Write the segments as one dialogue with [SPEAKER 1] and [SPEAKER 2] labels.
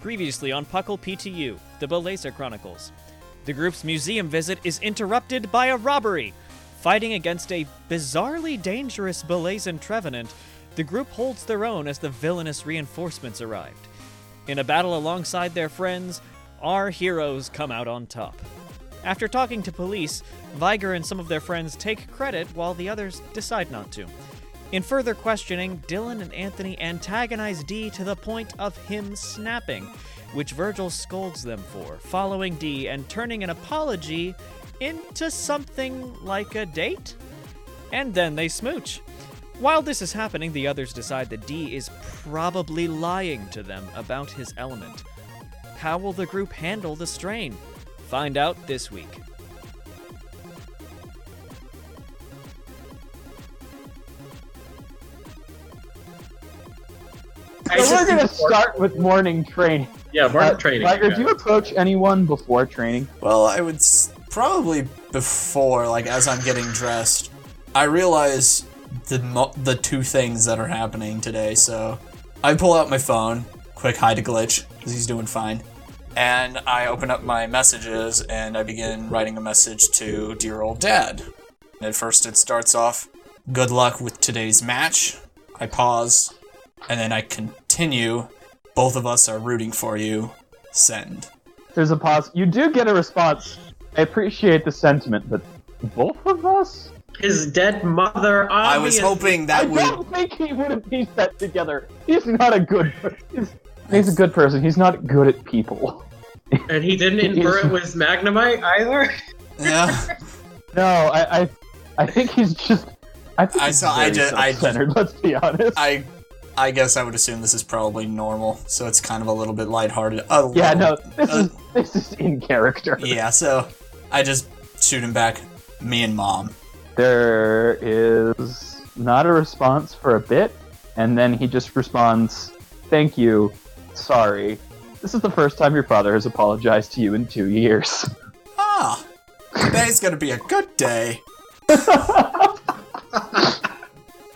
[SPEAKER 1] Previously on Puckle PTU, The Belaser Chronicles. The group's museum visit is interrupted by a robbery. Fighting against a bizarrely dangerous Belazen Trevenant, the group holds their own as the villainous reinforcements arrived. In a battle alongside their friends, our heroes come out on top. After talking to police, Viger and some of their friends take credit while the others decide not to. In further questioning, Dylan and Anthony antagonize Dee to the point of him snapping, which Virgil scolds them for, following Dee and turning an apology into something like a date? And then they smooch. While this is happening, the others decide that Dee is probably lying to them about his element. How will the group handle the strain? Find out this week.
[SPEAKER 2] So we're gonna start with morning training.
[SPEAKER 3] Yeah, we're
[SPEAKER 2] Uh,
[SPEAKER 3] not training.
[SPEAKER 2] Liger, do you
[SPEAKER 3] guys.
[SPEAKER 2] approach anyone before training?
[SPEAKER 4] Well, I would s- probably before, like as I'm getting dressed, I realize the mo- the two things that are happening today. So I pull out my phone, quick hi to Glitch because he's doing fine, and I open up my messages and I begin writing a message to dear old dad. At first, it starts off, "Good luck with today's match." I pause, and then I continue. Both of us are rooting for you. Send.
[SPEAKER 2] There's a pause. You do get a response. I appreciate the sentiment, but both of us?
[SPEAKER 3] His dead mother.
[SPEAKER 4] I was hoping
[SPEAKER 2] I
[SPEAKER 4] that would.
[SPEAKER 2] don't think he would have pieced that together. He's not a good. per- He's, he's a good person. He's not good at people.
[SPEAKER 3] and he didn't infer it was Magnemite either.
[SPEAKER 4] Yeah,
[SPEAKER 2] No, I, I, I think he's just. I, think
[SPEAKER 4] I
[SPEAKER 2] he's
[SPEAKER 4] saw- I
[SPEAKER 2] very
[SPEAKER 4] ju- I ju-
[SPEAKER 2] self-centered. Let's be honest.
[SPEAKER 4] I, I guess I would assume this is probably normal, so it's kind of a little bit lighthearted. A
[SPEAKER 2] yeah, no.
[SPEAKER 4] little-
[SPEAKER 2] This
[SPEAKER 4] uh,
[SPEAKER 2] is this is in character.
[SPEAKER 4] yeah. So I just shoot him back. Me and mom.
[SPEAKER 2] There is not a response for a bit, and then he just responds, Thank you, sorry. This is the first time your father has apologized to you in two years.
[SPEAKER 4] Ah, today's gonna be a good day.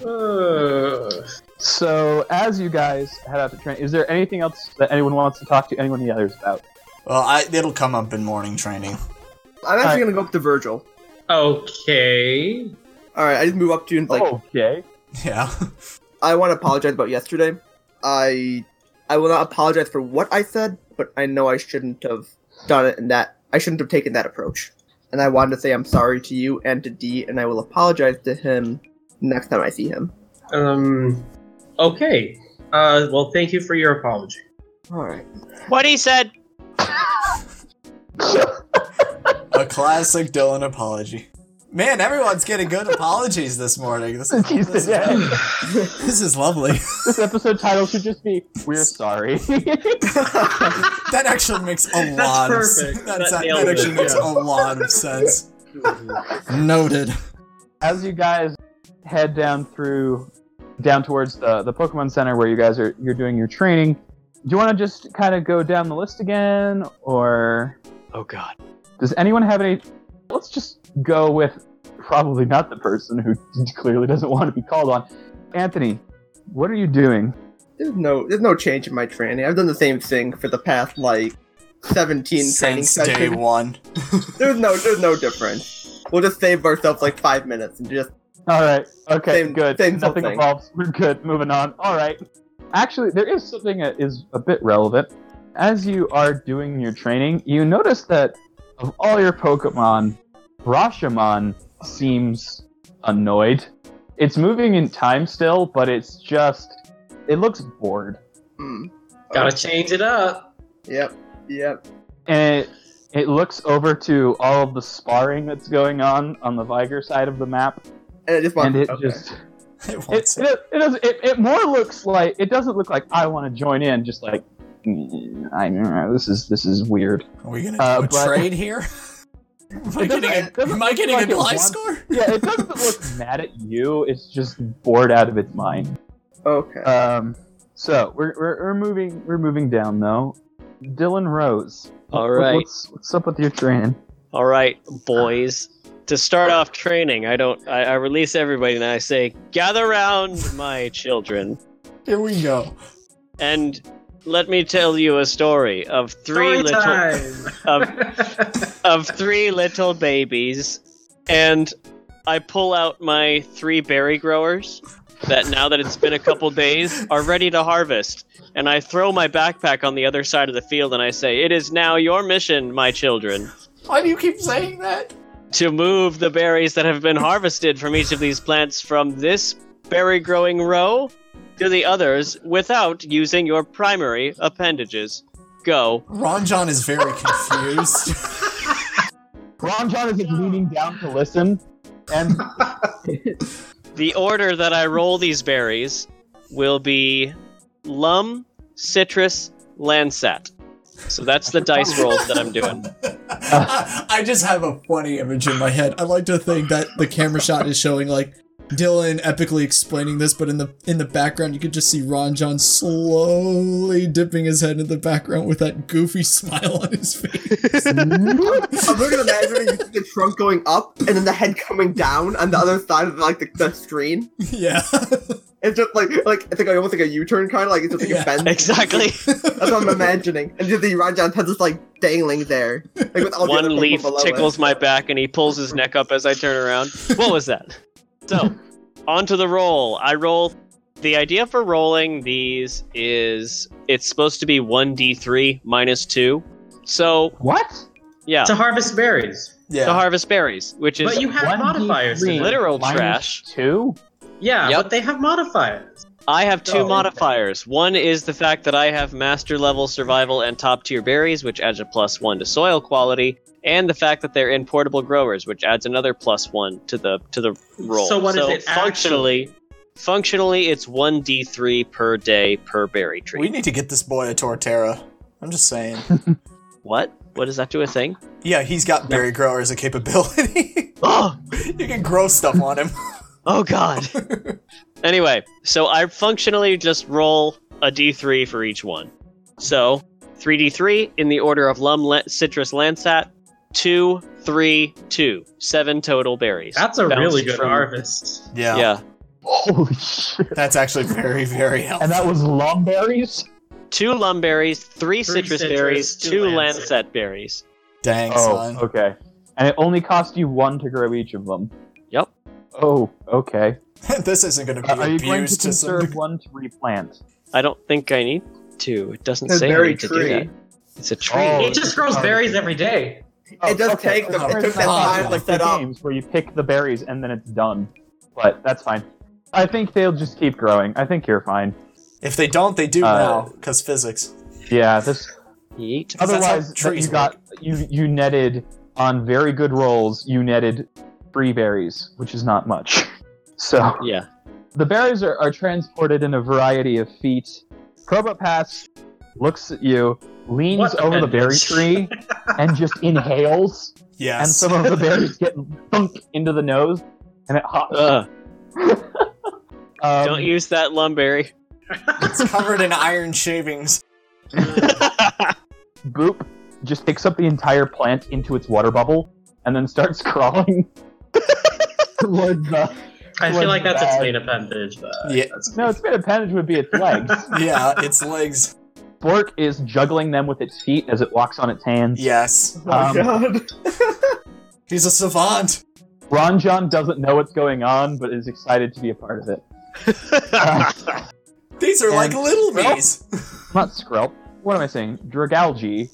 [SPEAKER 3] Ugh.
[SPEAKER 2] So, as you guys head out to train, is there anything else that anyone wants to talk to anyone of the others about?
[SPEAKER 4] Well, I, it'll come up in morning training.
[SPEAKER 5] I'm actually
[SPEAKER 2] Alright.
[SPEAKER 5] gonna go up to Virgil.
[SPEAKER 3] okay.
[SPEAKER 5] All right, I just move up to you and like
[SPEAKER 4] Oh.
[SPEAKER 2] okay.
[SPEAKER 4] Yeah.
[SPEAKER 5] I want to apologize about yesterday. I I will not apologize for what I said, but I know I shouldn't have done it in that I shouldn't have taken that approach. And I wanted to say I'm sorry to you and to D, and I will apologize to him next time I see him.
[SPEAKER 3] Um. Okay. Uh. Well, thank you for your apology.
[SPEAKER 5] All right.
[SPEAKER 6] What he said.
[SPEAKER 4] A classic Dylan apology. Man, everyone's getting good apologies this morning. This is,
[SPEAKER 2] Jesus,
[SPEAKER 4] this is,
[SPEAKER 2] yeah.
[SPEAKER 4] this is lovely.
[SPEAKER 2] This episode title should just be We're Sorry.
[SPEAKER 4] That actually makes a lot of sense.
[SPEAKER 3] perfect.
[SPEAKER 4] That,
[SPEAKER 3] That
[SPEAKER 4] that,
[SPEAKER 3] nailed
[SPEAKER 4] that
[SPEAKER 3] it,
[SPEAKER 4] actually makes
[SPEAKER 3] yeah.
[SPEAKER 4] a lot of sense. Noted.
[SPEAKER 2] as you guys head down through down towards the, the Pokemon Center where you guys are you're doing your training, do you want to just kind of go down the list again or
[SPEAKER 6] Oh god.
[SPEAKER 2] does anyone have any let's just go with probably not the person who clearly doesn't want to be called on. Anthony, what are you doing?
[SPEAKER 5] There's no there's no change in my training. I've done the same thing for the past like 17 training
[SPEAKER 4] Since day
[SPEAKER 5] sessions.
[SPEAKER 4] one.
[SPEAKER 5] There's no there's no difference. We'll just save ourselves like five minutes and just
[SPEAKER 2] All right. Okay.
[SPEAKER 5] Same-
[SPEAKER 2] good.
[SPEAKER 5] same
[SPEAKER 2] Nothing
[SPEAKER 5] thing.
[SPEAKER 2] evolves. We're good. Moving on. All right. Actually, there is something that is a bit relevant. As you are doing your training, you notice that of all your Pokemon, Rashomon seems annoyed. It's moving in time still, but it's just it looks bored,
[SPEAKER 5] hmm.
[SPEAKER 3] Gotta change it up.
[SPEAKER 5] Yep. Yep.
[SPEAKER 2] and it, it looks over to all of the sparring that's going on on the Viger side of the map,
[SPEAKER 5] And I just want
[SPEAKER 2] and it
[SPEAKER 5] okay.
[SPEAKER 2] just
[SPEAKER 4] It
[SPEAKER 2] it,
[SPEAKER 4] wants it.
[SPEAKER 2] it, it, doesn't, it, it more looks like it doesn't look like I want to join in. Just like mm, I don't know, this is this is weird.
[SPEAKER 4] Are we gonna do
[SPEAKER 2] Uh,
[SPEAKER 4] a
[SPEAKER 2] but-
[SPEAKER 4] trade here? am I
[SPEAKER 2] It doesn't-
[SPEAKER 4] getting
[SPEAKER 2] it
[SPEAKER 4] a,
[SPEAKER 2] doesn't
[SPEAKER 4] am I getting
[SPEAKER 2] like
[SPEAKER 4] a
[SPEAKER 2] it
[SPEAKER 4] life
[SPEAKER 2] wants-
[SPEAKER 4] score?
[SPEAKER 2] Yeah, it doesn't look mad at you. It's just bored out of its mind.
[SPEAKER 5] okay.
[SPEAKER 2] Um, so we're, we're, we're moving we're moving down though. Dylan Rose.
[SPEAKER 6] All
[SPEAKER 2] What-
[SPEAKER 6] right.
[SPEAKER 2] What's, what's up with your training?
[SPEAKER 6] All right, boys. To start off training, I don't. I, I release everybody and I say, "Gather round, my children."
[SPEAKER 4] Here we go.
[SPEAKER 6] And let me tell you a story of three
[SPEAKER 3] Story
[SPEAKER 6] little
[SPEAKER 3] time.
[SPEAKER 6] of of three little babies, and I pull out my three berry growers that now that it's been a couple days are ready to harvest. And I throw my backpack on the other side of the field and I say, It is now your mission, my children,
[SPEAKER 4] Why do you keep saying that?
[SPEAKER 6] to move the berries that have been harvested from each of these plants from this berry growing row to the others without using your primary appendages. Go.
[SPEAKER 4] Ron John is very confused.
[SPEAKER 2] Ron John is just leaning down to listen, and
[SPEAKER 6] The order that I roll these berries will be Lum, Citrus, Landsat. So that's the dice rolls that I'm doing.
[SPEAKER 4] I I just have a funny image in my head. I like to think that the camera shot is showing like Dylan epically explaining this, but in the in the background you could just see Ron John slowly dipping his head in the background with that goofy smile on his face.
[SPEAKER 5] I'm really imagining the trunk going up and then the head coming down on the other side of like the, the screen.
[SPEAKER 4] yeah.
[SPEAKER 5] It's just like like I think I almost like a U-turn kind of like it's just like
[SPEAKER 4] Yeah.
[SPEAKER 5] a bend.
[SPEAKER 6] Exactly.
[SPEAKER 5] That's what I'm imagining. And just the Ron John head just like dangling there, like with all the other
[SPEAKER 6] One
[SPEAKER 5] people
[SPEAKER 6] leaf
[SPEAKER 5] below it.
[SPEAKER 6] tickles my back and he pulls his neck up as I turn around. What was that? So, onto the roll. I roll. The idea for rolling these is it's supposed to be 1d3 minus 2. So,
[SPEAKER 2] what?
[SPEAKER 6] yeah,
[SPEAKER 3] to harvest berries.
[SPEAKER 4] Yeah.
[SPEAKER 6] to harvest berries, which is
[SPEAKER 3] But you have
[SPEAKER 2] One
[SPEAKER 3] modifiers.
[SPEAKER 2] D3
[SPEAKER 3] in it.
[SPEAKER 6] literal
[SPEAKER 2] minus
[SPEAKER 6] trash.
[SPEAKER 2] Two.
[SPEAKER 3] Yeah,
[SPEAKER 6] Yep.
[SPEAKER 3] but they have modifiers.
[SPEAKER 6] I have two
[SPEAKER 3] Oh, okay.
[SPEAKER 6] modifiers. One is the fact that I have master level survival and top tier berries, which adds a plus one to soil quality, and the fact that they're in portable growers, which adds another plus one to the to the roll.
[SPEAKER 3] So what is it
[SPEAKER 6] Functionally, functionally, it's one d three per day per berry tree.
[SPEAKER 4] We need to get this boy a Torterra. I'm just saying.
[SPEAKER 6] what? What does that do a thing?
[SPEAKER 4] Yeah, he's got berry grower as a capability.
[SPEAKER 6] Oh,
[SPEAKER 4] you can grow stuff on him.
[SPEAKER 6] oh god. anyway, so I functionally just roll a d3 for each one. So 3d3 in the order of Lum Le- Citrus Landsat, two, three, two, seven total berries.
[SPEAKER 3] That's a
[SPEAKER 6] Bounced
[SPEAKER 3] really good
[SPEAKER 6] from-
[SPEAKER 3] harvest.
[SPEAKER 4] Yeah.
[SPEAKER 6] Yeah.
[SPEAKER 2] Holy shit!
[SPEAKER 4] That's actually very, very helpful.
[SPEAKER 2] And that was longberries.
[SPEAKER 6] Two Lum berries,
[SPEAKER 3] Three
[SPEAKER 6] three, citrus,
[SPEAKER 3] citrus,
[SPEAKER 6] berries,
[SPEAKER 3] two
[SPEAKER 6] two
[SPEAKER 3] Landsat.
[SPEAKER 6] Landsat berries.
[SPEAKER 4] Dang, son.
[SPEAKER 2] Oh, okay. And it only cost you one to grow each of them.
[SPEAKER 6] Yep.
[SPEAKER 2] Oh, okay.
[SPEAKER 4] this isn't going to be
[SPEAKER 2] Uh, are you going to
[SPEAKER 4] abused to,
[SPEAKER 2] conserve
[SPEAKER 4] some.
[SPEAKER 2] one to replant?
[SPEAKER 6] I don't think I need to. It doesn't
[SPEAKER 5] It's a
[SPEAKER 6] say I
[SPEAKER 5] berry
[SPEAKER 6] need to do
[SPEAKER 5] tree.
[SPEAKER 6] that. It's a tree.
[SPEAKER 2] Oh,
[SPEAKER 3] It just grows berries every day.
[SPEAKER 5] It does take
[SPEAKER 4] the- it took that time to
[SPEAKER 2] like
[SPEAKER 5] set
[SPEAKER 2] the
[SPEAKER 5] up.
[SPEAKER 2] games where you pick the berries and then it's done. But that's fine. I think they'll just keep growing. I think you're fine.
[SPEAKER 4] If they don't, they do
[SPEAKER 2] Uh,
[SPEAKER 4] now because physics.
[SPEAKER 2] Yeah. This
[SPEAKER 6] Yeet.
[SPEAKER 4] Because that's how
[SPEAKER 2] otherwise that
[SPEAKER 4] trees
[SPEAKER 2] you got you you netted on very good rolls. You netted three berries, which is not much. So.
[SPEAKER 6] Yeah.
[SPEAKER 2] The berries are, are transported in a variety of feet. Proba Pass looks at you, leans
[SPEAKER 3] What
[SPEAKER 2] over the berry
[SPEAKER 3] appendix?
[SPEAKER 2] tree, and just inhales. And
[SPEAKER 4] Yes.
[SPEAKER 2] some of the berries get thunk into the nose, and it hops.
[SPEAKER 6] Ugh,
[SPEAKER 2] Um,
[SPEAKER 6] Uh, don't use that Lum berry.
[SPEAKER 4] it's covered in iron shavings.
[SPEAKER 2] Boop just picks up the entire plant into its water bubble, and then starts crawling. towards the-
[SPEAKER 3] I
[SPEAKER 2] Blood
[SPEAKER 3] feel like that's
[SPEAKER 2] bag.
[SPEAKER 3] its main appendage, but
[SPEAKER 4] Yeah.
[SPEAKER 3] that's-
[SPEAKER 2] no, its main appendage would be its legs.
[SPEAKER 4] Yeah, its legs.
[SPEAKER 2] Bork is juggling them with its feet as it walks on its hands.
[SPEAKER 4] Yes.
[SPEAKER 5] Oh my
[SPEAKER 2] Um,
[SPEAKER 5] god!
[SPEAKER 4] He's a savant.
[SPEAKER 2] Ron John doesn't know what's going on, but is excited to be a part of it.
[SPEAKER 4] These are like
[SPEAKER 2] And-
[SPEAKER 4] little bees.
[SPEAKER 2] not Skrelp. What am I saying? Dragalge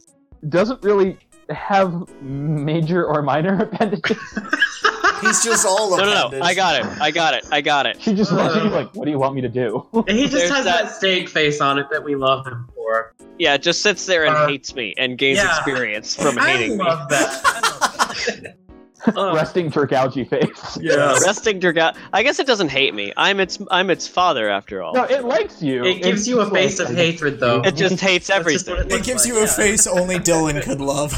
[SPEAKER 2] doesn't really have major or minor appendages.
[SPEAKER 4] He's just all
[SPEAKER 6] no, no, no.
[SPEAKER 4] appendage.
[SPEAKER 6] I got it. I got it. I got it.
[SPEAKER 2] She just
[SPEAKER 3] Uh.
[SPEAKER 2] looks at you like, "What do you want me to do?"
[SPEAKER 3] he just
[SPEAKER 6] There's
[SPEAKER 3] has
[SPEAKER 6] that-
[SPEAKER 3] that... steak face on it that we love him for.
[SPEAKER 6] Yeah, it just sits there and
[SPEAKER 3] Uh,
[SPEAKER 6] hates me and gains
[SPEAKER 3] yeah.
[SPEAKER 6] experience from
[SPEAKER 3] I
[SPEAKER 6] hating me.
[SPEAKER 3] love that. I love that.
[SPEAKER 2] Resting Dragalge face.
[SPEAKER 3] Yeah.
[SPEAKER 6] Resting Durga. I guess it doesn't hate me. I'm its I'm its father after all.
[SPEAKER 2] No, it likes you.
[SPEAKER 3] Uh, it gives
[SPEAKER 2] It's
[SPEAKER 3] you a
[SPEAKER 2] just
[SPEAKER 3] face
[SPEAKER 2] like-
[SPEAKER 3] of hatred, though.
[SPEAKER 6] it just hates
[SPEAKER 3] That's just
[SPEAKER 6] everything.
[SPEAKER 3] what
[SPEAKER 4] It
[SPEAKER 3] looks
[SPEAKER 4] gives
[SPEAKER 3] like,
[SPEAKER 4] you a
[SPEAKER 3] yeah.
[SPEAKER 4] face only Dylan could love.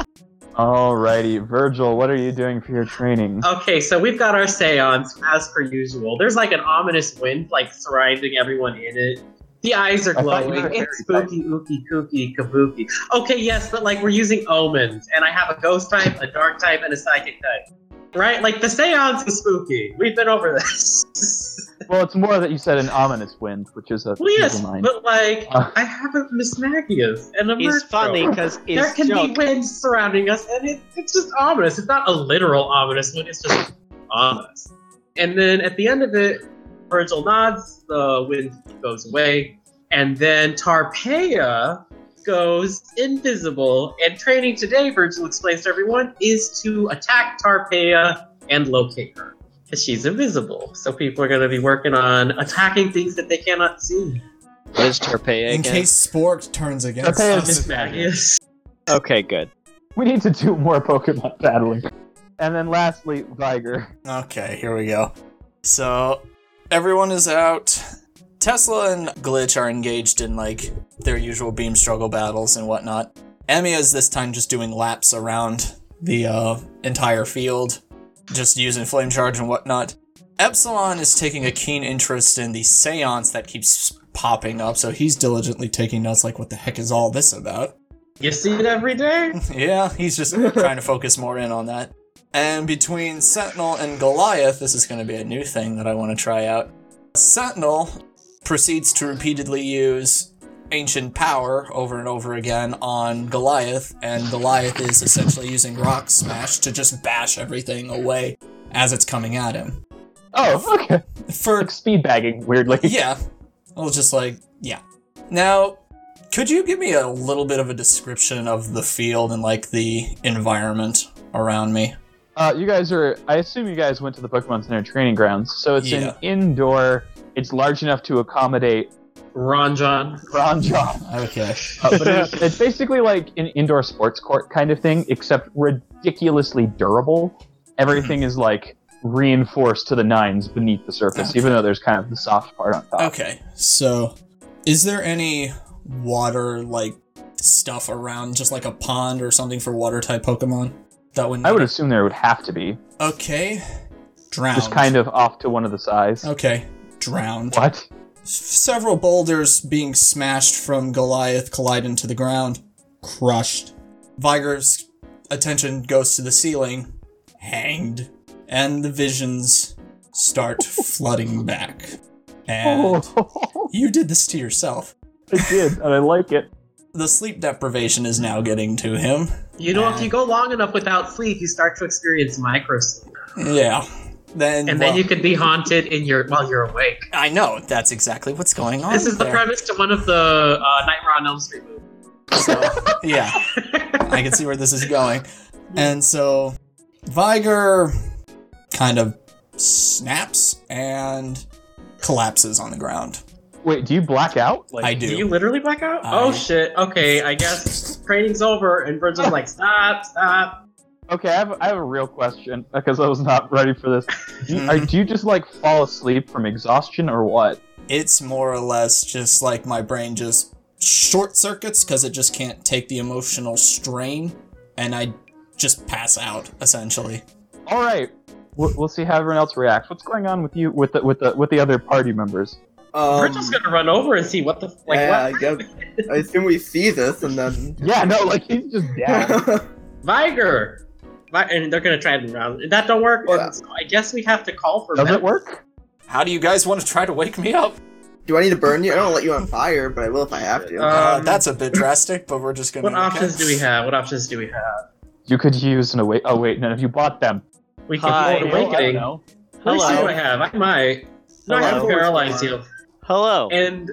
[SPEAKER 2] Alrighty, Virgil, what are you doing for your training?
[SPEAKER 3] Okay, so we've got our seance as per usual. There's like an ominous wind like surrounding everyone in it. The eyes are
[SPEAKER 2] I thought you
[SPEAKER 3] glowing.
[SPEAKER 2] were
[SPEAKER 3] It's
[SPEAKER 2] very
[SPEAKER 3] spooky, ooky, kooky, kabuki. Okay, yes, but like we're using omens, and I have a ghost type, a dark type, and a psychic type. right? Like the seance is spooky. We've been over this.
[SPEAKER 2] Well, it's more that you said an ominous wind, which is a
[SPEAKER 3] well, yes,
[SPEAKER 2] never mind.
[SPEAKER 3] but like
[SPEAKER 2] Uh.
[SPEAKER 3] I have a Miss Magius and a
[SPEAKER 6] He's
[SPEAKER 3] Murkrow.
[SPEAKER 6] funny because
[SPEAKER 3] There
[SPEAKER 6] it's
[SPEAKER 3] can be
[SPEAKER 6] joke.
[SPEAKER 3] winds surrounding us, and it, it's just ominous. It's not a literal ominous wind; it's just ominous. And then at the end of it, Virgil nods. The wind goes away, and then Tarpeia goes invisible. And training today, Virgil explains to everyone, is to attack Tarpeia and locate her because she's invisible. So people are going to be working on attacking things that they cannot see.
[SPEAKER 6] What is Tarpeia
[SPEAKER 4] In
[SPEAKER 6] again?
[SPEAKER 4] case Spork turns against
[SPEAKER 2] Okay,
[SPEAKER 4] us.
[SPEAKER 3] Miss Magius.
[SPEAKER 6] Okay, good.
[SPEAKER 2] we need to do more Pokemon battling. And then lastly, Viger.
[SPEAKER 4] Okay, here we go. So everyone is out. Tesla and Glitch are engaged in like their usual beam struggle battles and whatnot. Emmy is this time just doing laps around the uh, entire field, just using flame charge and whatnot. Epsilon is taking a keen interest in the seance that keeps popping up, so he's diligently taking notes like, what the heck is all this about?
[SPEAKER 3] You see it every day.
[SPEAKER 4] Yeah, he's just trying to focus more in on that. And between Sentinel and Goliath, this is going to be a new thing that I want to try out. Sentinel proceeds to repeatedly use ancient power over and over again on Goliath, and Goliath is essentially using Rock Smash to just bash everything away as it's coming at him.
[SPEAKER 2] Oh, okay.
[SPEAKER 4] For
[SPEAKER 2] Like speed bagging, weirdly.
[SPEAKER 4] yeah. I was just like, yeah. Now, could you give me a little bit of a description of the field and like the environment around me?
[SPEAKER 2] Uh, you guys are. I assume you guys went to the Pokemon Center training grounds. So it's
[SPEAKER 4] Yeah.
[SPEAKER 2] an indoor. It's large enough to accommodate
[SPEAKER 3] Ron John.
[SPEAKER 2] Granjon.
[SPEAKER 4] Okay.
[SPEAKER 2] Uh, but it's, it's basically like an indoor sports court kind of thing, except ridiculously durable. Everything
[SPEAKER 4] Hmm.
[SPEAKER 2] is like reinforced to the nines beneath the surface, even though there's kind of the soft part on top.
[SPEAKER 4] Okay. So, is there any water like stuff around just like a pond or something for water type Pokemon? That would
[SPEAKER 2] I would assume there would have to be,
[SPEAKER 4] Okay. Drowned.
[SPEAKER 2] just kind of off to one of the sides.
[SPEAKER 4] Okay. Drowned.
[SPEAKER 2] What?
[SPEAKER 4] several boulders being smashed from Goliath collide into the ground, crushed. Viger's attention goes to the ceiling, hanged, and the visions start flooding back. And
[SPEAKER 2] Oh,
[SPEAKER 4] you did this to yourself.
[SPEAKER 2] I did, and I like it.
[SPEAKER 4] The sleep deprivation is now getting to him.
[SPEAKER 3] You know, if you go long enough without sleep, you start to experience micro sleep,
[SPEAKER 4] Yeah. Then,
[SPEAKER 3] and then
[SPEAKER 4] well,
[SPEAKER 3] you can be haunted in your while you're awake.
[SPEAKER 4] I know that's exactly what's going on.
[SPEAKER 3] This is the
[SPEAKER 4] there.
[SPEAKER 3] premise to one of the uh, Nightmare on Elm Street movies.
[SPEAKER 4] yeah, I can see where this is going. And so Viger kind of snaps and collapses on the ground.
[SPEAKER 2] Wait, do you black out? Like,
[SPEAKER 4] I
[SPEAKER 3] Do.
[SPEAKER 4] do.
[SPEAKER 3] you literally black out?
[SPEAKER 4] I-
[SPEAKER 3] Oh shit! Okay, I guess training's over, and Virgil's like, stop, stop.
[SPEAKER 2] Okay, I have, I have a real question because I was not ready for this. Do you, are, do you just like fall asleep from exhaustion or what?
[SPEAKER 4] It's more or less just like my brain just short circuits because it just can't take the emotional strain, and I just pass out essentially.
[SPEAKER 2] All right, we'll, we'll see how everyone else reacts. What's going on with you with the with the with the other party members?
[SPEAKER 5] Um,
[SPEAKER 3] Virgil's gonna run over and see what the like.
[SPEAKER 5] yeah,
[SPEAKER 3] what?
[SPEAKER 5] I, guess- I assume we see this and then.
[SPEAKER 2] Yeah, no, like he's just down.
[SPEAKER 3] Viger. Vi- And they're gonna try and round. If that don't work,
[SPEAKER 5] Yeah.
[SPEAKER 3] so I guess we have to call for.
[SPEAKER 2] Does
[SPEAKER 3] medic.
[SPEAKER 2] it work?
[SPEAKER 4] How do you guys want to try to wake me up?
[SPEAKER 5] Do I need to burn you? I don't let you on fire, but I will if I have to.
[SPEAKER 3] Uh,
[SPEAKER 4] Uh,
[SPEAKER 3] Um,
[SPEAKER 4] that's a bit drastic, but we're just gonna.
[SPEAKER 3] What
[SPEAKER 4] okay.
[SPEAKER 3] options do we have? What options do we have?
[SPEAKER 2] You could use an awake. Oh wait, none of you bought them.
[SPEAKER 3] We can
[SPEAKER 6] Hi.
[SPEAKER 3] do
[SPEAKER 2] Well, I don't
[SPEAKER 3] awakening.
[SPEAKER 2] know.
[SPEAKER 3] Let me see
[SPEAKER 6] Hello.
[SPEAKER 3] what I have. I might. No, I
[SPEAKER 5] Hello.
[SPEAKER 3] have paralyzed you.
[SPEAKER 6] Hello.
[SPEAKER 3] And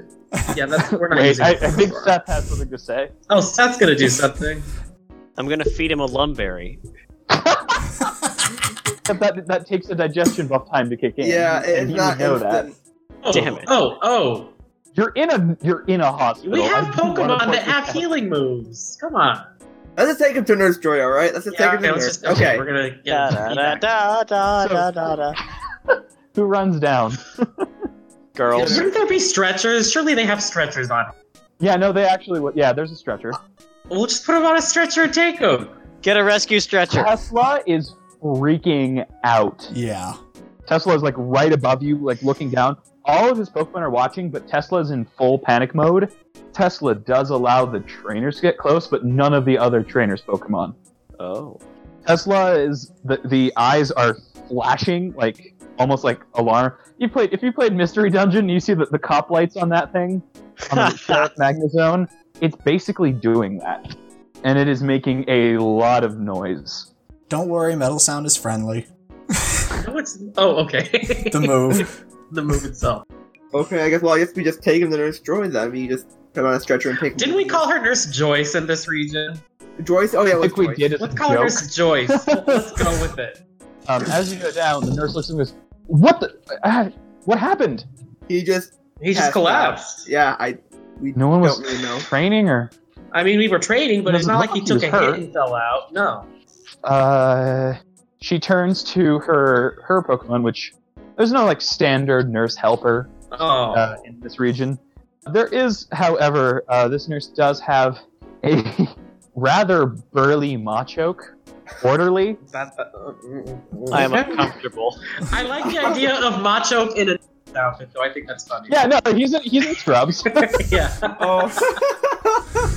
[SPEAKER 3] yeah, that's we're not
[SPEAKER 2] Wait,
[SPEAKER 3] using.
[SPEAKER 2] I,
[SPEAKER 3] it.
[SPEAKER 2] I think Seth has something to say.
[SPEAKER 3] Oh, Seth's gonna do something.
[SPEAKER 6] I'm gonna feed him a lumberry.
[SPEAKER 2] But that that takes a digestion buff time to kick in.
[SPEAKER 5] yeah,
[SPEAKER 2] and
[SPEAKER 5] it's
[SPEAKER 2] you
[SPEAKER 5] not
[SPEAKER 2] know that.
[SPEAKER 5] instant.
[SPEAKER 3] Oh,
[SPEAKER 6] Damn it.
[SPEAKER 3] Oh, oh.
[SPEAKER 2] You're in a you're in a hospital.
[SPEAKER 3] We
[SPEAKER 2] I
[SPEAKER 3] have
[SPEAKER 2] do wanna
[SPEAKER 3] Pokemon
[SPEAKER 2] point
[SPEAKER 3] that
[SPEAKER 2] this
[SPEAKER 3] have
[SPEAKER 2] out.
[SPEAKER 3] healing moves. Come on.
[SPEAKER 5] Let's just take him to Nurse Joy, all right? Let's just
[SPEAKER 3] Yeah,
[SPEAKER 5] take him
[SPEAKER 3] okay,
[SPEAKER 5] to
[SPEAKER 3] let's
[SPEAKER 5] Nurse.
[SPEAKER 3] just
[SPEAKER 5] okay.
[SPEAKER 3] We're gonna
[SPEAKER 6] Da
[SPEAKER 3] get
[SPEAKER 6] da da da da da da da.
[SPEAKER 2] Who runs down?
[SPEAKER 6] Girls.
[SPEAKER 3] Shouldn't there be stretchers? Surely they have stretchers on. it.
[SPEAKER 2] Yeah, no, they actually. would- Yeah, there's a stretcher.
[SPEAKER 3] We'll just put them on a stretcher and take them.
[SPEAKER 6] Get a rescue stretcher.
[SPEAKER 2] Tesla is freaking out.
[SPEAKER 4] Yeah.
[SPEAKER 2] Tesla is like right above you, like looking down. All of his Pokemon are watching, but Tesla is in full panic mode. Tesla does allow the trainers to get close, but none of the other trainers' Pokemon.
[SPEAKER 6] Oh.
[SPEAKER 2] Tesla is the the eyes are flashing like almost like alarm. You played if you played Mystery Dungeon, you see that the cop lights on that thing on the Sheriff Magnazone. It's basically doing that, and it is making a lot of noise.
[SPEAKER 4] Don't worry, metal sound is friendly.
[SPEAKER 3] No, it's oh okay.
[SPEAKER 4] The move.
[SPEAKER 3] the move itself.
[SPEAKER 5] Okay, I guess. Well, I guess we just take him to Nurse Joy then. We just put him on a stretcher and take him.
[SPEAKER 3] Didn't we call her Nurse Joyce in this region?
[SPEAKER 5] Joyce? Oh yeah, it
[SPEAKER 2] I
[SPEAKER 5] was
[SPEAKER 2] think we
[SPEAKER 5] Joyce.
[SPEAKER 2] did it.
[SPEAKER 3] Let's call her Nurse Joyce. Let's go with it.
[SPEAKER 2] Um, as you go down, the nurse looks and goes, "What the? Uh, what happened?
[SPEAKER 5] He just.
[SPEAKER 3] He
[SPEAKER 5] Passed
[SPEAKER 3] just
[SPEAKER 5] out.
[SPEAKER 3] collapsed.
[SPEAKER 5] Yeah, I. We
[SPEAKER 2] No one was
[SPEAKER 5] don't really know.
[SPEAKER 2] training or
[SPEAKER 3] I mean, we were training, but it's not like he took a hit and fell out. No.
[SPEAKER 2] Uh, she turns to her her Pokemon, which there's no like standard nurse helper
[SPEAKER 3] Oh.
[SPEAKER 2] uh, in this region. There is, however, uh, this nurse does have a rather burly Machoke, orderly.
[SPEAKER 3] That- that- uh, mm, mm,
[SPEAKER 6] I am
[SPEAKER 3] mm.
[SPEAKER 6] uncomfortable.
[SPEAKER 3] I like the idea of Machoke in a outfit, though. I think that's funny.
[SPEAKER 2] Yeah, no, he's in, he's in scrubs.
[SPEAKER 3] yeah.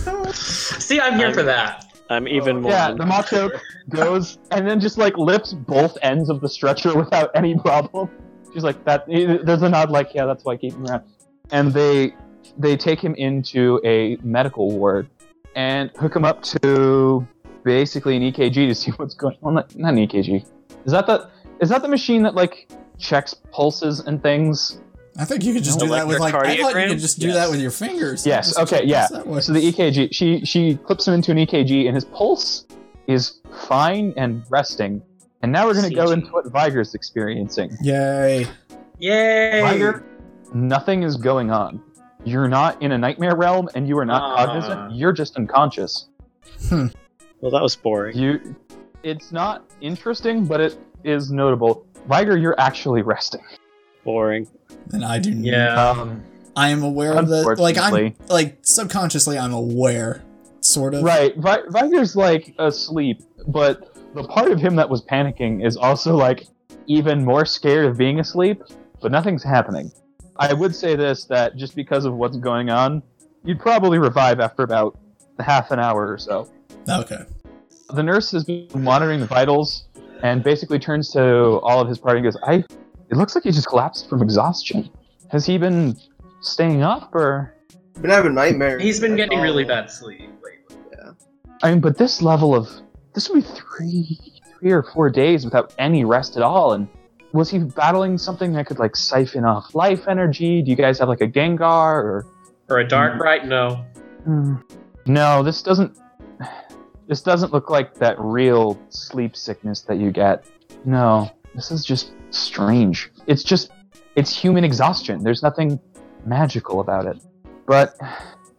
[SPEAKER 5] Oh.
[SPEAKER 3] See, I'm here for that.
[SPEAKER 6] I'm
[SPEAKER 3] Oh,
[SPEAKER 6] even more.
[SPEAKER 2] yeah, the Machoke goes and then just like lifts both ends of the stretcher without any problem. She's like that. eh, There's a nod like, yeah, that's why I keep him around. And they they take him into a medical ward and hook him up to basically an EKG to see what's going on. Not an EKG. Is that the is that the machine that like checks pulses and things?
[SPEAKER 4] I think you could just do that with like. I thought you could
[SPEAKER 6] Electrocardiogram?
[SPEAKER 4] just do
[SPEAKER 6] Yes.
[SPEAKER 4] that with your fingers.
[SPEAKER 2] Yes,
[SPEAKER 4] Just
[SPEAKER 2] okay,
[SPEAKER 4] pulse
[SPEAKER 2] yeah.
[SPEAKER 4] that way.
[SPEAKER 2] So the E- EKG, she she clips him into an EKG, and his pulse is fine and resting. And now we're going to go
[SPEAKER 6] CG.
[SPEAKER 2] into what Viger's experiencing.
[SPEAKER 4] Yay!
[SPEAKER 3] Yay.
[SPEAKER 2] Viger, nothing is going on. You're not in a nightmare realm, and you are not
[SPEAKER 3] Ah.
[SPEAKER 2] cognizant. You're just unconscious.
[SPEAKER 6] Well, that was boring.
[SPEAKER 2] You, it's not interesting, but it is notable. Viger, you're actually resting.
[SPEAKER 6] Boring.
[SPEAKER 4] And I do.
[SPEAKER 3] Yeah.
[SPEAKER 2] Um,
[SPEAKER 4] I am aware of the like. I'm
[SPEAKER 2] Unfortunately.
[SPEAKER 4] like subconsciously. I'm aware, sort of.
[SPEAKER 2] Right. Vi- Viger's like asleep, but the part of him that was panicking is also like even more scared of being asleep, but nothing's happening. I would say this that just because of what's going on, you'd probably revive after about half an hour or so.
[SPEAKER 4] Okay.
[SPEAKER 2] The nurse has been monitoring the vitals and basically turns to all of his party and goes, I it looks like he just collapsed from exhaustion. Has he been staying up or
[SPEAKER 5] been having nightmares. oh.
[SPEAKER 3] He's been
[SPEAKER 5] That's
[SPEAKER 3] getting
[SPEAKER 5] all.
[SPEAKER 3] really bad sleep lately.
[SPEAKER 2] I mean, but this level of this would be three, three or four days without any rest at all. And was he battling something that could like siphon off life energy? Do you guys have like a Gengar or?
[SPEAKER 3] Or a
[SPEAKER 2] Mm.
[SPEAKER 3] dark bright? No.
[SPEAKER 2] Hmm. No, this doesn't. This doesn't look like that real sleep sickness that you get. No, this is just strange. It's just, it's human exhaustion. There's nothing magical about it. But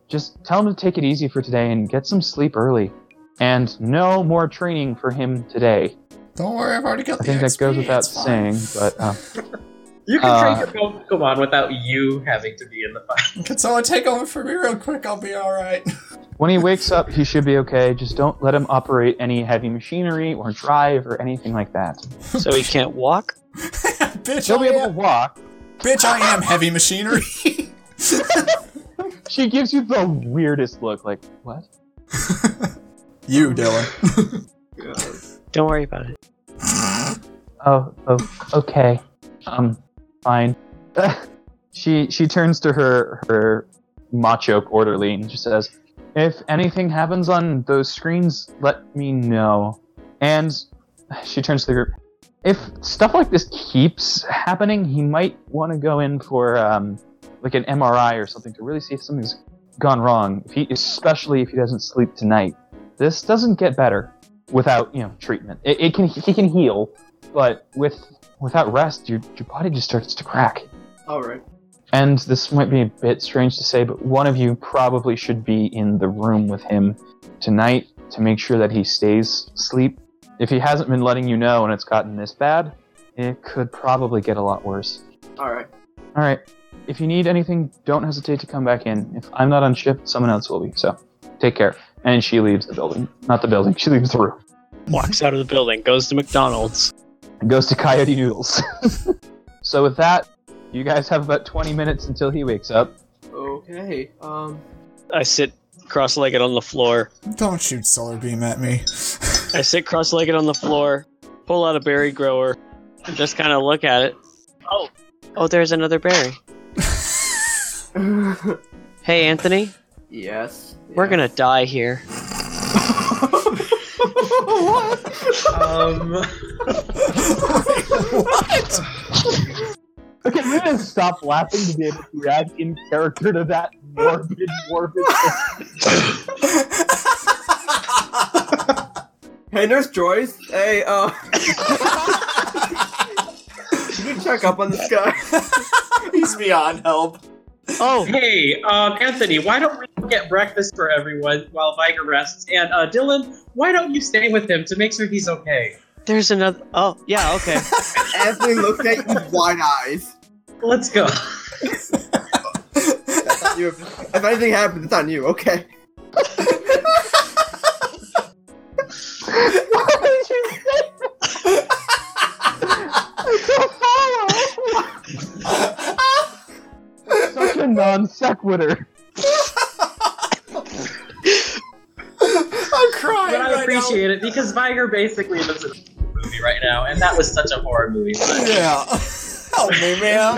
[SPEAKER 2] just tell him to take it easy for today and get some sleep early. And no more training for him today.
[SPEAKER 4] Don't worry. I've already got.
[SPEAKER 2] I think
[SPEAKER 4] the
[SPEAKER 2] that goes
[SPEAKER 4] XP,
[SPEAKER 2] without
[SPEAKER 4] it's fine.
[SPEAKER 2] saying, but uh,
[SPEAKER 3] You can
[SPEAKER 2] Uh,
[SPEAKER 3] train your Pokemon without you having to be in the fight.
[SPEAKER 4] Can someone take over for me real quick? I'll be all right.
[SPEAKER 2] when he wakes up, he should be okay. Just don't let him operate any heavy machinery or drive or anything like that.
[SPEAKER 6] So he can't walk?
[SPEAKER 4] bitch,
[SPEAKER 2] She'll be
[SPEAKER 4] I
[SPEAKER 2] able to
[SPEAKER 4] am,
[SPEAKER 2] walk,
[SPEAKER 4] bitch, I am heavy machinery.
[SPEAKER 2] She gives you the weirdest look, like, what?
[SPEAKER 4] you, Dylan.
[SPEAKER 6] Don't worry about it.
[SPEAKER 2] Oh, oh, okay. Um, fine. she she turns to her her machoke orderly and she says, "If anything happens on those screens, let me know." And she turns to the group. If stuff like this keeps happening, he might want to go in for um, like an MRI or something to really see if something's gone wrong. If he, especially if he doesn't sleep tonight, this doesn't get better without you know treatment. It, it can he can heal, but with without rest, your your body just starts to crack.
[SPEAKER 5] All right.
[SPEAKER 2] And this might be a bit strange to say, but one of you probably should be in the room with him tonight to make sure that he stays asleep. If he hasn't been letting you know and it's gotten this bad, it could probably get a lot worse.
[SPEAKER 5] All right.
[SPEAKER 2] All right. If you need anything, don't hesitate to come back in. If I'm not on shift, someone else will be. So, take care. And she leaves the building. Not the building. She leaves the room.
[SPEAKER 6] Walks out of the building, goes to McDonald's.
[SPEAKER 2] and goes to Coyote Noodles. so with that, you guys have about 20 minutes until he wakes up.
[SPEAKER 5] Okay. Um.
[SPEAKER 6] I sit cross legged on the floor.
[SPEAKER 4] Don't shoot solar beam at me.
[SPEAKER 6] I sit cross-legged on the floor, pull out a berry grower, just kind of look at it. Oh, oh, there's another berry. Hey, Anthony,
[SPEAKER 5] yes.
[SPEAKER 6] we're gonna die here.
[SPEAKER 3] Um,
[SPEAKER 4] what?
[SPEAKER 2] Okay, we're gonna stop laughing to be able to react in character to that morbid, morbid.
[SPEAKER 5] Hey, Nurse Joyce. Hey, uh. Did you check up on this guy?
[SPEAKER 4] He's beyond help.
[SPEAKER 6] Oh,
[SPEAKER 3] hey, um, Anthony, why don't we get breakfast for everyone while Viger rests? And uh, Dylan, why don't you stay with him to make sure he's okay?
[SPEAKER 6] there's another. Oh, yeah, okay.
[SPEAKER 5] Anthony looked at you with wide eyes.
[SPEAKER 3] Let's go.
[SPEAKER 5] That's on you. If anything happens, it's on you. Okay.
[SPEAKER 2] Such a non sequitur.
[SPEAKER 4] I'm crying.
[SPEAKER 3] But I
[SPEAKER 4] right now.
[SPEAKER 3] appreciate it because Viger basically lives in a movie right now, and that was such a horror movie.
[SPEAKER 4] Yeah. Help me, man.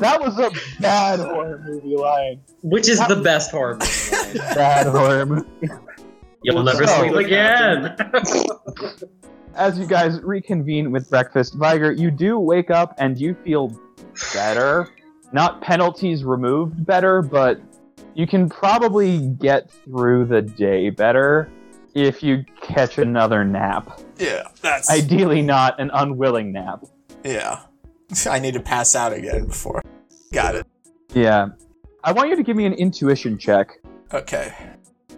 [SPEAKER 2] That was a bad horror movie line.
[SPEAKER 3] Which is the best horror movie.
[SPEAKER 2] Bad horror movie.
[SPEAKER 3] You'll never
[SPEAKER 2] So-
[SPEAKER 3] sleep again.
[SPEAKER 2] As you guys reconvene with breakfast, Viger, you do wake up and you feel better. Not penalties removed better, but you can probably get through the day better if you catch another nap.
[SPEAKER 4] Yeah, that's.
[SPEAKER 2] Ideally, not an unwilling nap.
[SPEAKER 4] yeah. I need to pass out again before. Got it.
[SPEAKER 2] Yeah. I want you to give me an intuition check.
[SPEAKER 4] Okay.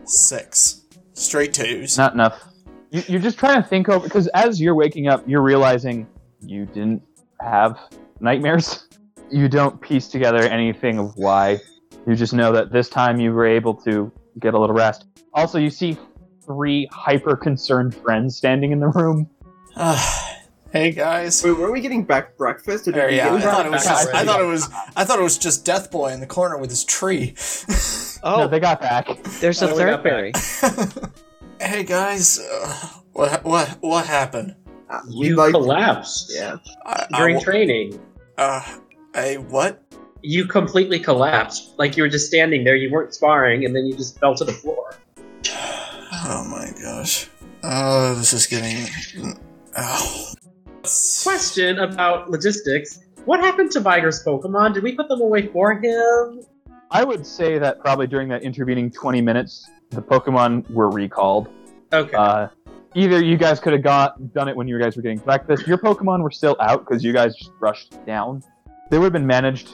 [SPEAKER 4] Six. Straight twos.
[SPEAKER 2] Not enough. You, you're just trying to think over because as you're waking up, you're realizing you didn't have nightmares. You don't piece together anything of why. You just know that this time you were able to get a little rest. Also, you see three hyper concerned friends standing in the room.
[SPEAKER 4] Ah. hey guys.
[SPEAKER 5] Wait, were we getting back breakfast? Or did
[SPEAKER 4] There,
[SPEAKER 5] we
[SPEAKER 4] yeah, I
[SPEAKER 5] get
[SPEAKER 4] thought it was.
[SPEAKER 3] back
[SPEAKER 4] I thought it was. I thought it was just Death Boy in the corner with his tree.
[SPEAKER 2] No,
[SPEAKER 6] Oh,
[SPEAKER 2] they got back.
[SPEAKER 6] there's a
[SPEAKER 3] Oh, we
[SPEAKER 6] third
[SPEAKER 3] got back.
[SPEAKER 6] berry.
[SPEAKER 4] hey guys, uh, what what what happened?
[SPEAKER 5] Uh, we
[SPEAKER 3] You
[SPEAKER 5] like-
[SPEAKER 3] collapsed
[SPEAKER 5] Yeah.
[SPEAKER 4] I, I
[SPEAKER 3] during
[SPEAKER 4] wa-
[SPEAKER 3] training.
[SPEAKER 4] uh, I what?
[SPEAKER 3] You completely collapsed. Like you were just standing there. You weren't sparring, and then you just fell to the floor.
[SPEAKER 4] Oh my gosh. Oh, this is getting. Oh.
[SPEAKER 3] Question about logistics. What happened to Viger's Pokemon? Did we put them away for him?
[SPEAKER 2] I would say that probably during that intervening 20 minutes, the Pokemon were recalled.
[SPEAKER 3] Okay.
[SPEAKER 2] Uh, either you guys could have got done it when you guys were getting breakfast. Your Pokemon were still out because you guys just rushed down. They would have been managed.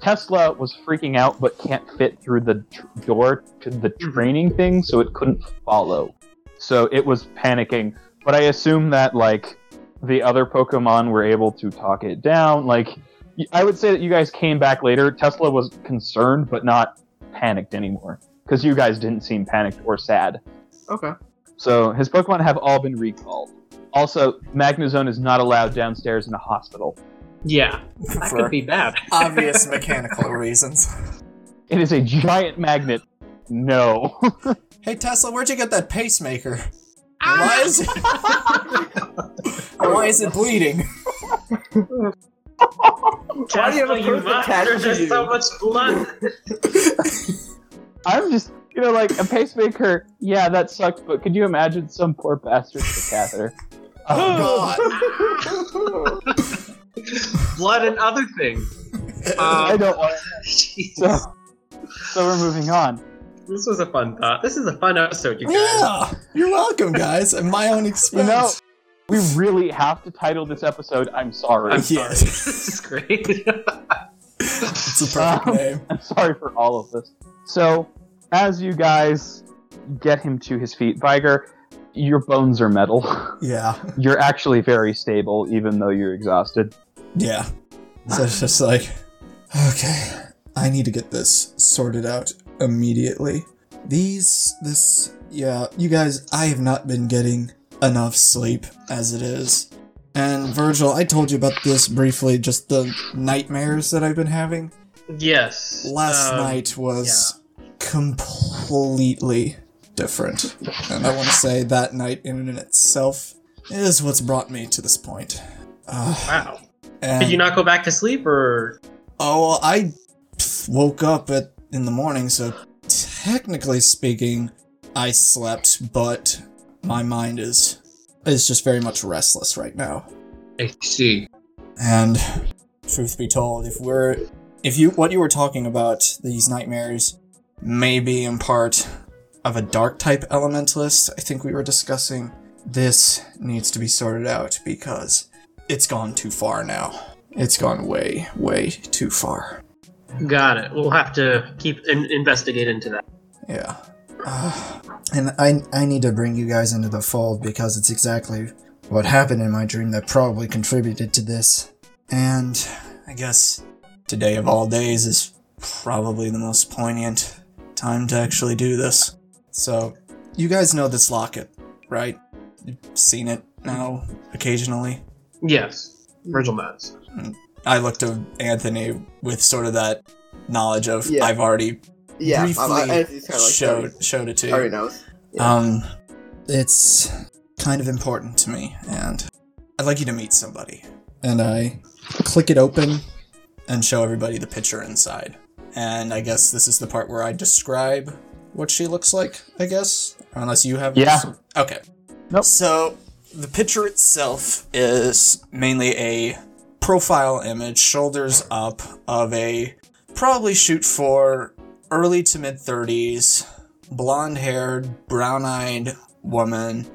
[SPEAKER 2] Tesla was freaking out but can't fit through the tr- door to the training thing, so it couldn't follow. So it was panicking. But I assume that like the other Pokemon were able to talk it down. Like y- I would say that you guys came back later. Tesla was concerned but not panicked anymore because you guys didn't seem panicked or sad.
[SPEAKER 5] Okay.
[SPEAKER 2] So his Pokemon have all been recalled. Also, Magnezone is not allowed downstairs in a hospital.
[SPEAKER 3] yeah, that
[SPEAKER 4] For
[SPEAKER 3] could be bad.
[SPEAKER 4] obvious mechanical reasons.
[SPEAKER 2] It is a giant magnet. No.
[SPEAKER 4] Hey Tesla, where'd you get that pacemaker? Why is it, why is it bleeding?
[SPEAKER 5] Why do you have
[SPEAKER 3] Tesla,
[SPEAKER 5] a
[SPEAKER 3] you
[SPEAKER 5] person
[SPEAKER 3] must-
[SPEAKER 5] attached
[SPEAKER 3] There's
[SPEAKER 5] to
[SPEAKER 3] just
[SPEAKER 5] you?
[SPEAKER 3] so much blood.
[SPEAKER 2] I'm just, you know, like a pacemaker. Yeah, that sucks, but could you imagine some poor bastard with a catheter?
[SPEAKER 4] Oh God.
[SPEAKER 3] blood and other things. Um,
[SPEAKER 2] I don't want
[SPEAKER 3] Jeez.
[SPEAKER 2] So, so we're moving on.
[SPEAKER 3] This was a fun thought. This is a fun episode, you guys.
[SPEAKER 4] Yeah, you're welcome, guys. At my own
[SPEAKER 2] You
[SPEAKER 4] expense.
[SPEAKER 2] know, we really have to title this episode I'm Sorry.
[SPEAKER 3] I'm
[SPEAKER 4] Yes.
[SPEAKER 3] sorry. This is great.
[SPEAKER 4] it's a perfect
[SPEAKER 2] Um,
[SPEAKER 4] name.
[SPEAKER 2] I'm sorry for all of this. So, as you guys get him to his feet, Viger, your bones are metal.
[SPEAKER 4] Yeah,
[SPEAKER 2] you're actually very stable, even though you're exhausted.
[SPEAKER 4] yeah. So it's just like, okay, I need to get this sorted out immediately. These, this, yeah, you guys, I have not been getting enough sleep as it is. And Virgil, I told you about this briefly, just the nightmares that I've been having.
[SPEAKER 3] yes.
[SPEAKER 4] last
[SPEAKER 3] um,
[SPEAKER 4] night was completely different. And I want to say that night in and in itself is what's brought me to this point. Uh,
[SPEAKER 3] Wow.
[SPEAKER 4] and,
[SPEAKER 3] Did you not go back to sleep, or
[SPEAKER 4] Oh, well, I pff, woke up at in the morning, so technically speaking, I slept, but my mind is is just very much restless right now.
[SPEAKER 3] I see.
[SPEAKER 4] And truth be told, if we're if you what you were talking about, these nightmares may be in part of a dark type elementalist I think we were discussing. This needs to be sorted out because it's gone too far now. It's gone way, way too far.
[SPEAKER 3] Got it. We'll have to keep in- investigate into that.
[SPEAKER 4] Yeah. Ah, and I I need to bring you guys into the fold because it's exactly what happened in my dream that probably contributed to this. And I guess today of all days is probably the most poignant time to actually do this. So, you guys know this locket, right? You've seen it now occasionally. Mm.
[SPEAKER 3] Yes, Virgil knows.
[SPEAKER 4] I looked to Anthony with sort of that knowledge of
[SPEAKER 5] Yeah.
[SPEAKER 4] I've already
[SPEAKER 5] Yeah,
[SPEAKER 4] briefly
[SPEAKER 5] I, I, it's kind of like
[SPEAKER 4] showed showed it to you.
[SPEAKER 5] already knows. Yeah.
[SPEAKER 4] Um, it's kind of important to me, and I'd like you to meet somebody. And I click it open and show everybody the picture inside. And I guess this is the part where I describe what she looks like, I guess. Unless you have.
[SPEAKER 2] Yeah.
[SPEAKER 4] Okay.
[SPEAKER 2] Nope.
[SPEAKER 4] So the picture itself is mainly a profile image, shoulders up, of a probably shoot for early to mid 30s, blonde haired, brown eyed woman.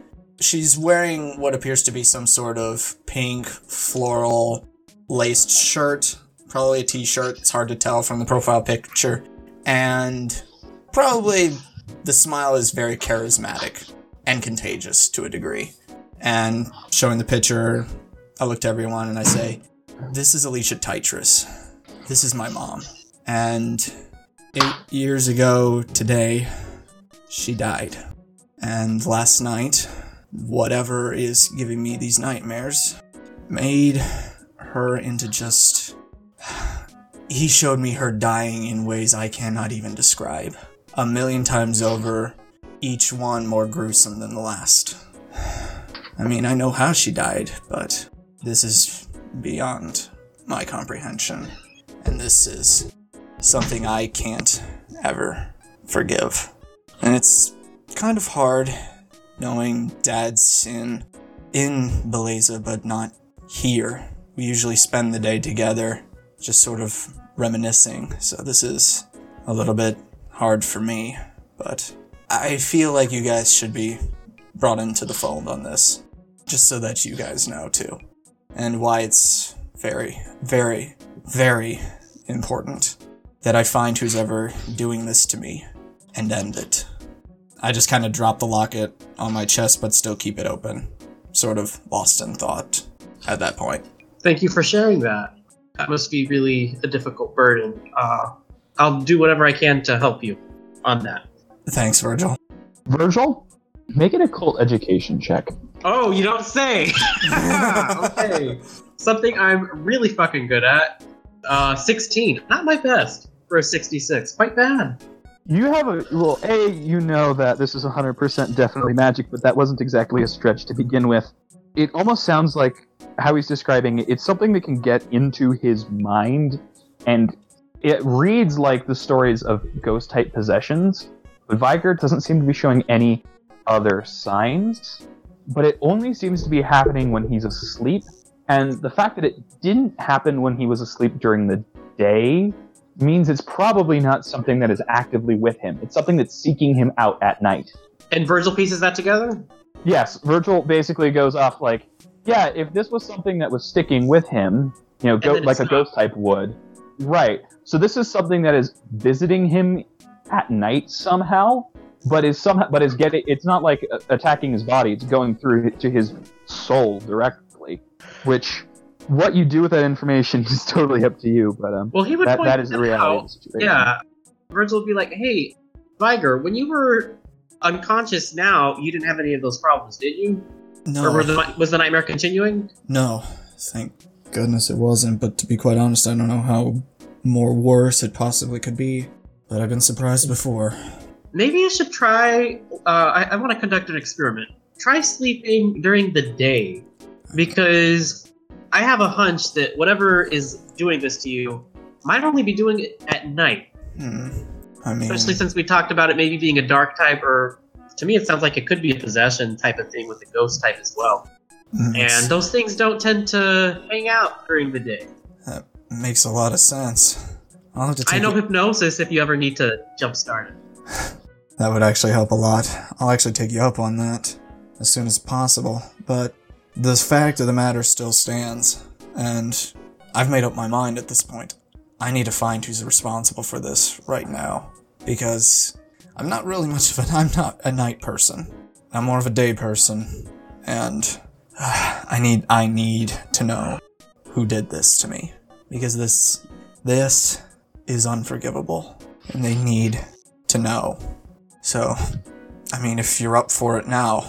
[SPEAKER 4] She's wearing what appears to be some sort of pink floral laced shirt, probably a t shirt. It's hard to tell from the profile picture. And probably the smile is very charismatic and contagious to a degree. And showing the picture, I look to everyone and I say, This is Alicia Titrus. This is my mom. And eight years ago today, she died. And last night, whatever is giving me these nightmares made her into just. He showed me her dying in ways I cannot even describe. A million times over, each one more gruesome than the last. I mean, I know how she died, but this is beyond my comprehension. And this is something I can't ever forgive. And it's kind of hard knowing Dad's in in Beleza, but not here. We usually spend the day together, just sort of reminiscing. So this is a little bit hard for me, but I feel like you guys should be brought into the fold on this, just so that you guys know too, and why it's very, very, very important that I find who's ever doing this to me and end it. I just kind of drop the locket on my chest, but still keep it open, sort of lost in thought at that point.
[SPEAKER 3] Thank you for sharing that. That must be really a difficult burden. Uh, I'll do whatever I can to help you on that.
[SPEAKER 4] Thanks, Virgil.
[SPEAKER 2] Virgil, make an occult education check.
[SPEAKER 3] Oh, you don't say. okay. Something I'm really fucking good at. Uh, 16. Not my best for a 66. Quite bad.
[SPEAKER 2] You have a well, a you know that this is 100% definitely magic, but that wasn't exactly a stretch to begin with. It almost sounds like how he's describing it. It's something that can get into his mind, and it reads like the stories of ghost type possessions. But Vigor doesn't seem to be showing any other signs, but it only seems to be happening when he's asleep. And the fact that it didn't happen when he was asleep during the day means it's probably not something that is actively with him. It's something that's seeking him out at night.
[SPEAKER 3] And Virgil pieces that together?
[SPEAKER 2] Yes, Virgil basically goes off like, yeah, if this was something that was sticking with him, you know, go,
[SPEAKER 3] then
[SPEAKER 2] like
[SPEAKER 3] it's
[SPEAKER 2] a
[SPEAKER 3] not.
[SPEAKER 2] ghost type would. Right. So this is something that is visiting him at night somehow, but is somehow but is getting it's not like uh, attacking his body, it's going through to his soul directly, which what you do with that information is totally up to you, but um
[SPEAKER 3] Well, he would
[SPEAKER 2] that,
[SPEAKER 3] point
[SPEAKER 2] that is the reality
[SPEAKER 3] out.
[SPEAKER 2] of the situation.
[SPEAKER 3] Yeah. Virgil would be like, hey, Viger, when you were unconscious now, you didn't have any of those problems, did you? Or
[SPEAKER 4] No,
[SPEAKER 3] were the, was the nightmare continuing?
[SPEAKER 4] no, thank goodness it wasn't. But to be quite honest, I don't know how more worse it possibly could be. But I've been surprised before.
[SPEAKER 3] Maybe I should try. Uh, I, I want to conduct an experiment. Try sleeping during the day, because I have a hunch that whatever is doing this to you might only be doing it at night.
[SPEAKER 4] Hmm. I mean,
[SPEAKER 3] Especially since we talked about it maybe being a dark type, or to me, it sounds like it could be a possession type of thing with a ghost type as well.
[SPEAKER 4] hmm, it's-
[SPEAKER 3] And those things don't tend to hang out during the day.
[SPEAKER 4] makes a lot of sense. I'll have to
[SPEAKER 3] I
[SPEAKER 4] take
[SPEAKER 3] know
[SPEAKER 4] you-
[SPEAKER 3] hypnosis if you ever need to jumpstart it.
[SPEAKER 4] that would actually help a lot. I'll actually take you up on that as soon as possible. But the fact of the matter still stands, and I've made up my mind at this point. I need to find who's responsible for this right now because I'm not really much of an I'm not a night person. I'm more of a day person, and I need I need to know who did this to me because this this is unforgivable, and they need to know. So, I mean, if you're up for it now,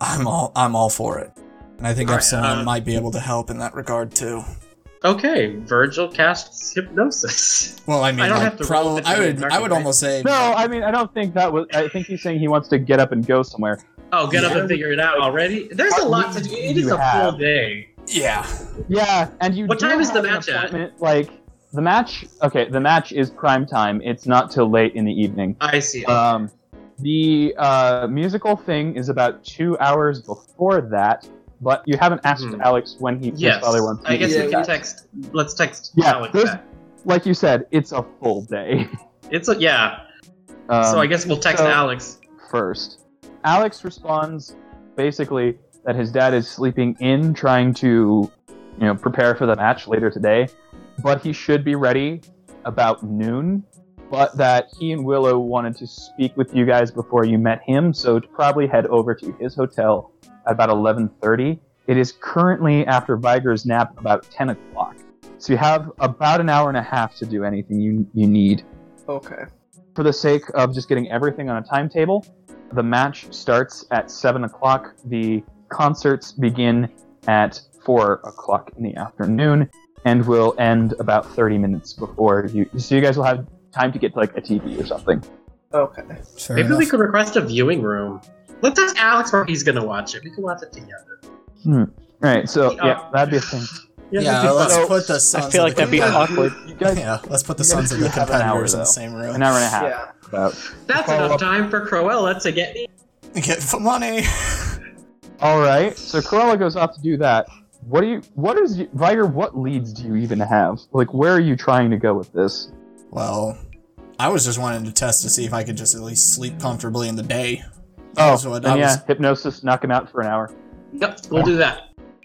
[SPEAKER 4] I'm all I'm all for it, and I think
[SPEAKER 3] All right,
[SPEAKER 4] Epsilon
[SPEAKER 3] uh,
[SPEAKER 4] might be able to help in that regard too.
[SPEAKER 3] Okay, Virgil casts hypnosis.
[SPEAKER 4] Well, I mean,
[SPEAKER 3] don't
[SPEAKER 4] like,
[SPEAKER 3] have to roll
[SPEAKER 4] probably,
[SPEAKER 3] with
[SPEAKER 4] I
[SPEAKER 3] the
[SPEAKER 4] would, I
[SPEAKER 3] market,
[SPEAKER 4] would
[SPEAKER 3] right?
[SPEAKER 4] almost say
[SPEAKER 2] No, I mean I don't think that was. I think he's saying he wants to get up and go somewhere.
[SPEAKER 3] Oh, get up and figure it out already. There's a lot to do. It is
[SPEAKER 2] You
[SPEAKER 3] a full
[SPEAKER 2] have.
[SPEAKER 3] day.
[SPEAKER 4] yeah.
[SPEAKER 2] Yeah, and you.
[SPEAKER 3] What
[SPEAKER 2] do
[SPEAKER 3] time is the
[SPEAKER 2] have an
[SPEAKER 3] match at?
[SPEAKER 2] appointment, Like the match. Okay, the match is prime time. It's not till late in the evening.
[SPEAKER 3] I see. it.
[SPEAKER 2] Um, the uh, musical thing is about two hours before that, but you haven't asked
[SPEAKER 3] Hmm.
[SPEAKER 2] Alex when he his
[SPEAKER 3] yes,
[SPEAKER 2] father wants. to
[SPEAKER 3] I guess
[SPEAKER 2] meet
[SPEAKER 3] we
[SPEAKER 2] you.
[SPEAKER 3] can text. Let's text
[SPEAKER 2] Yeah,
[SPEAKER 3] Alex
[SPEAKER 2] there's-
[SPEAKER 3] back.
[SPEAKER 2] Like you said, it's a full day.
[SPEAKER 3] It's a yeah.
[SPEAKER 2] Um,
[SPEAKER 3] so I guess we'll text
[SPEAKER 2] so-
[SPEAKER 3] Alex.
[SPEAKER 2] first. Alex responds basically that his dad is sleeping in, trying to, you know, prepare for the match later today, but he should be ready about noon. But that he and Willow wanted to speak with you guys before you met him, so to probably head over to his hotel at about 11:30. It is currently after Viger's nap about 10 o'clock, so you have about an hour and a half to do anything you you need
[SPEAKER 5] Okay.
[SPEAKER 2] for the sake of just getting everything on a timetable, the match starts at seven o'clock. The concerts begin at four o'clock in the afternoon, and will end about thirty minutes before you. So you guys will have time to get to like a TV or something.
[SPEAKER 5] Okay.
[SPEAKER 4] Fair
[SPEAKER 3] Maybe
[SPEAKER 4] enough.
[SPEAKER 3] we could request a viewing room. Let's ask Alex where he's gonna watch it. We can watch it together.
[SPEAKER 2] All right, so yeah, that'd be a thing.
[SPEAKER 4] yeah,
[SPEAKER 3] that'd be
[SPEAKER 4] let's
[SPEAKER 3] fun.
[SPEAKER 4] put the sons.
[SPEAKER 6] feel
[SPEAKER 4] of
[SPEAKER 6] like
[SPEAKER 4] the
[SPEAKER 6] that'd be
[SPEAKER 4] compet-
[SPEAKER 6] awkward.
[SPEAKER 2] You guys,
[SPEAKER 4] Yeah, let's put the
[SPEAKER 2] You guys
[SPEAKER 4] sons of the
[SPEAKER 2] do have an hour,
[SPEAKER 4] competitors in the
[SPEAKER 2] though.
[SPEAKER 4] same
[SPEAKER 2] an
[SPEAKER 4] room.
[SPEAKER 2] hour and a half.
[SPEAKER 5] Yeah.
[SPEAKER 2] About.
[SPEAKER 3] That's
[SPEAKER 2] Follow
[SPEAKER 3] enough
[SPEAKER 2] up.
[SPEAKER 3] time for Cruella to get me.
[SPEAKER 4] Get the money.
[SPEAKER 2] All right, so Cruella goes off to do that. What do you? What is you- Viger? What leads do you even have? Like, where are you trying to go with this?
[SPEAKER 4] Well, I was just wanting to test to see if I could just at least sleep comfortably in the day.
[SPEAKER 2] Oh,
[SPEAKER 4] So I-
[SPEAKER 2] and
[SPEAKER 4] I was-
[SPEAKER 2] yeah, hypnosis, knock him out for an hour.
[SPEAKER 3] Yep, we'll do that.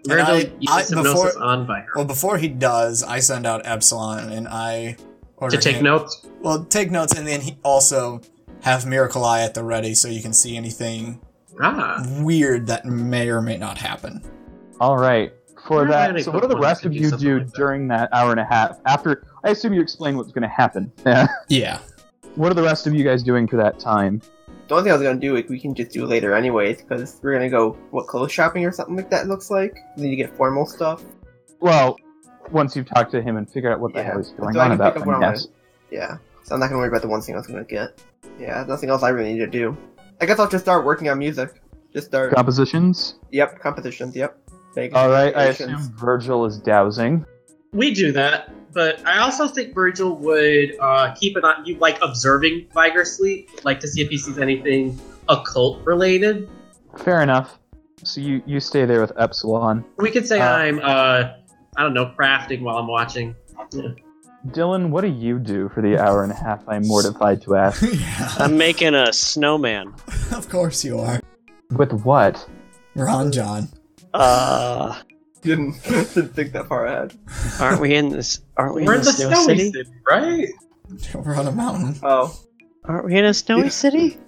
[SPEAKER 4] And I-
[SPEAKER 3] Virgil
[SPEAKER 4] I-
[SPEAKER 3] uses hypnosis
[SPEAKER 4] before- Oh,
[SPEAKER 3] on Viper
[SPEAKER 4] Well, before he does, I send out Epsilon and I order
[SPEAKER 3] to take
[SPEAKER 4] him-
[SPEAKER 3] notes.
[SPEAKER 4] Well, take notes, and then he also have Miracle Eye at the ready, so you can see anything
[SPEAKER 3] Ah,
[SPEAKER 4] weird that may or may not happen.
[SPEAKER 2] All right. For
[SPEAKER 3] Where am I
[SPEAKER 2] that, so
[SPEAKER 3] gonna
[SPEAKER 2] what do the
[SPEAKER 3] go when I
[SPEAKER 2] rest
[SPEAKER 3] could
[SPEAKER 2] of
[SPEAKER 3] do
[SPEAKER 2] you
[SPEAKER 3] something
[SPEAKER 2] do
[SPEAKER 3] like that?
[SPEAKER 2] during that hour and a half? After, I assume you explain what's going to happen.
[SPEAKER 4] Yeah.
[SPEAKER 2] what are the rest of you guys doing for that time?
[SPEAKER 5] The only thing I was gonna do is we can just do later anyways, because we're gonna go what clothes shopping or something like that looks like. We need to get formal stuff.
[SPEAKER 2] Well, once you've talked to him and figured out what the
[SPEAKER 5] Yeah.
[SPEAKER 2] hell is going
[SPEAKER 5] So I
[SPEAKER 2] on
[SPEAKER 5] can
[SPEAKER 2] about,
[SPEAKER 5] pick up
[SPEAKER 2] then
[SPEAKER 5] what I
[SPEAKER 2] yes.
[SPEAKER 5] Yeah. So I'm not gonna worry about the one thing I was gonna get. Yeah, nothing else I really need to do. I guess I'll just start working on music. Just start.
[SPEAKER 2] Compositions.
[SPEAKER 5] yep, compositions. Yep. Make-
[SPEAKER 2] All right. I
[SPEAKER 5] compositions.
[SPEAKER 2] assume Virgil is dowsing.
[SPEAKER 3] we do that, but I also think Virgil would uh, keep an eye, you like observing Viger sleep, like to see if he sees anything occult related.
[SPEAKER 2] Fair enough. So you you stay there with Epsilon.
[SPEAKER 3] We could say
[SPEAKER 2] Uh,
[SPEAKER 3] I'm, uh, I don't know, crafting while I'm watching.
[SPEAKER 2] Dylan, what do you do for the hour and a half? I'm mortified to ask.
[SPEAKER 4] yeah.
[SPEAKER 6] I'm making a snowman.
[SPEAKER 4] Of course you are.
[SPEAKER 2] With what?
[SPEAKER 4] Ron John.
[SPEAKER 6] Uh,
[SPEAKER 5] Didn't, didn't think that far ahead.
[SPEAKER 6] aren't we in this? Aren't we
[SPEAKER 3] We're
[SPEAKER 6] in
[SPEAKER 3] in
[SPEAKER 6] a
[SPEAKER 3] the
[SPEAKER 6] snow
[SPEAKER 3] snowy
[SPEAKER 6] city?
[SPEAKER 3] city, right?
[SPEAKER 4] We're on a mountain.
[SPEAKER 5] Oh,
[SPEAKER 6] Aren't we in a snowy city?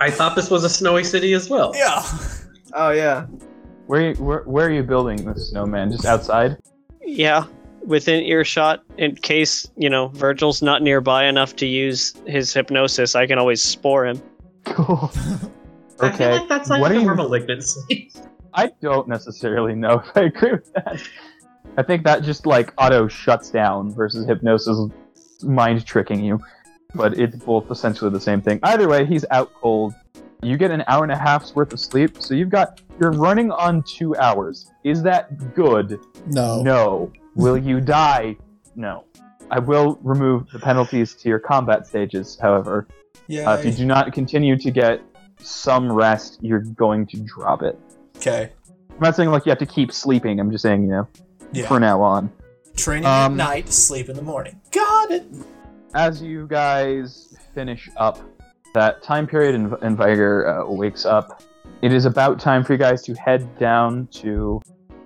[SPEAKER 3] I thought this was a snowy city as well.
[SPEAKER 4] yeah.
[SPEAKER 5] oh yeah.
[SPEAKER 2] Where, where where are you building this snowman? Just outside?
[SPEAKER 6] Yeah, within earshot. In case you know Virgil's not nearby enough to use his hypnosis, I can always spore him.
[SPEAKER 2] Cool.
[SPEAKER 3] I feel
[SPEAKER 2] Okay.
[SPEAKER 3] like that's like
[SPEAKER 2] what
[SPEAKER 3] a
[SPEAKER 2] are
[SPEAKER 3] more
[SPEAKER 2] you?
[SPEAKER 3] malignant sleep.
[SPEAKER 2] I don't necessarily know if I agree with that. I think that just like auto shuts down versus hypnosis mind tricking you. but it's both essentially the same thing. Either way, he's out cold. You get an hour and a half's worth of sleep, so you've got you're running on two hours. Is that good?
[SPEAKER 7] No.
[SPEAKER 2] No. Will you die? No. I will remove the penalties to your combat stages, however.
[SPEAKER 4] Yeah.
[SPEAKER 2] Uh, if you do not continue to get some rest, you're going to drop it.
[SPEAKER 4] Okay.
[SPEAKER 2] I'm not saying like you have to keep sleeping. I'm just saying you know
[SPEAKER 4] Yeah.
[SPEAKER 2] for now on.
[SPEAKER 4] Training at
[SPEAKER 2] Um,
[SPEAKER 4] night, sleep in the morning. Got it.
[SPEAKER 2] as you guys finish up that time period and, and Viger uh, wakes up, it is about time for you guys to head down to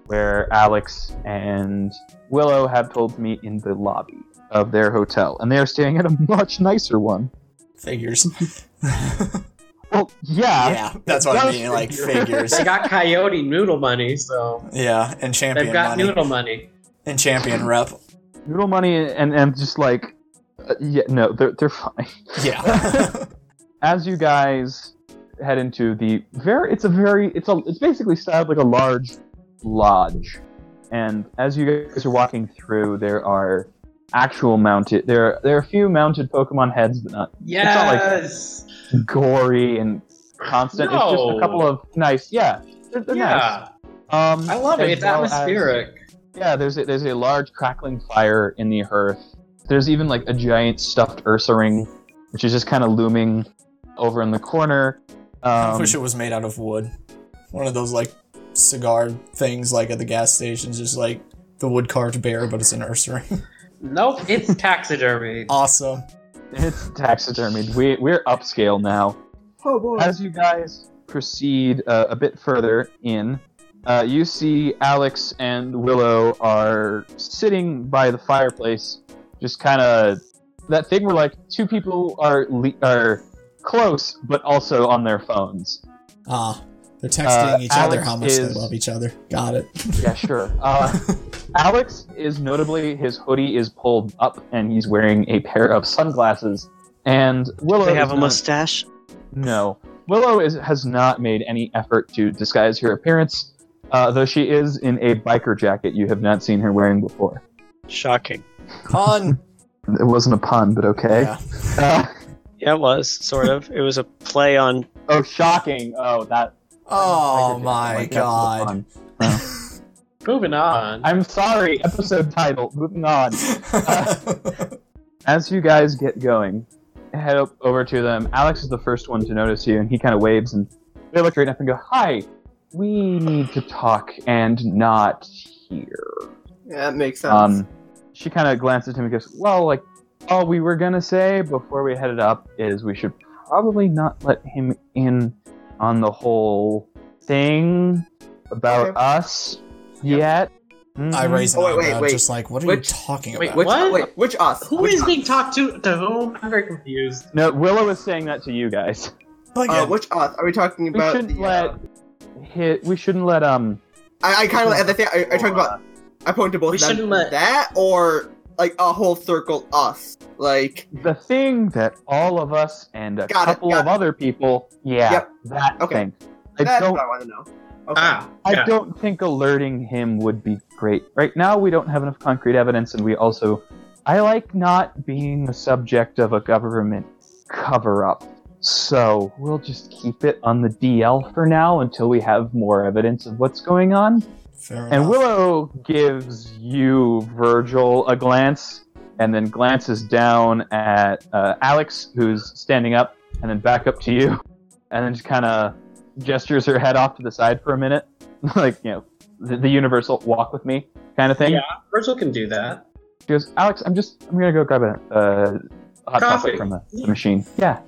[SPEAKER 2] where Alex and Willow have told me in the lobby of their hotel. And they are staying at a much nicer one.
[SPEAKER 4] Figures.
[SPEAKER 2] Well, yeah.
[SPEAKER 4] yeah, that's what I
[SPEAKER 2] does
[SPEAKER 4] mean. Like
[SPEAKER 2] figure.
[SPEAKER 4] figures.
[SPEAKER 3] They got Coyote Noodle money, so
[SPEAKER 4] Yeah, and champion
[SPEAKER 3] they've got
[SPEAKER 4] money
[SPEAKER 3] noodle money.
[SPEAKER 4] and champion rep.
[SPEAKER 2] Noodle money and, and just like, uh, yeah, no, they're, they're fine.
[SPEAKER 4] Yeah.
[SPEAKER 2] as you guys head into the very it's a very it's a it's basically styled like a large lodge and as you guys are walking through there are actual mounted there there are a few mounted pokemon heads but not not like-
[SPEAKER 3] Yes.
[SPEAKER 2] gory and constant it's just a
[SPEAKER 3] No.
[SPEAKER 2] couple of nice yeah they're, they're
[SPEAKER 3] yeah.
[SPEAKER 2] nice um
[SPEAKER 3] I love it.
[SPEAKER 2] as
[SPEAKER 3] It's
[SPEAKER 2] well as-
[SPEAKER 3] atmospheric.
[SPEAKER 2] yeah, there's a, there's a large crackling fire in the hearth. There's even like a giant stuffed Ursa ring, which is just kind of looming over in the corner.
[SPEAKER 4] I
[SPEAKER 2] Um,
[SPEAKER 4] wish it was made out of wood. One of those like cigar things like at the gas stations, just like the wood carved bear, but it's an nursery.
[SPEAKER 3] Nope, it's taxidermy.
[SPEAKER 2] Oh.
[SPEAKER 4] awesome.
[SPEAKER 2] It's taxidermied. We we're upscale now.
[SPEAKER 5] Oh boy.
[SPEAKER 2] As you guys proceed uh, a bit further in, uh, you see Alex and Willow are sitting by the fireplace, just kind of that thing where like two people are le- are close but also on their phones.
[SPEAKER 4] Ah. They're texting
[SPEAKER 2] Uh,
[SPEAKER 4] each other
[SPEAKER 2] Alex
[SPEAKER 4] how much they
[SPEAKER 2] is-
[SPEAKER 4] love each other. Got it.
[SPEAKER 2] Yeah, sure. Uh, Alex is notably his hoodie is pulled up and he's wearing a pair of sunglasses. And Willow
[SPEAKER 6] They have
[SPEAKER 2] is
[SPEAKER 6] a
[SPEAKER 2] not-
[SPEAKER 6] mustache.
[SPEAKER 2] No, Willow is, has not made any effort to disguise her appearance, uh, though she is in a biker jacket you have not seen her wearing before.
[SPEAKER 6] Shocking.
[SPEAKER 4] Pun.
[SPEAKER 2] It wasn't a pun, but okay.
[SPEAKER 4] Yeah.
[SPEAKER 2] Uh,
[SPEAKER 6] Yeah, it was sort of. It was a play on.
[SPEAKER 2] oh, shocking! Oh, that.
[SPEAKER 4] Oh
[SPEAKER 2] biker jacket.
[SPEAKER 4] my
[SPEAKER 2] Like, that's the
[SPEAKER 4] god.
[SPEAKER 2] pun.
[SPEAKER 3] Moving on.
[SPEAKER 2] I'm sorry. Episode title. Moving on. as you guys get going, head up over to them. Alex is the first one to notice you, and he kind of waves, and they look right up and go, "Hi, we need to talk, and not here."
[SPEAKER 5] yeah, that makes sense.
[SPEAKER 2] Um, she kind of glances at him and goes, "Well, like, all we were gonna say before we headed up is we should probably not let him in on the whole thing about
[SPEAKER 5] Okay.
[SPEAKER 2] us yet."
[SPEAKER 4] I
[SPEAKER 2] Mhm.
[SPEAKER 4] raise an
[SPEAKER 5] Oh, wait, wait,
[SPEAKER 4] eyebrow,
[SPEAKER 5] wait.
[SPEAKER 4] just like, what are
[SPEAKER 5] Which-
[SPEAKER 4] you talking
[SPEAKER 3] wait,
[SPEAKER 4] about?
[SPEAKER 5] which,
[SPEAKER 3] what?
[SPEAKER 5] Wait, which us?
[SPEAKER 3] Who
[SPEAKER 5] which
[SPEAKER 3] is
[SPEAKER 5] us?
[SPEAKER 3] being talked to? To whom? I'm very confused.
[SPEAKER 2] No, Willow is saying that to you guys.
[SPEAKER 4] Like,
[SPEAKER 5] Uh, which us? Are we talking
[SPEAKER 2] We
[SPEAKER 5] about?
[SPEAKER 2] shouldn't
[SPEAKER 5] the,
[SPEAKER 2] let
[SPEAKER 5] uh,
[SPEAKER 2] hit. We shouldn't let um.
[SPEAKER 5] I, I kind of. I think I, I talking about. I point to both.
[SPEAKER 3] We
[SPEAKER 5] of them.
[SPEAKER 3] shouldn't let-
[SPEAKER 5] that or like a whole circle us. Like
[SPEAKER 2] The thing that all of us and a
[SPEAKER 5] Got it,
[SPEAKER 2] couple
[SPEAKER 5] got
[SPEAKER 2] of other people, yeah,
[SPEAKER 5] Yep.
[SPEAKER 2] that
[SPEAKER 5] Okay.
[SPEAKER 2] thing. I
[SPEAKER 5] that's
[SPEAKER 2] don't,
[SPEAKER 5] what I want to know. Okay.
[SPEAKER 3] Ah,
[SPEAKER 2] I
[SPEAKER 3] yeah.
[SPEAKER 2] don't think alerting him would be great. Right now, we don't have enough concrete evidence, and we also, I like not being the subject of a government cover-up. So we'll just keep it on the DL for now until we have more evidence of what's going on.
[SPEAKER 4] Fair
[SPEAKER 2] And
[SPEAKER 4] enough.
[SPEAKER 2] Willow gives you, Virgil, a glance, and then glances down at uh, Alex, who's standing up, and then back up to you, and then just kind of gestures her head off to the side for a minute, like you know, the, the universal "walk with me" kind of thing.
[SPEAKER 3] Yeah. Virgil can do that.
[SPEAKER 2] She goes, "Alex, I'm just, I'm gonna go grab a, uh
[SPEAKER 3] Coffee.
[SPEAKER 2] hot chocolate from the, the machine." Yeah,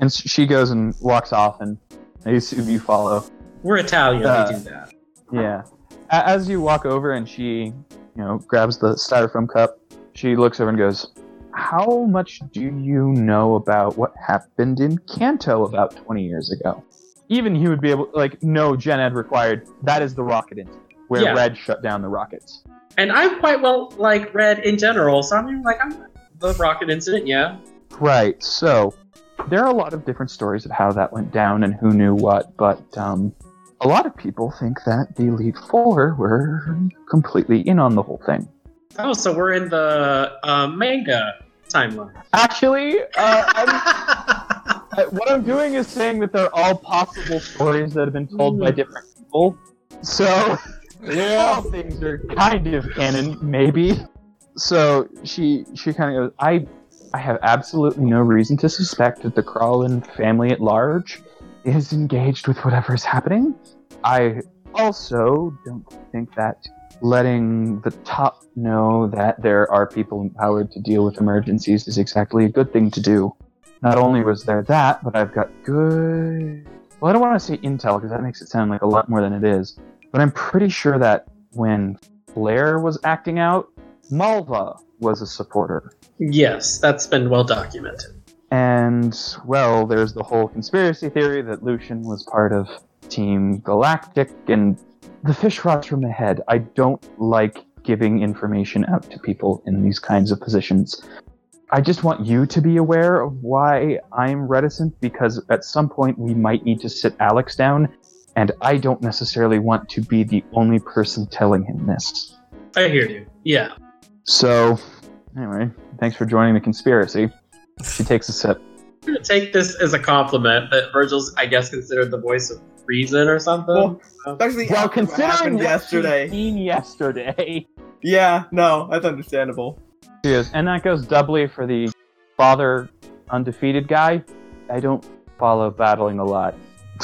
[SPEAKER 2] and s- she goes and walks off, and I assume you follow.
[SPEAKER 3] We're Italian.
[SPEAKER 2] Uh,
[SPEAKER 3] we do that.
[SPEAKER 2] Yeah. A- As you walk over and she, you know, grabs the styrofoam cup, she looks over and goes, "How much do you know about what happened in Kanto about 20 years ago?" Even he would be able, like, no gen ed required. That is the rocket incident where
[SPEAKER 3] Yeah.
[SPEAKER 2] Red shut down the rockets.
[SPEAKER 3] And I'm quite well like read in general, so I mean, like I'm the rocket incident. Yeah.
[SPEAKER 2] Right. So there are a lot of different stories of how that went down and who knew what, but um, a lot of people think that the Elite Four were completely in on the whole thing.
[SPEAKER 3] Oh, so we're in the uh, manga timeline.
[SPEAKER 2] Actually, uh, I'm, Uh, what I'm doing is saying that they're all possible stories that have been told by different people. So all things are kind of canon, maybe. So she she kind of goes, I I have absolutely no reason to suspect that the Crawlin family at large is engaged with whatever is happening. I also don't think that letting the top know that there are people empowered to deal with emergencies is exactly a good thing to do. Not only was there that, but I've got good. Well, I don't want to say intel because that makes it sound like a lot more than it is. But I'm pretty sure that when Blair was acting out, Malva was a supporter.
[SPEAKER 3] yes, that's been well documented.
[SPEAKER 2] And, well, there's the whole conspiracy theory that Lucian was part of Team Galactic, and the fish rots from the head. I don't like giving information out to people in these kinds of positions. I just want you to be aware of why I'm reticent, because at some point we might need to sit Alex down, and I don't necessarily want to be the only person telling him this.
[SPEAKER 3] I hear you. Yeah.
[SPEAKER 2] So, anyway, thanks for joining the conspiracy. She takes a sip.
[SPEAKER 3] I'm gonna take this as a compliment that Virgil's, I guess, considered the voice of reason or something.
[SPEAKER 5] Well,
[SPEAKER 3] Um,
[SPEAKER 5] Especially
[SPEAKER 2] Well,
[SPEAKER 5] after what
[SPEAKER 2] considering
[SPEAKER 5] happened
[SPEAKER 2] what
[SPEAKER 5] yesterday.
[SPEAKER 2] she's seen yesterday,
[SPEAKER 5] Yeah, no, that's understandable.
[SPEAKER 2] and that goes doubly for the father undefeated guy. I don't follow battling a lot.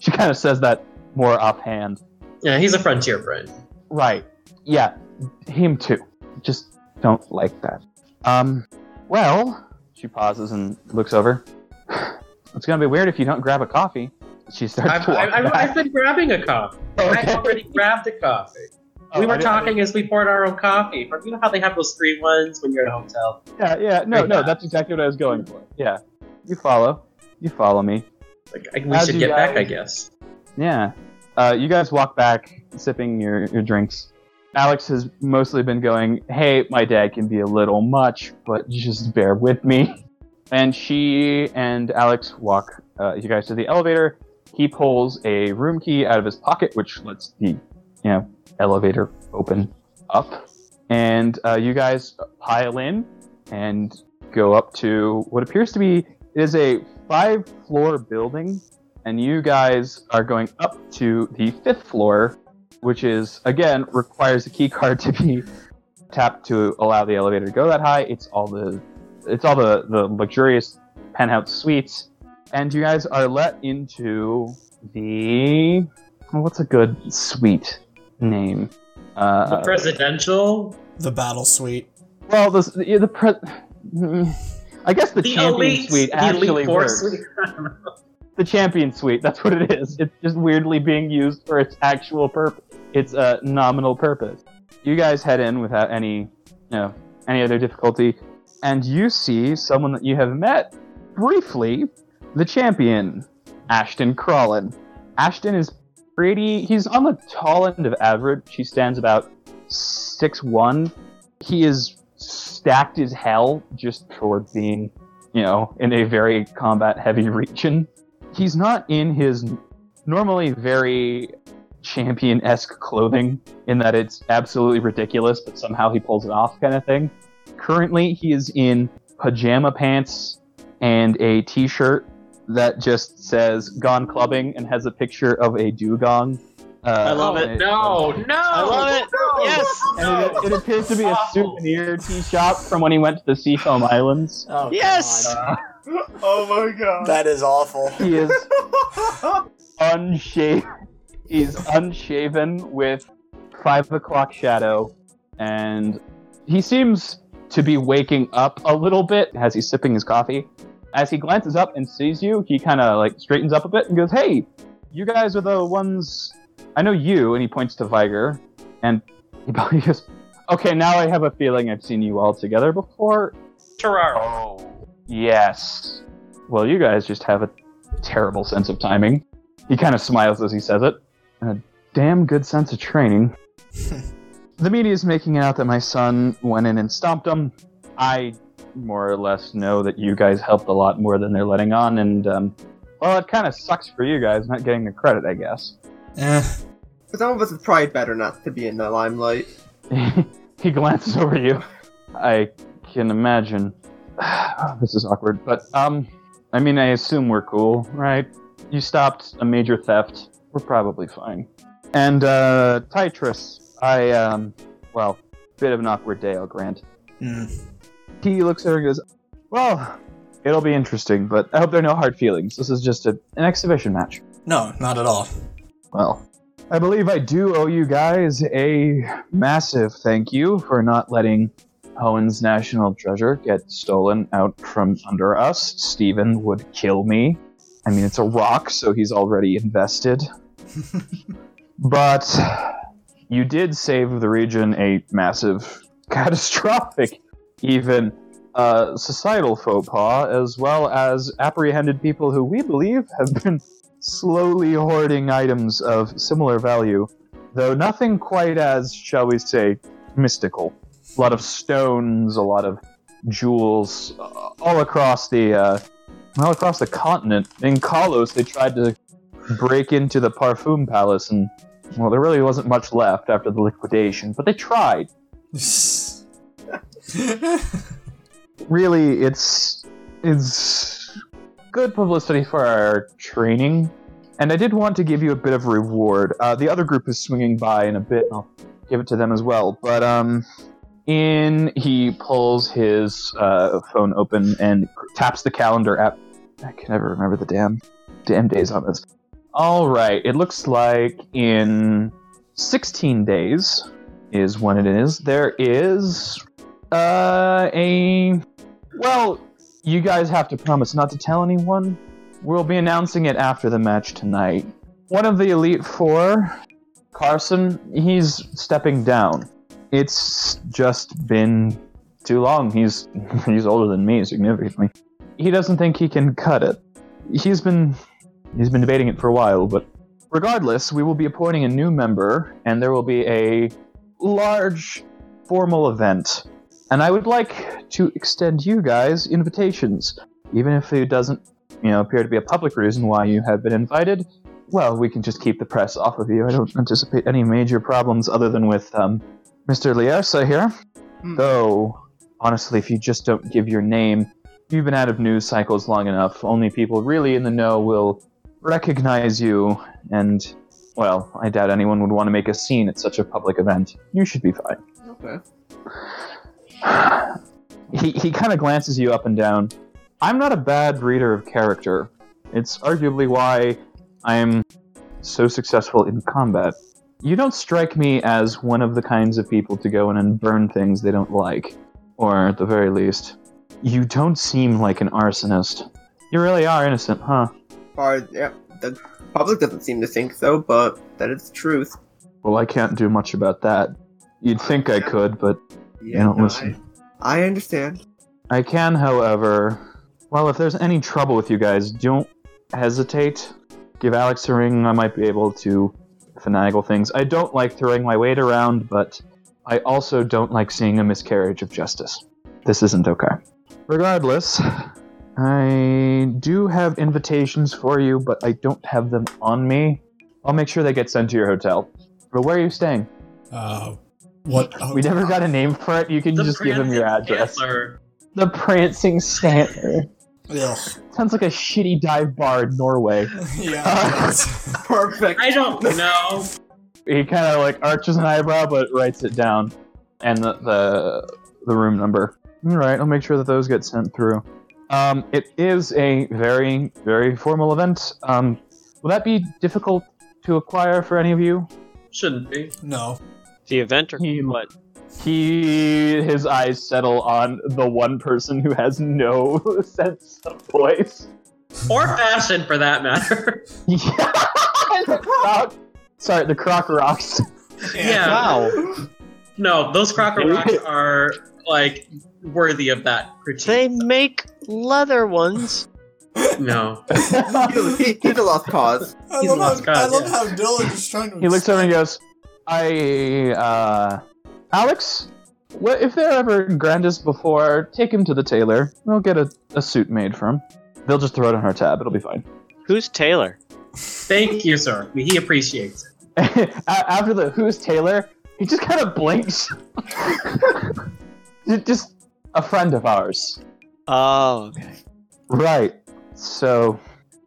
[SPEAKER 2] she kind of says that more offhand.
[SPEAKER 3] yeah, he's a frontier brain.
[SPEAKER 2] Right. Yeah, him too. Just don't like that. Um, well, she pauses and looks over. It's gonna be weird if you don't grab a coffee. She starts
[SPEAKER 3] I've,
[SPEAKER 2] to walk
[SPEAKER 3] I've, I've,
[SPEAKER 2] back.
[SPEAKER 3] I've been grabbing a coffee.
[SPEAKER 2] Oh, Okay.
[SPEAKER 3] I already grabbed a coffee.
[SPEAKER 2] Oh,
[SPEAKER 3] we
[SPEAKER 2] I
[SPEAKER 3] were
[SPEAKER 2] didn't- I
[SPEAKER 3] talking as we poured our own coffee. You know how they have those free ones when you're at a hotel?
[SPEAKER 2] Yeah, yeah. No,
[SPEAKER 3] Like
[SPEAKER 2] no,
[SPEAKER 3] that.
[SPEAKER 2] that's exactly what I was going for. Yeah. You follow. You follow me.
[SPEAKER 3] Like, I- we
[SPEAKER 2] As
[SPEAKER 3] should
[SPEAKER 2] you
[SPEAKER 3] get back,
[SPEAKER 2] guys-
[SPEAKER 3] I guess.
[SPEAKER 2] Yeah. Uh, you guys walk back, sipping your, your drinks. Alex has mostly been going, hey, my dad can be a little much, but just bear with me. And she and Alex walk uh, you guys to the elevator. He pulls a room key out of his pocket, which lets the you know elevator open up. And uh, you guys pile in and go up to what appears to be it is a five floor building and you guys are going up to the fifth floor, which is again requires a key card to be tapped to allow the elevator to go that high. It's all the it's all the, the luxurious penthouse suites, and you guys are let into the well, what's a good suite name? Uh,
[SPEAKER 3] the presidential,
[SPEAKER 4] The battle suite.
[SPEAKER 2] well, the the, the pre- mm, I guess the,
[SPEAKER 3] the
[SPEAKER 2] champion
[SPEAKER 3] elite,
[SPEAKER 2] suite
[SPEAKER 3] the
[SPEAKER 2] actually
[SPEAKER 3] elite four
[SPEAKER 2] works
[SPEAKER 3] suite.
[SPEAKER 2] the champion suite. That's what it is. It's just weirdly being used for its actual purpose, its uh, nominal purpose. You guys head in without any, you know, any other difficulty, and you see someone that you have met briefly, the champion, Ashton Crawlin. Ashton is pretty. He's on the tall end of average. He stands about six one. He is stacked as hell just for being, you know, in a very combat heavy region he's not in his normally very champion esque clothing, in that it's absolutely ridiculous, but somehow he pulls it off kind of thing. Currently, he is in pajama pants and a t shirt that just says Gone Clubbing and has a picture of a dugong. Uh,
[SPEAKER 6] I love it.
[SPEAKER 2] and
[SPEAKER 3] No, no!
[SPEAKER 6] I love it.
[SPEAKER 3] No,
[SPEAKER 6] Yes.
[SPEAKER 3] No.
[SPEAKER 2] And it, it appears to be a souvenir tea shop from when he went to the Seafoam Islands.
[SPEAKER 4] Oh,
[SPEAKER 6] Yes!
[SPEAKER 4] God.
[SPEAKER 5] Oh my god.
[SPEAKER 4] That is awful.
[SPEAKER 2] He is unshaven. He's unshaven with five o'clock shadow, and he seems to be waking up a little bit as he's sipping his coffee. As he glances up and sees you, he kind of like straightens up a bit and goes, "Hey, you guys are the ones I know you." And he points to Viger, and he probably goes, "Okay, now I have a feeling I've seen you all together before."
[SPEAKER 3] Terraro.
[SPEAKER 2] Oh, yes. Well, you guys just have a terrible sense of timing. He kind of smiles as he says it. And a damn good sense of training. the media is making out that my son went in and stomped him. I more or less know that you guys helped a lot more than they're letting on, and, um, well, it kind of sucks for you guys not getting the credit, I guess.
[SPEAKER 4] Eh.
[SPEAKER 5] For some of us, it's probably better not to be in the limelight.
[SPEAKER 2] he glances over you. I can imagine. Oh, this is awkward, but um, I mean, I assume we're cool, right? You stopped a major theft. We're probably fine. And uh, Titrus, I um, well, bit of an awkward day, I'll grant.
[SPEAKER 4] Hmm.
[SPEAKER 2] He looks at her and goes, "Well, it'll be interesting, but I hope there are no hard feelings. This is just a, an exhibition match."
[SPEAKER 4] No, not at all.
[SPEAKER 2] Well, I believe I do owe you guys a massive thank you for not letting Hohen's national treasure get stolen out from under us. Steven would kill me. I mean, it's a rock, so he's already invested. but you did save the region a massive, catastrophic, even uh, societal faux pas, as well as apprehended people who we believe have been slowly hoarding items of similar value, though nothing quite as, shall we say, mystical. A lot of stones, a lot of jewels, uh, all across the uh, all across the continent. In Kalos, they tried to break into the Parfum Palace, and well, there really wasn't much left after the liquidation. But they tried. Really, it's it's good publicity for our training. And I did want to give you a bit of reward. Uh, the other group is swinging by in a bit, and I'll give it to them as well. But um, in he pulls his uh, phone open and taps the calendar app. I can never remember the damn damn days on this. All right, it looks like in 16 days is when it is. There is uh, a well, you guys have to promise not to tell anyone. We'll be announcing it after the match tonight. One of the Elite Four, Carson, he's stepping down. It's just been too long. He's he's older than me significantly. He doesn't think he can cut it. He's been he's been debating it for a while, but regardless, we will be appointing a new member and there will be a large formal event and I would like to extend you guys invitations, even if it doesn't, you know, appear to be a public reason why you have been invited. Well, we can just keep the press off of you. I don't anticipate any major problems other than with um, Mr. Liersa here.
[SPEAKER 5] Hmm.
[SPEAKER 2] Though, honestly, if you just don't give your name, you've been out of news cycles long enough. Only people really in the know will recognize you, and, well, I doubt anyone would want to make a scene at such a public event. You should be fine
[SPEAKER 5] Okay.
[SPEAKER 2] he he kind of glances you up and down. I'm not a bad reader of character. It's arguably why I'm so successful in combat. You don't strike me as one of the kinds of people to go in and burn things they don't like, or at the very least, you don't seem like an arsonist. You really are innocent, huh?
[SPEAKER 5] Or, yeah, the public doesn't seem to think so, but that is the truth.
[SPEAKER 2] Well, I can't do much about that. You'd think I could, but
[SPEAKER 5] Yeah,
[SPEAKER 2] don't listen.
[SPEAKER 5] I, I understand.
[SPEAKER 2] I can, however. Well, if there's any trouble with you guys, don't hesitate. Give Alex a ring. I might be able to finagle things. I don't like throwing my weight around, but I also don't like seeing a miscarriage of justice. This isn't okay. Regardless, I do have invitations for you, but I don't have them on me. I'll make sure they get sent to your hotel. But where are you staying?
[SPEAKER 4] Uh, what?
[SPEAKER 2] We never got a name for it. You can just give them your address. The Prancing Stantler.
[SPEAKER 4] Ugh.
[SPEAKER 2] Sounds like a shitty dive bar in Norway.
[SPEAKER 4] Yeah.
[SPEAKER 5] Perfect.
[SPEAKER 3] I don't know.
[SPEAKER 2] He kind of like arches an eyebrow, but writes it down, and the the, the room number. All right, I'll make sure that those get sent through. Um, it is a very very formal event. Um, will that be difficult to acquire for any of you?
[SPEAKER 3] Shouldn't be.
[SPEAKER 4] no.
[SPEAKER 6] The event or
[SPEAKER 2] He-
[SPEAKER 6] what?
[SPEAKER 2] He his eyes settle on the one person who has no sense of place.
[SPEAKER 3] Or fashion for that matter.
[SPEAKER 2] the croc, sorry, the croc rocks.
[SPEAKER 3] Yeah.
[SPEAKER 1] Wow.
[SPEAKER 3] No, those Crocker Rocks are like worthy of that
[SPEAKER 6] They
[SPEAKER 3] critique.
[SPEAKER 6] make leather ones.
[SPEAKER 3] No.
[SPEAKER 5] He- he- He's a lost cause.
[SPEAKER 4] I
[SPEAKER 3] He's
[SPEAKER 4] love, how,
[SPEAKER 3] lost God,
[SPEAKER 4] I love
[SPEAKER 3] yeah.
[SPEAKER 4] how Dylan is trying to.
[SPEAKER 2] He looks over and goes, I, uh, Alex, what, if they're ever in Grandis before, take him to the tailor. We'll get a, a suit made for him. They'll just throw it on our tab. It'll be fine.
[SPEAKER 6] Who's Taylor?
[SPEAKER 3] Thank you, sir. He appreciates it.
[SPEAKER 2] A- After the who's Taylor, he just kind of blinks. Ju- just a friend of ours.
[SPEAKER 6] Oh, okay.
[SPEAKER 2] Right. So,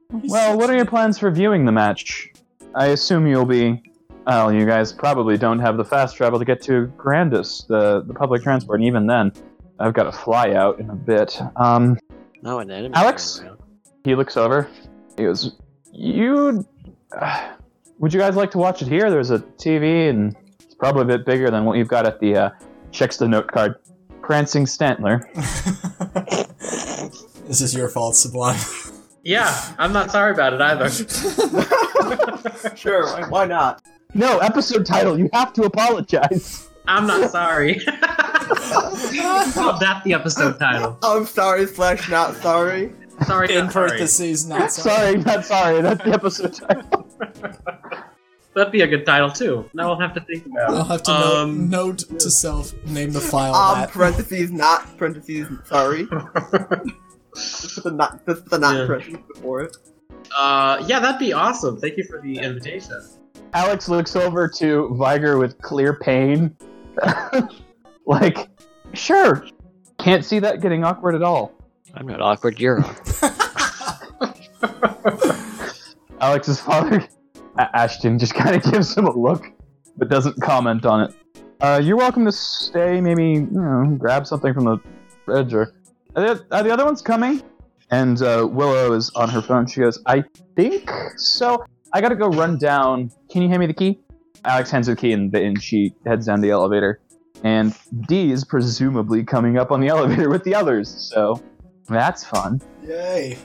[SPEAKER 2] well, what are your plans for viewing the match? I assume you'll be. Well, you guys probably don't have the fast travel to get to Grandis, the, the public transport, and even then, I've got to fly out in a bit. Um,
[SPEAKER 6] No, an enemy.
[SPEAKER 2] Alex?
[SPEAKER 6] running around.
[SPEAKER 2] he looks over. He goes, "You, uh, would you guys like to watch it here? There's a TV, and it's probably a bit bigger than what you've got at the." Uh, checks the note card. Prancing Stantler.
[SPEAKER 4] this is your fault, Sublime.
[SPEAKER 3] Yeah, I'm not sorry about it either.
[SPEAKER 5] Sure, why- why not?
[SPEAKER 2] No episode title. You have to apologize.
[SPEAKER 3] I'm not sorry. Call that the episode title.
[SPEAKER 5] I'm sorry, Flash, not sorry.
[SPEAKER 3] Sorry,
[SPEAKER 4] In
[SPEAKER 3] not sorry.
[SPEAKER 4] parentheses, not sorry.
[SPEAKER 2] sorry, not sorry. That's the episode title.
[SPEAKER 3] That'd be a good title too. Now I'll have to think about. it.
[SPEAKER 4] I'll have to
[SPEAKER 3] Um,
[SPEAKER 4] note, note to self, name the file
[SPEAKER 5] Um,
[SPEAKER 4] that.
[SPEAKER 5] parentheses, not parentheses, sorry. Just put the not, just put the not
[SPEAKER 3] Yeah.
[SPEAKER 5] parentheses before it.
[SPEAKER 3] Uh, yeah, that'd be awesome. Thank you for the invitation.
[SPEAKER 2] Alex looks over to Viger with clear pain. like, sure. Can't see that getting awkward at all.
[SPEAKER 6] I'm not awkward. You're awkward.
[SPEAKER 2] Alex's father, A- Ashton, just kind of gives him a look, but doesn't comment on it. Uh, you're welcome to stay, maybe, you know, grab something from the fridge or. Are the, are the other ones coming? And uh, Willow is on her phone. She goes, I think so. I gotta go run down. Can you hand me the key? Alex hands her the key and, and she heads down the elevator. And Dee is presumably coming up on the elevator with the others, so that's fun.
[SPEAKER 4] Yay.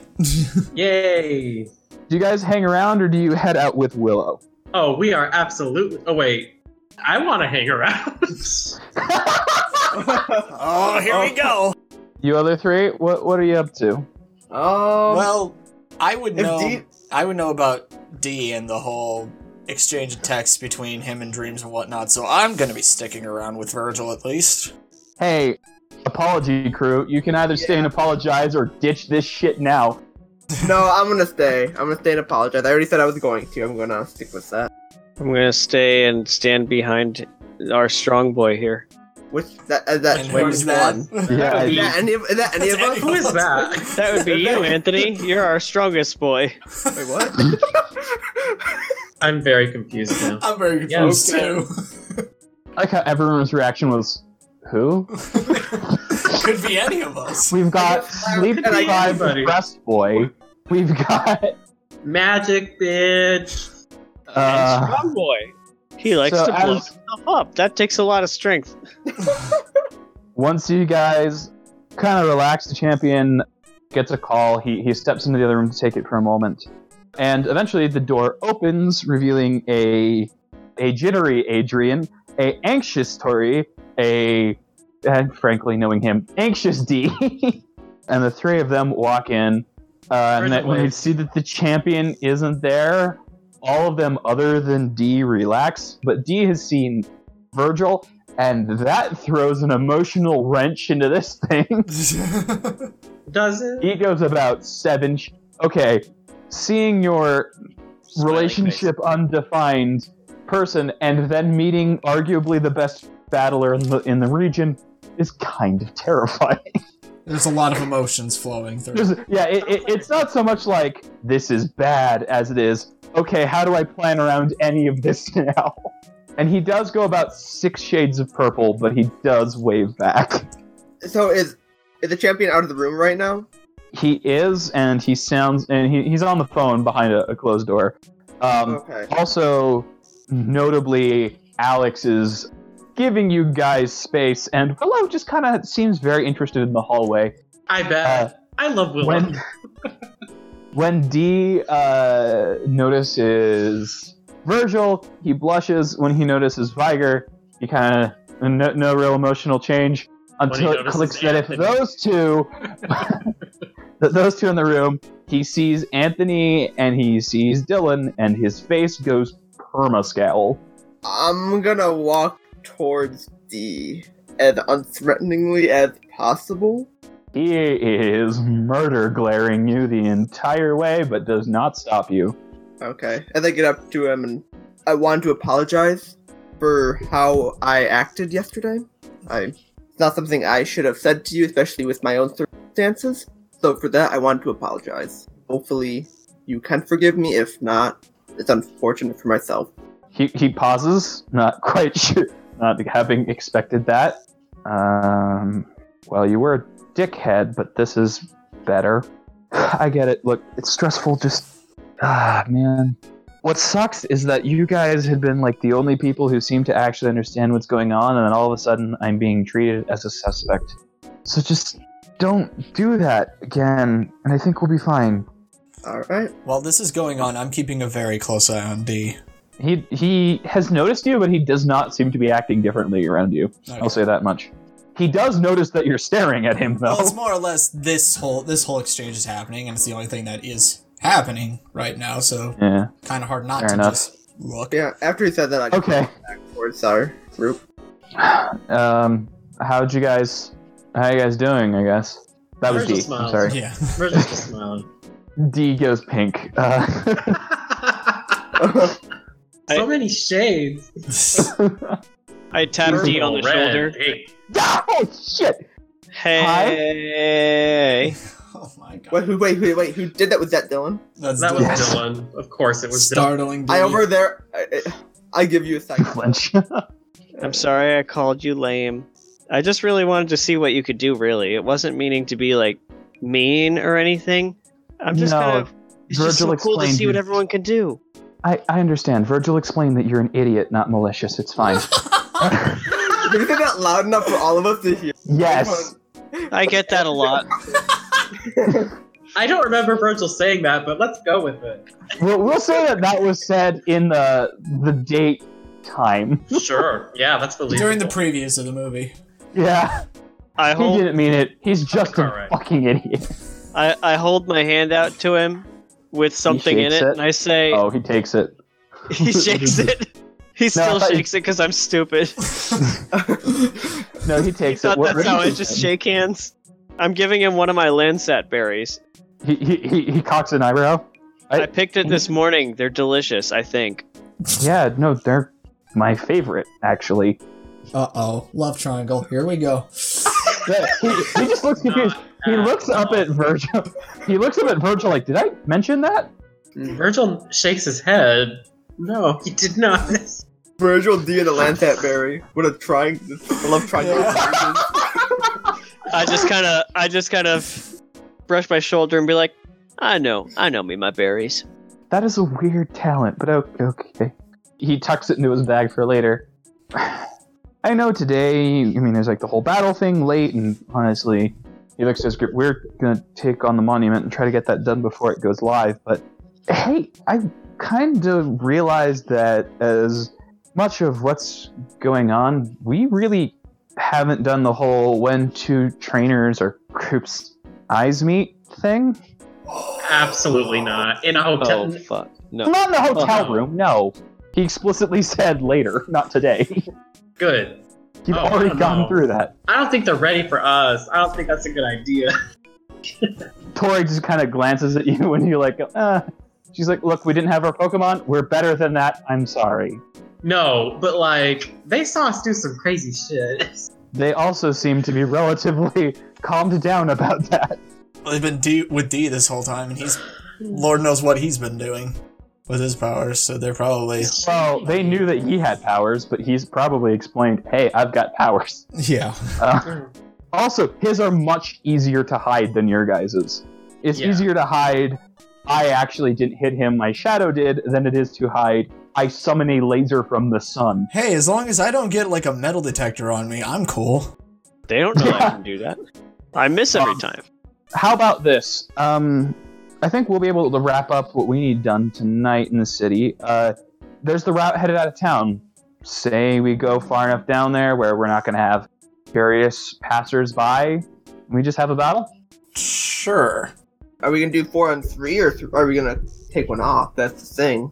[SPEAKER 3] Yay!
[SPEAKER 2] Do you guys hang around or do you head out with Willow?
[SPEAKER 3] Oh, we are absolutely. Oh wait, I want to hang around.
[SPEAKER 4] Oh, here we go.
[SPEAKER 2] You other three, what what are you up to?
[SPEAKER 5] Um,
[SPEAKER 4] Well, I would
[SPEAKER 5] if
[SPEAKER 4] know.
[SPEAKER 5] D-
[SPEAKER 4] I would know about D and the whole exchange of texts between him and dreams and whatnot. So I'm gonna be sticking around with Virgil at least.
[SPEAKER 2] Hey, apology crew, you can either stay and apologize or ditch this shit now.
[SPEAKER 5] no, I'm gonna stay. I'm gonna stay and apologize. I already said I was going to. I'm gonna stick with that.
[SPEAKER 6] I'm gonna stay and stand behind our strong boy here.
[SPEAKER 5] Which that uh, that
[SPEAKER 4] and
[SPEAKER 5] which
[SPEAKER 4] who's that?
[SPEAKER 5] one?
[SPEAKER 2] Yeah,
[SPEAKER 5] Is that any of is that any of us?
[SPEAKER 3] Who is that?
[SPEAKER 6] That would be you, Anthony. You're our strongest boy.
[SPEAKER 5] Wait, what?
[SPEAKER 3] I'm very confused now.
[SPEAKER 4] I'm very
[SPEAKER 3] Yeah,
[SPEAKER 4] confused
[SPEAKER 3] okay.
[SPEAKER 4] too.
[SPEAKER 2] I like how everyone's reaction was, who?
[SPEAKER 4] Could be any of us.
[SPEAKER 2] We've got sleep
[SPEAKER 3] Could be
[SPEAKER 2] deprived
[SPEAKER 3] anybody.
[SPEAKER 2] breast boy. We've got
[SPEAKER 3] Magic bitch.
[SPEAKER 6] and
[SPEAKER 2] uh,
[SPEAKER 6] strong boy. He likes
[SPEAKER 2] so
[SPEAKER 6] to blow
[SPEAKER 2] as-
[SPEAKER 6] himself up. That takes a lot of strength.
[SPEAKER 2] once you guys kind of relax, the champion gets a call. He, he steps into the other room to take it for a moment. And eventually the door opens, revealing a a jittery Adrian, a anxious Tori, a and frankly knowing him, anxious D. and the three of them walk in. Uh,
[SPEAKER 3] Where's
[SPEAKER 2] and that,
[SPEAKER 3] the
[SPEAKER 2] when they
[SPEAKER 3] place?
[SPEAKER 2] see that the champion isn't there, all of them other than D relax. But D has seen Virgil, and that throws an emotional wrench into this thing.
[SPEAKER 3] Doesn't.
[SPEAKER 2] D goes about seven. Sh- okay, seeing your relationship undefined person and then meeting arguably the best battler in the in the region is kind of terrifying.
[SPEAKER 4] There's a lot of emotions flowing through.
[SPEAKER 2] There's- yeah, it, it, it's not so much like this is bad as it is okay. How do I plan around any of this now? And he does go about six shades of purple, but he does wave back.
[SPEAKER 5] so is is the champion out of the room right now?
[SPEAKER 2] He is, and he sounds, and he, he's on the phone behind a, a closed door. Um,
[SPEAKER 5] Okay.
[SPEAKER 2] Also, notably, Alex is giving you guys space, and Willow just kind of seems very interested in the hallway. Uh,
[SPEAKER 3] I bet. I love Willow.
[SPEAKER 2] When when D uh, notices Virgil, he blushes. When he notices Viger, he kind of no, no real emotional change until
[SPEAKER 3] he
[SPEAKER 2] it
[SPEAKER 3] notices
[SPEAKER 2] clicks that if
[SPEAKER 3] Anthony.
[SPEAKER 2] those two, that those two in the room, he sees Anthony and he sees Dylan, and his face goes perma scowl.
[SPEAKER 5] I'm gonna walk towards D as unthreateningly as possible.
[SPEAKER 2] He is murder glaring you the entire way, but does not stop you.
[SPEAKER 5] Okay. As I get up to him and I want to apologize for how I acted yesterday. I it's not something I should have said to you, especially with my own cir- circumstances. So for that, I want to apologize. Hopefully, you can forgive me. If not, it's unfortunate for myself.
[SPEAKER 2] He, he pauses, not quite sure, not having expected that. Um, well, you were a dickhead, but this is better. I get it. Look, it's stressful. Just ah, man. What sucks is that you guys had been like the only people who seem to actually understand what's going on, and then all of a sudden I'm being treated as a suspect. So just don't do that again, and I think we'll be fine.
[SPEAKER 5] All right.
[SPEAKER 4] While this is going on, I'm keeping a very close eye on D.
[SPEAKER 2] He he has noticed you, but he does not seem to be acting differently around you.
[SPEAKER 4] Okay.
[SPEAKER 2] I'll say that much. He does notice that you're staring at him, though.
[SPEAKER 4] Well, it's
[SPEAKER 6] Oh.
[SPEAKER 4] more or less this whole this whole exchange is happening, and it's the only thing that is happening right now. So
[SPEAKER 2] Yeah.
[SPEAKER 4] kind of hard not
[SPEAKER 2] Fair
[SPEAKER 4] to
[SPEAKER 2] enough.
[SPEAKER 4] just look.
[SPEAKER 5] Yeah. After he said that, I just
[SPEAKER 2] Okay.
[SPEAKER 5] went towards our group.
[SPEAKER 2] Um, how'd you guys? How you guys doing? I guess that was
[SPEAKER 3] Virgil
[SPEAKER 2] D. I'm
[SPEAKER 3] smiles.
[SPEAKER 2] sorry.
[SPEAKER 4] Yeah.
[SPEAKER 3] We're just smiling.
[SPEAKER 2] D goes pink. Uh,
[SPEAKER 3] so many shades.
[SPEAKER 6] I tap D on the
[SPEAKER 3] Purple, red,
[SPEAKER 6] shoulder.
[SPEAKER 3] pink.
[SPEAKER 2] oh shit!
[SPEAKER 6] Hey.
[SPEAKER 4] oh my god.
[SPEAKER 5] wait, who, wait, wait, wait. Who did that? Was that Dylan?
[SPEAKER 4] That's
[SPEAKER 3] That was
[SPEAKER 4] dumb.
[SPEAKER 2] Yes.
[SPEAKER 3] Dylan. Of course, it was Dylan.
[SPEAKER 4] startling.
[SPEAKER 5] I
[SPEAKER 4] dude.
[SPEAKER 5] over there. I, I I give you a second.
[SPEAKER 2] Flinch.
[SPEAKER 6] I'm sorry I called you lame. I just really wanted to see what you could do, really. It wasn't meaning to be, like, mean or anything. I'm just
[SPEAKER 2] No,
[SPEAKER 6] kind of. It's just so
[SPEAKER 2] Virgil
[SPEAKER 6] cool to
[SPEAKER 2] explained
[SPEAKER 6] see what
[SPEAKER 2] you-
[SPEAKER 6] everyone can do.
[SPEAKER 2] I I understand. Virgil explained that you're an idiot, not malicious. It's fine.
[SPEAKER 5] Did you say that loud enough for all of us to hear?
[SPEAKER 2] yes.
[SPEAKER 6] I get that a lot.
[SPEAKER 3] I don't remember Virgil saying that, but let's go with it.
[SPEAKER 2] We'll, we'll say that that was said in the the date time.
[SPEAKER 3] Sure. Yeah, that's believable.
[SPEAKER 4] during the previews of the movie.
[SPEAKER 2] Yeah.
[SPEAKER 6] I
[SPEAKER 2] He
[SPEAKER 6] hold,
[SPEAKER 2] didn't mean it. He's just a
[SPEAKER 3] Alright.
[SPEAKER 2] fucking idiot.
[SPEAKER 6] I, I hold my hand out to him with something in
[SPEAKER 2] shakes
[SPEAKER 6] it,
[SPEAKER 2] it.
[SPEAKER 6] and I say,
[SPEAKER 2] Oh, he takes it.
[SPEAKER 6] he shakes it. He still
[SPEAKER 2] I-
[SPEAKER 6] shakes it because I'm stupid.
[SPEAKER 2] No, he
[SPEAKER 6] He
[SPEAKER 2] takes it.
[SPEAKER 6] thought
[SPEAKER 2] What
[SPEAKER 6] that's how I
[SPEAKER 2] race is
[SPEAKER 6] just
[SPEAKER 2] it?
[SPEAKER 6] shake hands. I'm giving him one of my Landsat berries.
[SPEAKER 2] He, he, he, he cocks an eyebrow. I-
[SPEAKER 6] I picked it this morning. They're delicious, I think.
[SPEAKER 2] Yeah, no, they're my favorite, actually.
[SPEAKER 4] Uh oh, love triangle. Here we go.
[SPEAKER 2] Yeah, he, he just looks confused. He looks up at Virgil. He looks up at Virgil like, did I mention that?
[SPEAKER 3] Virgil shakes his head. No, he did not.
[SPEAKER 5] Virgil D and the Landsat Berry. What a trying. I love trying.
[SPEAKER 6] I just kind of, I just kind of brush my shoulder and be like, I know, I know me my berries.
[SPEAKER 2] That is a weird talent, but okay. okay. He tucks it into his bag for later. I know today, I mean, there's like the whole battle thing late, and honestly, he looks at his group. We're going to take on the monument and try to get that done before it goes live, but hey, I kind of realized that as much of what's going on, we really haven't done the whole when two trainers or groups eyes meet thing.
[SPEAKER 3] Absolutely not. In a hotel.
[SPEAKER 6] Oh fuck, no.
[SPEAKER 2] Not in the hotel
[SPEAKER 3] Oh.
[SPEAKER 2] room, no. He explicitly said later, not today.
[SPEAKER 3] Good.
[SPEAKER 2] You've
[SPEAKER 3] Oh,
[SPEAKER 2] already
[SPEAKER 3] no.
[SPEAKER 2] gone through that.
[SPEAKER 3] I don't think they're ready for us. I don't think that's a good idea.
[SPEAKER 2] Tori just kind of glances at you when you like, uh. She's like, look, we didn't have our Pokemon. We're better than that. I'm sorry.
[SPEAKER 3] No, but like they saw us do some crazy shit.
[SPEAKER 2] They also seem to be relatively calmed down about that.
[SPEAKER 4] They've been D- with D this whole time, and he's Lord knows what he's been doing with his powers. So they're probably
[SPEAKER 2] Well, they knew that he had powers, but he's probably explained, hey, I've got powers.
[SPEAKER 4] yeah.
[SPEAKER 2] Uh,
[SPEAKER 6] Mm.
[SPEAKER 2] also, his are much easier to hide than your guys's. It's
[SPEAKER 3] Yeah.
[SPEAKER 2] easier to hide. I actually didn't hit him. My shadow did. Than it is to hide. I summon a laser from the sun.
[SPEAKER 4] Hey, as long as I don't get like a metal detector on me, I'm cool.
[SPEAKER 6] They don't know I can do that. I miss every time.
[SPEAKER 2] How about this? Um, I think we'll be able to wrap up what we need done tonight in the city. Uh, there's the route headed out of town. Say we go far enough down there where we're not going to have curious passersby. We just have a battle.
[SPEAKER 4] Sure.
[SPEAKER 5] Are we gonna do four on three, or th- are we gonna take one off? That's the thing.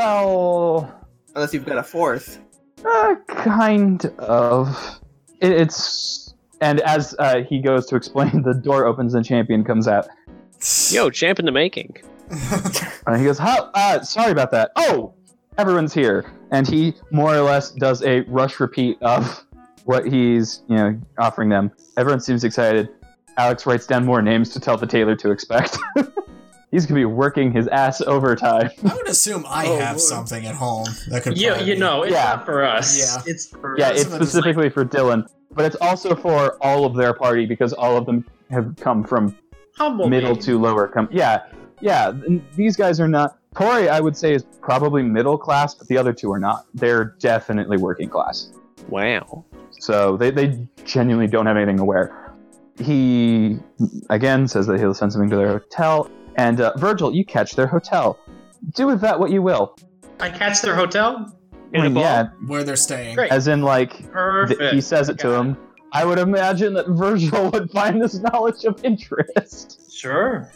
[SPEAKER 2] Well,
[SPEAKER 5] Unless you've got a fourth.
[SPEAKER 2] Uh, kind of. It, it's and as uh, he goes to explain, the door opens and Champion comes out.
[SPEAKER 6] Yo, champ in the making.
[SPEAKER 2] And he goes, "How? Uh, sorry about that. Oh, everyone's here." And he more or less does a rush repeat of what he's you know offering them. Everyone seems excited. Alex writes down more names to tell the tailor to expect. He's gonna be working his ass overtime.
[SPEAKER 4] I would assume I
[SPEAKER 5] Oh,
[SPEAKER 4] have
[SPEAKER 5] Lord.
[SPEAKER 4] something at home that could.
[SPEAKER 3] Yeah,
[SPEAKER 4] probably-
[SPEAKER 3] you know, it's
[SPEAKER 2] Yeah.
[SPEAKER 3] not for us.
[SPEAKER 4] Yeah.
[SPEAKER 3] It's for
[SPEAKER 2] Yeah,
[SPEAKER 3] us.
[SPEAKER 2] it's
[SPEAKER 4] Some of it's
[SPEAKER 2] specifically for Dylan, but it's also for all of their party because all of them have come from
[SPEAKER 3] humble
[SPEAKER 2] middle
[SPEAKER 3] me.
[SPEAKER 2] to lower. Com- yeah, yeah. th- These guys are not. Corey, I would say, is probably middle class, but the other two are not. They're definitely working class.
[SPEAKER 6] Wow.
[SPEAKER 2] So they, they genuinely don't have anything to wear. He, again, says that he'll send something to their hotel. And uh, Virgil, you catch their hotel. Do with that what you will.
[SPEAKER 3] I catch their hotel.
[SPEAKER 6] In
[SPEAKER 2] I
[SPEAKER 6] a
[SPEAKER 2] mean,
[SPEAKER 6] ball?
[SPEAKER 2] yeah,
[SPEAKER 4] where they're staying.
[SPEAKER 3] Great.
[SPEAKER 2] as in, like,
[SPEAKER 3] Perfect.
[SPEAKER 2] th- he says it to
[SPEAKER 3] Got
[SPEAKER 2] him. I would imagine that Virgil would find this knowledge of interest.
[SPEAKER 3] Sure.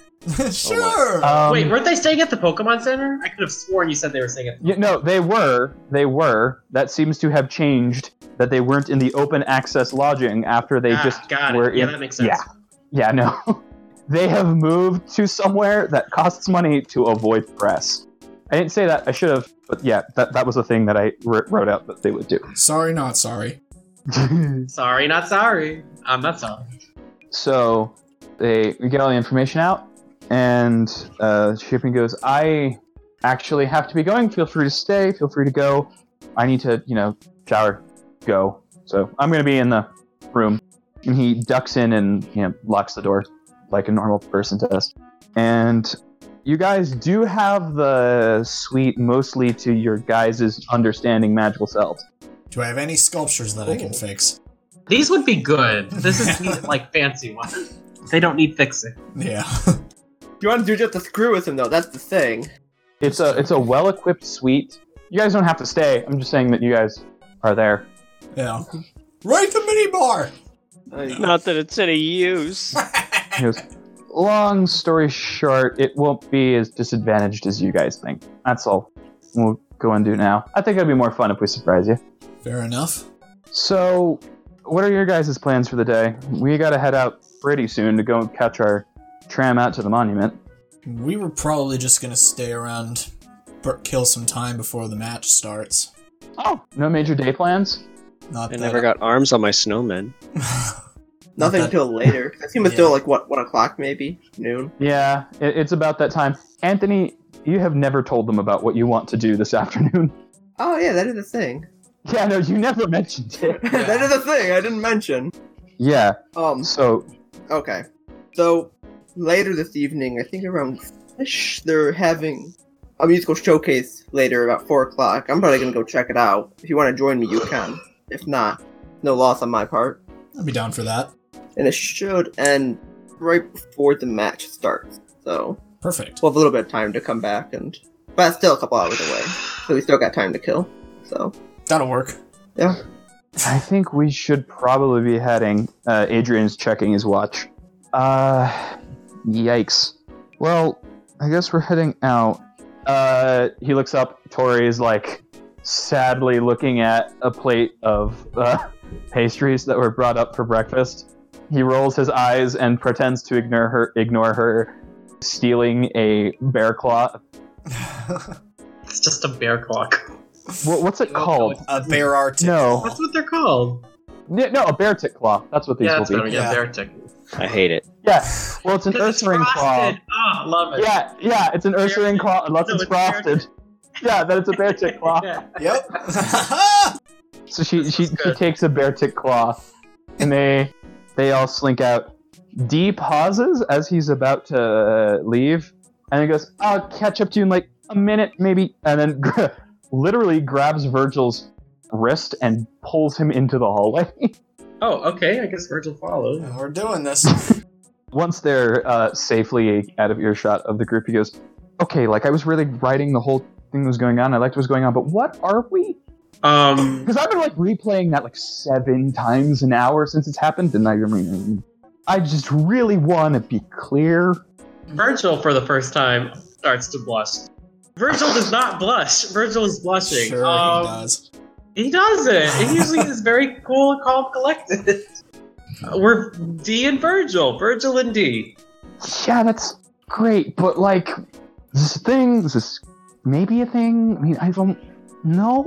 [SPEAKER 4] sure.
[SPEAKER 2] Um,
[SPEAKER 3] Wait, weren't they staying at the Pokemon Center? I could have sworn you said they were staying at. The-
[SPEAKER 2] you- no, they were. They were. That seems to have changed. That they weren't in the open access lodging after they
[SPEAKER 3] Ah,
[SPEAKER 2] just
[SPEAKER 3] got
[SPEAKER 2] were
[SPEAKER 3] it. Yeah,
[SPEAKER 2] in.
[SPEAKER 3] that makes sense.
[SPEAKER 2] yeah. Yeah, no. they have moved to somewhere that costs money to avoid press. I didn't say that. I should have. But yeah, that, that was a thing that I wr- wrote out that they would
[SPEAKER 4] sorry, not sorry.
[SPEAKER 2] do.
[SPEAKER 3] Sorry, not sorry. I'm not sorry.
[SPEAKER 2] so they we get all the information out, and uh, shipping goes. I actually have to be going. Feel free to stay. Feel free to go. I need to, you know, shower, go. So I'm gonna be in the room. And he ducks in and you know locks the door like a normal person does. And you guys do have the suite mostly to your guys' understanding magical selves.
[SPEAKER 4] Do I have any sculptures that I can fix?
[SPEAKER 3] These would be good. This is these, like fancy ones. They don't need fixing.
[SPEAKER 4] Yeah.
[SPEAKER 5] You want to do just to screw with him, though. That's the thing.
[SPEAKER 2] It's a it's a well equipped suite. You guys don't have to stay. I'm just saying that you guys are there.
[SPEAKER 4] yeah. Right the mini bar.
[SPEAKER 5] Like,
[SPEAKER 6] Not that it's any use.
[SPEAKER 2] He goes, Long story short, it won't be as disadvantaged as you guys think. That's all we'll go and do now. I think it'd be more fun if we surprise you.
[SPEAKER 4] Fair enough.
[SPEAKER 2] So, what are your guys' plans for the day? We gotta head out pretty soon to go and catch our tram out to the monument.
[SPEAKER 4] We were probably just gonna stay around, but kill some time before the match starts.
[SPEAKER 2] Oh, no major day plans?
[SPEAKER 4] Not
[SPEAKER 6] I
[SPEAKER 4] that
[SPEAKER 6] never got arms on my snowman.
[SPEAKER 5] nothing
[SPEAKER 4] that-
[SPEAKER 5] until later. I assume it's
[SPEAKER 4] Yeah.
[SPEAKER 5] still like what one o'clock, maybe noon.
[SPEAKER 2] Yeah, it, it's about that time. Anthony, you have never told them about what you want to do this afternoon.
[SPEAKER 5] Oh yeah, that is a thing.
[SPEAKER 2] yeah, no, you never mentioned it.
[SPEAKER 5] that is a thing I didn't mention.
[SPEAKER 2] Yeah,
[SPEAKER 5] Um.
[SPEAKER 2] so,
[SPEAKER 5] Okay. So later this evening, I think around ish, they're having a musical showcase later about four o'clock. I'm probably gonna go check it out. If you want to join me, you can. If not, no loss on my part.
[SPEAKER 4] I'd be down for that.
[SPEAKER 5] And it should end right before the match starts. So
[SPEAKER 4] Perfect.
[SPEAKER 5] we'll have a little bit of time to come back and but it's still a couple hours away. So we still got time to kill. So
[SPEAKER 4] That'll work.
[SPEAKER 2] I think we should probably be heading. Uh, Adrian's checking his watch. Uh, yikes. Well, I guess we're heading out. Uh, he looks up. Tori is like sadly looking at a plate of uh, pastries that were brought up for breakfast. He rolls his eyes and pretends to ignore her. Ignore her stealing a bear claw.
[SPEAKER 3] It's just a bear clock.
[SPEAKER 2] What, what's it
[SPEAKER 3] No,
[SPEAKER 2] called?
[SPEAKER 4] A bear arctic.
[SPEAKER 2] No.
[SPEAKER 3] That's what they're called.
[SPEAKER 2] N- No, a bear tick claw. That's what these
[SPEAKER 3] yeah,
[SPEAKER 2] will
[SPEAKER 3] that's
[SPEAKER 2] be.
[SPEAKER 3] what I'm
[SPEAKER 4] Yeah.
[SPEAKER 3] bear tick.
[SPEAKER 6] I hate it.
[SPEAKER 2] Yeah. Well, it's an
[SPEAKER 3] Because it's
[SPEAKER 2] earth ring claw.
[SPEAKER 3] frosted. Oh, love it.
[SPEAKER 2] Yeah, yeah, it's an Ursaring claw unless
[SPEAKER 3] No,
[SPEAKER 2] it's
[SPEAKER 3] it's a bear
[SPEAKER 2] frosted. Yeah, then it's a bear tick claw.
[SPEAKER 3] Yeah.
[SPEAKER 4] Yep.
[SPEAKER 2] So she
[SPEAKER 3] This
[SPEAKER 2] she,
[SPEAKER 3] is
[SPEAKER 2] she
[SPEAKER 3] good.
[SPEAKER 2] takes a bear tick claw, and they they all slink out. D pauses as he's about to uh, leave, and he goes, "I'll catch up to you in like a minute, maybe," and then literally grabs Virgil's wrist and pulls him into the hallway.
[SPEAKER 3] Oh, okay. I guess Virgil follows.
[SPEAKER 4] We're doing this.
[SPEAKER 2] once they're uh, safely out of earshot of the group, he goes, "Okay, like I was really writing the whole thing that was going on. I liked what was going on, but what are we?
[SPEAKER 3] Um,
[SPEAKER 2] Because I've been like replaying that like seven times an hour since it's happened, and I mean, I just really want to be clear.
[SPEAKER 3] Virgil, for the first time, starts to blush. Virgil does not blush. Virgil is blushing.
[SPEAKER 4] sure,
[SPEAKER 3] um,
[SPEAKER 4] he does.
[SPEAKER 3] He doesn't. He usually is very cool, calm, collected. Uh, We're D and Virgil. Virgil and D.
[SPEAKER 2] Yeah, that's great, but like this thing, is this maybe a thing? I mean, I don't know.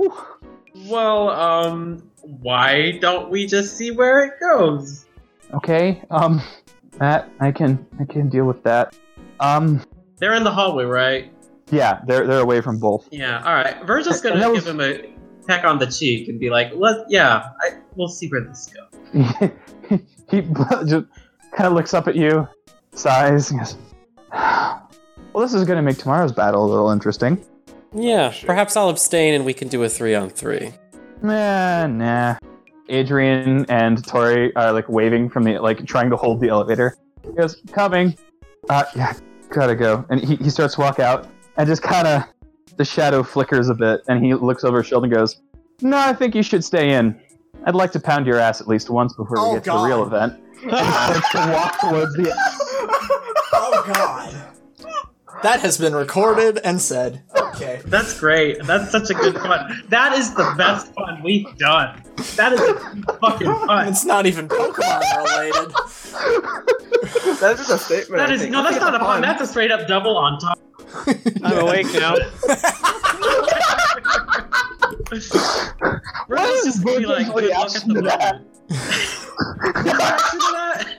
[SPEAKER 3] Well, um, why don't we just see where it goes?
[SPEAKER 2] Okay, um, That I can I can deal with that. Um,
[SPEAKER 3] They're in the hallway, right?
[SPEAKER 2] yeah, they're they're away from both.
[SPEAKER 3] Yeah. All right. Virgil's gonna
[SPEAKER 2] And that
[SPEAKER 3] give
[SPEAKER 2] was-
[SPEAKER 3] him a peck on the cheek and be like, "Let, yeah, I, we'll see where this goes."
[SPEAKER 2] he just kind of looks up at you, sighs, and goes, "Well, this is going to make tomorrow's battle a little interesting."
[SPEAKER 7] Yeah, perhaps I'll abstain and we can do a three on three.
[SPEAKER 2] Nah, nah. Adrian and Tori are like waving from the like trying to hold the elevator. He goes, coming. Uh yeah, gotta go. And he, he starts to walk out and just kinda the shadow flickers a bit and he looks over his shoulder and goes, No, I think you should stay in. I'd like to pound your ass at least once before we
[SPEAKER 4] Oh,
[SPEAKER 2] get to
[SPEAKER 4] God.
[SPEAKER 2] the real event. And starts to walk towards the
[SPEAKER 4] Oh god. That has been recorded and said. Okay.
[SPEAKER 3] That's great. That's such a good fun. That is the best fun we've done. That is fucking fun.
[SPEAKER 4] It's not even Pokemon related.
[SPEAKER 5] That's just a statement.
[SPEAKER 3] That
[SPEAKER 5] I
[SPEAKER 3] is
[SPEAKER 5] think.
[SPEAKER 3] no.
[SPEAKER 5] I
[SPEAKER 3] That's
[SPEAKER 5] think
[SPEAKER 3] not a
[SPEAKER 5] it's
[SPEAKER 3] pun. That's a straight up double on top.
[SPEAKER 6] I'm awake now.
[SPEAKER 3] Virgil's
[SPEAKER 2] is
[SPEAKER 3] just gonna be like,
[SPEAKER 2] Virgil's
[SPEAKER 3] "Good luck at
[SPEAKER 2] reaction
[SPEAKER 3] the
[SPEAKER 2] to that?"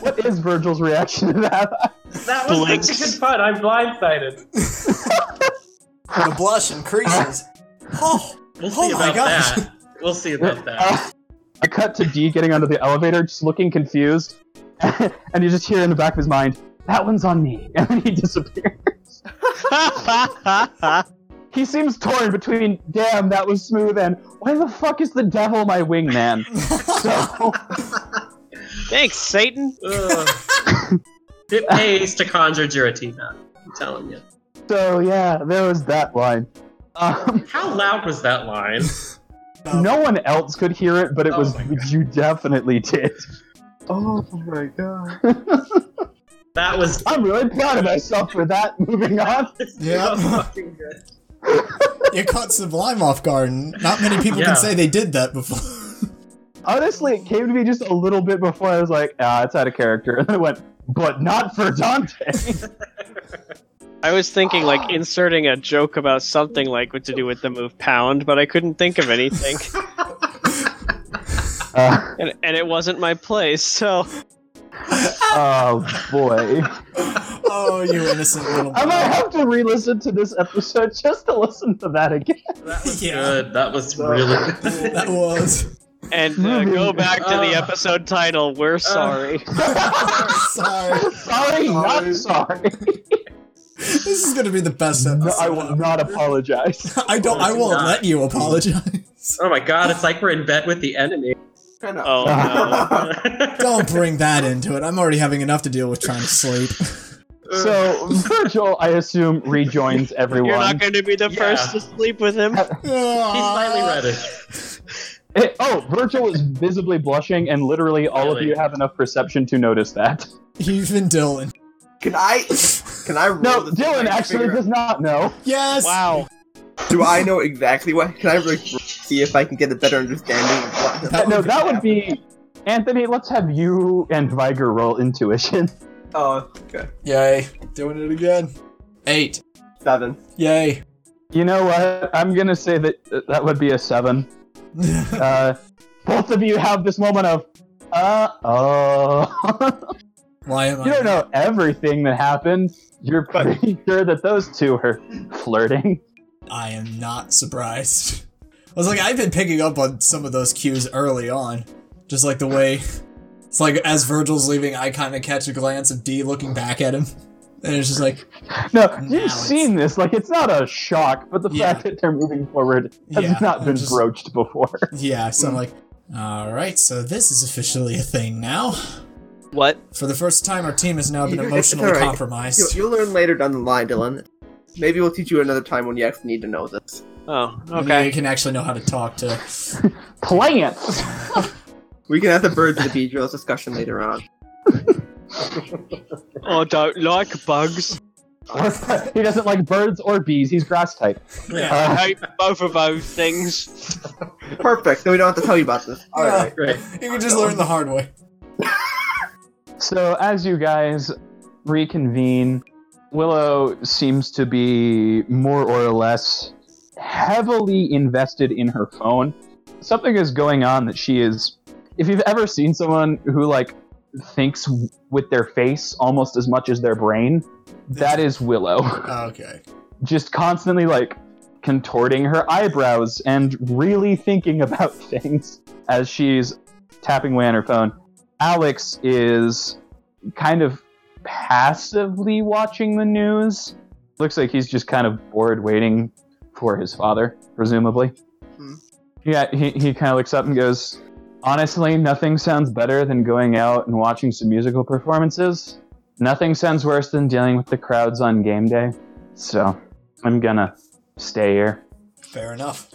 [SPEAKER 3] moment." His reaction to that?
[SPEAKER 2] What is Virgil's reaction to that?
[SPEAKER 3] That was
[SPEAKER 6] Blinks.
[SPEAKER 3] such a good fun. I'm blindsided.
[SPEAKER 4] The blush increases. Oh,
[SPEAKER 3] We'll
[SPEAKER 4] Oh
[SPEAKER 3] see
[SPEAKER 4] my
[SPEAKER 3] about
[SPEAKER 4] gosh.
[SPEAKER 3] that. We'll see about that.
[SPEAKER 2] I cut to D getting onto the elevator, just looking confused, and you just hear in the back of his mind, "That one's on me," and then he disappears. He seems torn between, "Damn, that was smooth," and "Why the fuck is the devil my wingman?" so
[SPEAKER 6] Thanks, Satan.
[SPEAKER 3] Ugh. it pays to conjure Giratina. I'm telling you.
[SPEAKER 2] so yeah, there was that line. Um,
[SPEAKER 3] How loud was that line?
[SPEAKER 2] no one else could hear it, but it
[SPEAKER 3] Um, Oh
[SPEAKER 2] was
[SPEAKER 3] my God.
[SPEAKER 2] you definitely did.
[SPEAKER 5] Oh my god.
[SPEAKER 3] That was
[SPEAKER 2] I'm really proud of myself for that. Moving on.
[SPEAKER 3] that was
[SPEAKER 4] Yeah.
[SPEAKER 3] fucking good.
[SPEAKER 4] You caught Sublime off guard. and Not many people
[SPEAKER 3] Yeah.
[SPEAKER 4] can say they did that before.
[SPEAKER 2] Honestly, it came to me just a little bit before I was like, ah, it's out of character. And then I went, but not for Dante.
[SPEAKER 6] I was thinking like inserting a joke about something like what to do with the move pound, but I couldn't think of anything,
[SPEAKER 2] Uh,
[SPEAKER 6] and, and it wasn't my place. So
[SPEAKER 2] oh boy.
[SPEAKER 4] oh, you innocent little.
[SPEAKER 2] I might have to re listen to this episode just to listen to that again.
[SPEAKER 3] That was
[SPEAKER 4] Yeah.
[SPEAKER 3] good. That was really good.
[SPEAKER 4] That was.
[SPEAKER 6] and uh, go back to the
[SPEAKER 3] Uh.
[SPEAKER 6] episode title. We're sorry.
[SPEAKER 4] Sorry.
[SPEAKER 2] Sorry, not sorry.
[SPEAKER 4] This is gonna be the best
[SPEAKER 2] No,
[SPEAKER 4] episode.
[SPEAKER 2] I will not apologize.
[SPEAKER 4] I don't. I
[SPEAKER 3] Do
[SPEAKER 4] won't
[SPEAKER 3] not.
[SPEAKER 4] let you apologize.
[SPEAKER 3] Oh my god, it's like we're in bed with the enemy.
[SPEAKER 5] Kind of.
[SPEAKER 6] Oh no.
[SPEAKER 4] Don't bring that into it. I'm already having enough to deal with trying to sleep.
[SPEAKER 2] So, Virgil, I assume, rejoins everyone.
[SPEAKER 6] You're not going to be the
[SPEAKER 3] Yeah.
[SPEAKER 6] first to sleep with him.
[SPEAKER 3] He's finally ready.
[SPEAKER 2] It- oh, Virgil is visibly blushing, and literally all
[SPEAKER 3] Really?
[SPEAKER 2] of you have enough perception to notice that.
[SPEAKER 4] You've been Dylan.
[SPEAKER 5] Can I? Can I? Roll
[SPEAKER 2] No,
[SPEAKER 5] to see if I
[SPEAKER 2] Dylan
[SPEAKER 5] can
[SPEAKER 2] actually
[SPEAKER 5] figure
[SPEAKER 2] does not know.
[SPEAKER 4] Yes.
[SPEAKER 6] Wow.
[SPEAKER 5] out- Do I know exactly what? Can I really see if I can get a better understanding? Of what
[SPEAKER 4] That
[SPEAKER 2] no,
[SPEAKER 4] would be
[SPEAKER 2] that would be Anthony. Let's have you and Viger roll intuition.
[SPEAKER 5] Oh, okay.
[SPEAKER 4] Yay. Doing it again. Eight.
[SPEAKER 5] Seven.
[SPEAKER 4] Yay.
[SPEAKER 2] You know what? I'm gonna say that that would be a seven. Uh, both of you have this moment of, uh oh.
[SPEAKER 4] Why am I?
[SPEAKER 2] you don't know everything that happened. You're pretty sure that those two are flirting.
[SPEAKER 4] I am not surprised. I was like, I've been picking up on some of those cues early on. Just like the way. It's like as Virgil's leaving, I kind of catch a glance of D looking back at him. And it's just like,
[SPEAKER 2] No, you've
[SPEAKER 4] it's-
[SPEAKER 2] seen this. Like it's not a shock, but the
[SPEAKER 4] Yeah.
[SPEAKER 2] fact that they're moving forward has
[SPEAKER 4] Yeah,
[SPEAKER 2] not
[SPEAKER 4] I'm
[SPEAKER 2] been
[SPEAKER 4] just-
[SPEAKER 2] broached before.
[SPEAKER 4] yeah. So I'm like, alright, so this is officially a thing now.
[SPEAKER 6] What?
[SPEAKER 4] For the first time, our team has now been
[SPEAKER 5] It's- it's
[SPEAKER 4] emotionally
[SPEAKER 5] alright. You'll,
[SPEAKER 4] compromised.
[SPEAKER 5] you'll learn later down the line, Dylan. Maybe we'll teach you another time when you actually need to know this.
[SPEAKER 6] Oh,
[SPEAKER 4] Maybe
[SPEAKER 6] okay.
[SPEAKER 4] you can actually know how to talk to.
[SPEAKER 2] Plants.
[SPEAKER 5] We can have the birds and the bee drills discussion later on.
[SPEAKER 6] I don't like bugs.
[SPEAKER 2] he doesn't like birds or bees. He's grass type.
[SPEAKER 6] I hate both of those things.
[SPEAKER 5] Perfect. So we don't have to tell you about this. All
[SPEAKER 4] Yeah.
[SPEAKER 5] right.
[SPEAKER 3] Great.
[SPEAKER 4] You can just learn the hard way.
[SPEAKER 2] So as you guys reconvene, Willow seems to be more or less heavily invested in her phone. Something is going on that she is if you've ever seen someone who like thinks w- with their face almost as much as their brain, that is Willow.
[SPEAKER 4] Okay.
[SPEAKER 2] Just constantly like contorting her eyebrows and really thinking about things as she's tapping away on her phone. Alex is kind of passively watching the news. Looks like he's just kind of bored waiting for his father, presumably.
[SPEAKER 5] Hmm.
[SPEAKER 2] Yeah, he, he kind of looks up and goes, Honestly, nothing sounds better than going out and watching some musical performances. Nothing sounds worse than dealing with the crowds on game day. So, I'm gonna stay here.
[SPEAKER 4] Fair enough.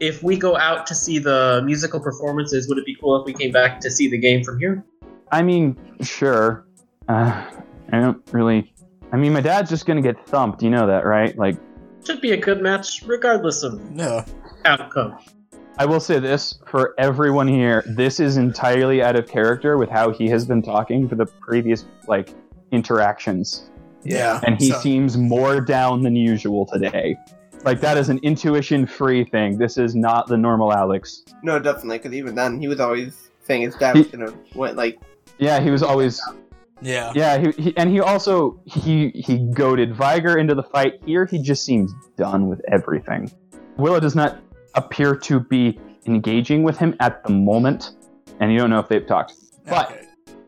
[SPEAKER 3] If we go out to see the musical performances, would it be cool if we came back to see the game from here?
[SPEAKER 2] I mean, sure. Uh, I don't really. I mean, my dad's just gonna get thumped. You know that, right? Like,
[SPEAKER 3] Should be a good match, regardless of
[SPEAKER 4] No.
[SPEAKER 3] outcome.
[SPEAKER 2] I will say this for everyone here: this is entirely out of character with how he has been talking for the previous like interactions,
[SPEAKER 4] Yeah.
[SPEAKER 2] and he
[SPEAKER 4] so-
[SPEAKER 2] seems more down than usual today. Like that is an intuition-free thing. This is not the normal Alex.
[SPEAKER 5] No, definitely, because even then he was always saying his dad
[SPEAKER 2] He-
[SPEAKER 5] was gonna went like
[SPEAKER 2] Yeah, he was always
[SPEAKER 4] yeah.
[SPEAKER 2] Yeah, he, he and he also he he goaded Viger into the fight. Here, he just seems done with everything. Willow does not appear to be engaging with him at the moment, and you don't know if they've talked. But-
[SPEAKER 4] Okay.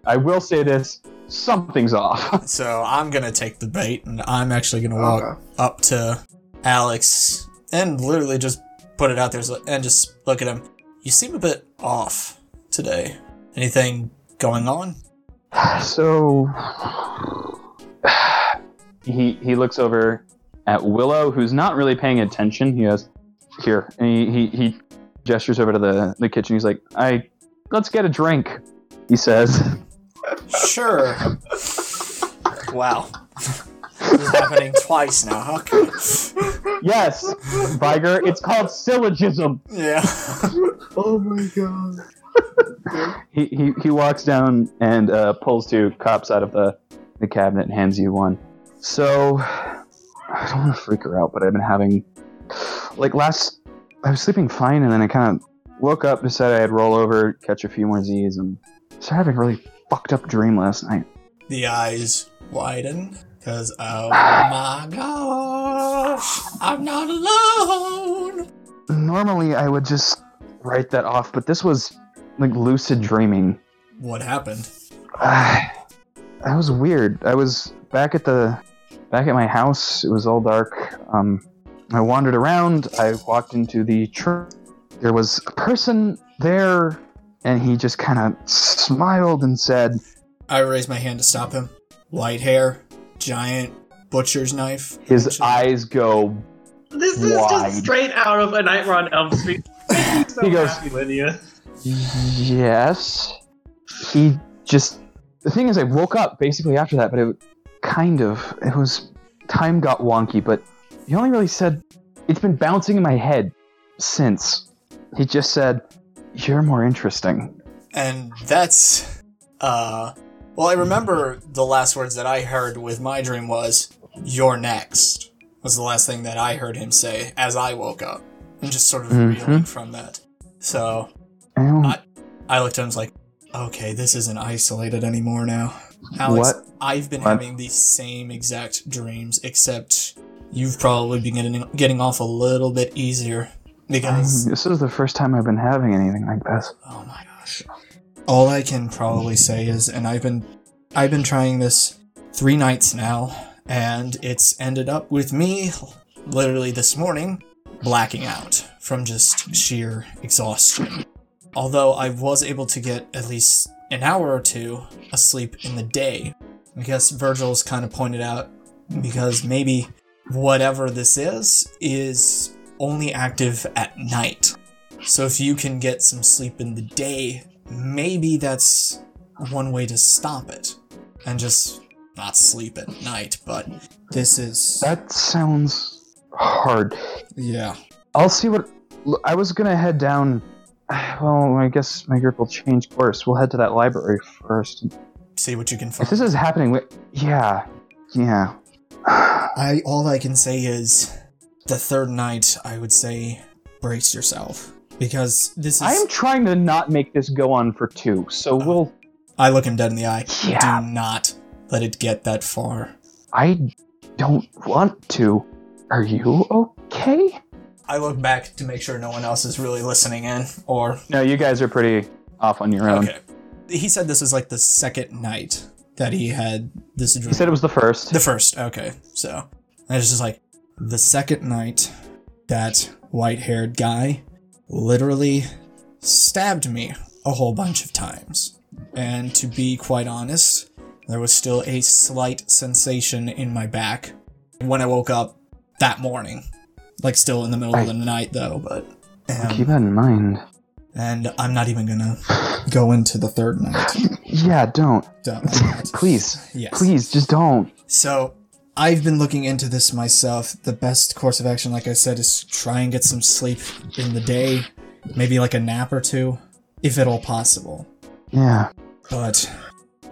[SPEAKER 2] I will say this: something's off.
[SPEAKER 4] So I'm gonna take the bait, and I'm actually gonna walk
[SPEAKER 5] okay.
[SPEAKER 4] up to Alex and literally just put it out there so- and just look at him. You seem a bit off today. Anything going on?
[SPEAKER 2] so he he looks over at Willow, who's not really paying attention. He goes, "Here," and he he, he gestures over to the the kitchen. He's like, "I let's get a drink," he says.
[SPEAKER 4] Sure. wow. this is happening twice now. How come?
[SPEAKER 2] Yes, Viger, it's called syllogism.
[SPEAKER 4] Yeah.
[SPEAKER 5] Oh my god.
[SPEAKER 2] He, he, he walks down and uh, pulls two cups out of the, the cabinet and hands you one. So, I don't want to freak her out, but I've been having. Like last. I was sleeping fine, and then I kind of woke up, decided I'd roll over, catch a few more Z's, and started having a really fucked up dream last night.
[SPEAKER 4] the eyes widen because oh my gosh, I'm not alone.
[SPEAKER 2] Normally, I would just write that off, but this was like lucid dreaming.
[SPEAKER 4] What happened?
[SPEAKER 2] Ah, that was weird. I was back at the back at my house. It was all dark. Um, I wandered around. I walked into the church. There was a person there, and he just kind of smiled and said,
[SPEAKER 4] I raised my hand to stop him. White hair, giant butcher's knife.
[SPEAKER 2] "His
[SPEAKER 4] Actually,
[SPEAKER 2] eyes go."
[SPEAKER 3] This is
[SPEAKER 2] Wide.
[SPEAKER 3] just straight out of a Nightmare on Elm Street. so
[SPEAKER 2] He goes-
[SPEAKER 3] happy, Lydia.
[SPEAKER 2] Yes. He just. The thing is, I woke up basically after that, but it kind of it was time got wonky, but he only really said it's been bouncing in my head since. He just said, "You're more interesting."
[SPEAKER 4] And that's uh. Well, I remember the last words that I heard with my dream was "You're next." Was the last thing that I heard him say as I woke up, and just sort of
[SPEAKER 2] Mhm.
[SPEAKER 4] reeling from that. So
[SPEAKER 2] I don't-
[SPEAKER 4] I- I looked at him I was like, okay, this isn't isolated anymore now. Alex,
[SPEAKER 2] What?
[SPEAKER 4] I've been
[SPEAKER 2] What?
[SPEAKER 4] having these same exact dreams, except you've probably been getting, getting off a little bit easier because,
[SPEAKER 2] this is the first time I've been having anything like this.
[SPEAKER 4] oh my gosh. All I can probably say is, and I've been, I've been trying this three nights now, and it's ended up with me, literally this morning, blacking out from just sheer exhaustion. Although I was able to get at least an hour or two asleep in the day. I guess Virgil's kind of pointed out because maybe whatever this is is only active at night. So if you can get some sleep in the day, maybe that's one way to stop it and just not sleep at night, but this is
[SPEAKER 2] That sounds hard.
[SPEAKER 4] yeah.
[SPEAKER 2] I'll see what. l- I was gonna head down. Well, I guess my group will change course. We'll head to that library first.
[SPEAKER 4] See what you can find.
[SPEAKER 2] If this is happening, wi- yeah, yeah.
[SPEAKER 4] I all I can say is the third night I would say brace yourself because this is Uh,
[SPEAKER 2] I am trying to not make this go on for two, so we'll
[SPEAKER 4] I look him dead in the eye.
[SPEAKER 2] Yeah.
[SPEAKER 4] Do not let it get that far.
[SPEAKER 2] I don't want to. Are you okay?
[SPEAKER 4] I look back to make sure no one else is really listening in or
[SPEAKER 2] No, you guys are pretty off on your own.
[SPEAKER 4] Okay. He said this was like the second night that he had this dream.
[SPEAKER 2] He said it was the first.
[SPEAKER 4] the first. Okay, so I was just like the second night that white-haired guy literally stabbed me a whole bunch of times, and to be quite honest, there was still a slight sensation in my back when I woke up that morning. Like still in the middle of the night though, but um,
[SPEAKER 2] Keep that in mind.
[SPEAKER 4] and I'm not even gonna go into the third night.
[SPEAKER 2] Yeah, don't.
[SPEAKER 4] Don't like that.
[SPEAKER 2] Please.
[SPEAKER 4] Yes.
[SPEAKER 2] Please, just don't.
[SPEAKER 4] So I've been looking into this myself. The best course of action, like I said, is try and get some sleep in the day, maybe like a nap or two, if at all possible.
[SPEAKER 2] Yeah.
[SPEAKER 4] But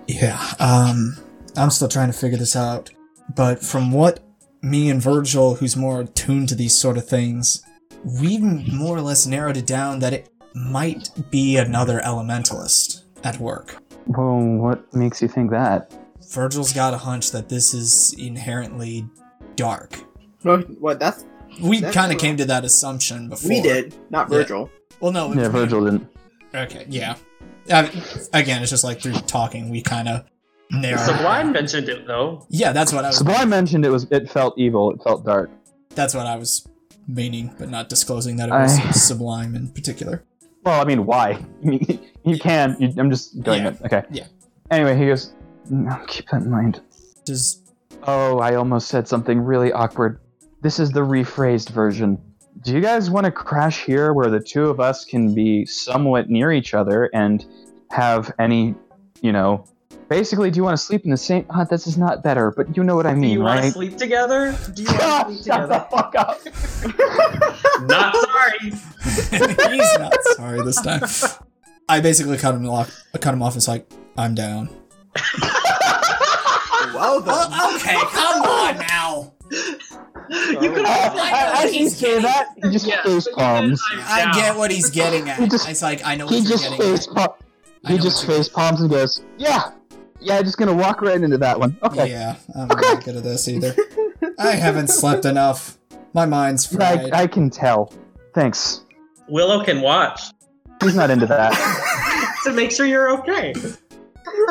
[SPEAKER 4] yeah, um, I'm still trying to figure this out. But from what me and Virgil, who's more attuned to these sort of things, we've more or less narrowed it down that it might be another elementalist at work.
[SPEAKER 2] Well, what makes you think that?
[SPEAKER 4] Virgil's got a hunch that this is inherently dark.
[SPEAKER 5] No, what? That's
[SPEAKER 4] We
[SPEAKER 5] That's
[SPEAKER 4] kind of
[SPEAKER 5] what-
[SPEAKER 4] came to that assumption before.
[SPEAKER 5] we did, not
[SPEAKER 4] Yeah.
[SPEAKER 5] Virgil.
[SPEAKER 4] Well, no. it
[SPEAKER 2] Yeah,
[SPEAKER 4] was me.
[SPEAKER 2] Virgil didn't.
[SPEAKER 4] Okay, yeah. I mean, again, it's just like through talking, we kind of narrowed. it
[SPEAKER 3] Sublime
[SPEAKER 4] down.
[SPEAKER 3] mentioned it though.
[SPEAKER 4] Yeah, that's what I was.
[SPEAKER 2] Sublime mentioned it was. It felt evil. It felt dark.
[SPEAKER 4] That's what I was meaning, but not disclosing that it was
[SPEAKER 2] I-
[SPEAKER 4] Sublime in particular.
[SPEAKER 2] Well, I mean, why? you can. You, I'm just going.
[SPEAKER 4] Yeah.
[SPEAKER 2] With, okay.
[SPEAKER 4] Yeah.
[SPEAKER 2] Anyway, he goes. No, keep that in mind.
[SPEAKER 4] Does
[SPEAKER 2] Oh, I almost said something really awkward. This is the rephrased version. Do you guys want to crash here where the two of us can be somewhat near each other and have any, you know, basically, do you want to sleep in the same? Ah, this is not better, but you know what I
[SPEAKER 3] Do
[SPEAKER 2] mean,
[SPEAKER 3] you want
[SPEAKER 2] right?
[SPEAKER 3] to sleep together? Do you want
[SPEAKER 2] Ah,
[SPEAKER 3] to sleep
[SPEAKER 2] shut the
[SPEAKER 3] together?
[SPEAKER 2] fuck up.
[SPEAKER 3] Not sorry.
[SPEAKER 4] he's not sorry this time? I basically cut him off. Cut him off. It's like I'm down.
[SPEAKER 5] Well, then.
[SPEAKER 4] Oh, okay, come on now.
[SPEAKER 3] You could have
[SPEAKER 2] I, I didn't say that. He just
[SPEAKER 3] Yes,
[SPEAKER 2] face
[SPEAKER 3] but you
[SPEAKER 2] palms.
[SPEAKER 3] said I'm
[SPEAKER 4] I
[SPEAKER 3] down.
[SPEAKER 4] get what he's getting at.
[SPEAKER 2] He just-
[SPEAKER 4] it's like I know what
[SPEAKER 2] He
[SPEAKER 4] you're
[SPEAKER 2] just
[SPEAKER 4] getting.
[SPEAKER 2] face
[SPEAKER 4] At.
[SPEAKER 2] palm.
[SPEAKER 4] I
[SPEAKER 2] He
[SPEAKER 4] know
[SPEAKER 2] just
[SPEAKER 4] what you're-
[SPEAKER 2] face palms and goes, "Yeah, yeah." I'm just gonna walk right into that one. Okay.
[SPEAKER 4] Yeah, I'm not good at this either. I haven't slept enough. My mind's fried.
[SPEAKER 2] I, I can tell. Thanks.
[SPEAKER 3] Willow can watch
[SPEAKER 2] He's not into that.
[SPEAKER 3] to make sure you're okay.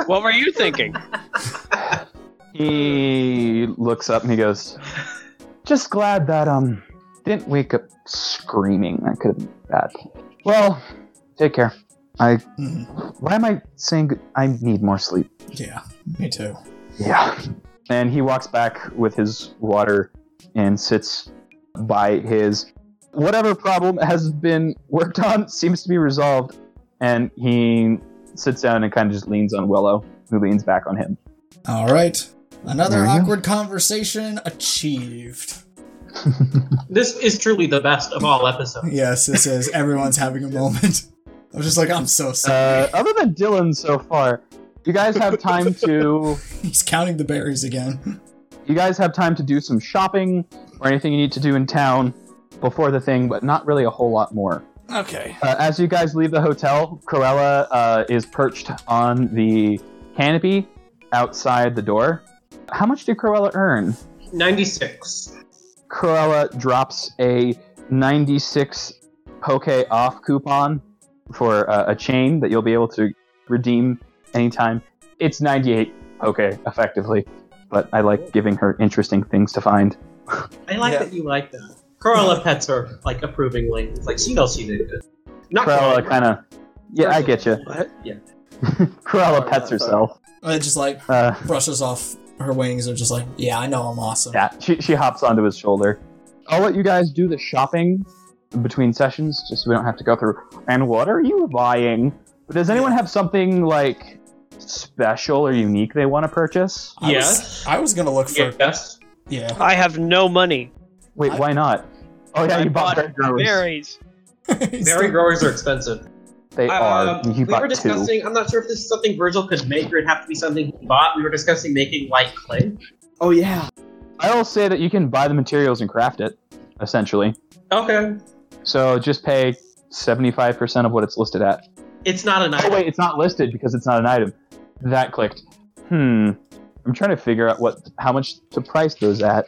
[SPEAKER 6] What were you thinking?
[SPEAKER 2] he looks up and he goes, "Just glad that um didn't wake up screaming. That could have been bad." Well, take care. I.
[SPEAKER 4] Mm-hmm.
[SPEAKER 2] Why am I saying g- I need more sleep?
[SPEAKER 4] yeah, me too.
[SPEAKER 2] Yeah. And he walks back with his water and sits by his. Whatever problem has been worked on seems to be resolved. And he sits down and kind of just leans on Willow, who leans back on him.
[SPEAKER 4] All right, another
[SPEAKER 2] There you go.
[SPEAKER 4] awkward conversation achieved.
[SPEAKER 3] This is truly the best of all episodes.
[SPEAKER 4] Yes, this is. Everyone's having a moment. I'm just like, I'm so sorry.
[SPEAKER 2] Uh, other than Dylan so far, you guys have time to.
[SPEAKER 4] He's counting the berries again.
[SPEAKER 2] You guys have time to do some shopping or anything you need to do in town before the thing, but not really a whole lot more.
[SPEAKER 4] Okay.
[SPEAKER 2] Uh, as you guys leave the hotel, Corella uh, is perched on the canopy outside the door. How much did Corella earn?
[SPEAKER 3] 96.
[SPEAKER 2] Corella drops a 96 poke off coupon for uh, a chain that you'll be able to redeem anytime. It's 98 poke, effectively, but I like giving her interesting things to find.
[SPEAKER 3] I like
[SPEAKER 4] Yeah.
[SPEAKER 3] that you like that. Corolla pets her like approvingly. It's like she knows she did good. Not
[SPEAKER 2] Corella kind of. Yeah, I get you.
[SPEAKER 3] What? Yeah.
[SPEAKER 2] Corella pets herself.
[SPEAKER 4] It just like
[SPEAKER 2] Uh,
[SPEAKER 4] brushes off her wings. Or just like, yeah, I know I'm awesome.
[SPEAKER 2] Yeah, she, she hops onto his shoulder. I'll let you guys do the shopping between sessions, just so we don't have to go through. And what are you buying? Does anyone have something like special or unique they want to purchase?
[SPEAKER 4] I was-
[SPEAKER 3] Yes.
[SPEAKER 4] I was gonna look for.
[SPEAKER 3] Yes.
[SPEAKER 4] Yeah.
[SPEAKER 6] I have no money.
[SPEAKER 2] Wait, why not? Oh yeah,
[SPEAKER 6] I
[SPEAKER 2] you bought
[SPEAKER 6] bought
[SPEAKER 2] berry growers.
[SPEAKER 6] Berries.
[SPEAKER 3] Berry growers are expensive.
[SPEAKER 2] They are.
[SPEAKER 3] Um,
[SPEAKER 2] You
[SPEAKER 3] we were
[SPEAKER 2] bought two.
[SPEAKER 3] discussing. I'm not sure if this is something Virgil could make or it'd have to be something he bought. We were discussing making light clay.
[SPEAKER 5] Oh yeah.
[SPEAKER 2] I will say that you can buy the materials and craft it, essentially.
[SPEAKER 3] Okay.
[SPEAKER 2] So just pay seventy-five percent of what it's listed at.
[SPEAKER 3] It's not an
[SPEAKER 2] Oh
[SPEAKER 3] item.
[SPEAKER 2] wait, it's not listed because it's not an item. That clicked. Hmm. I'm trying to figure out what how much to price those at.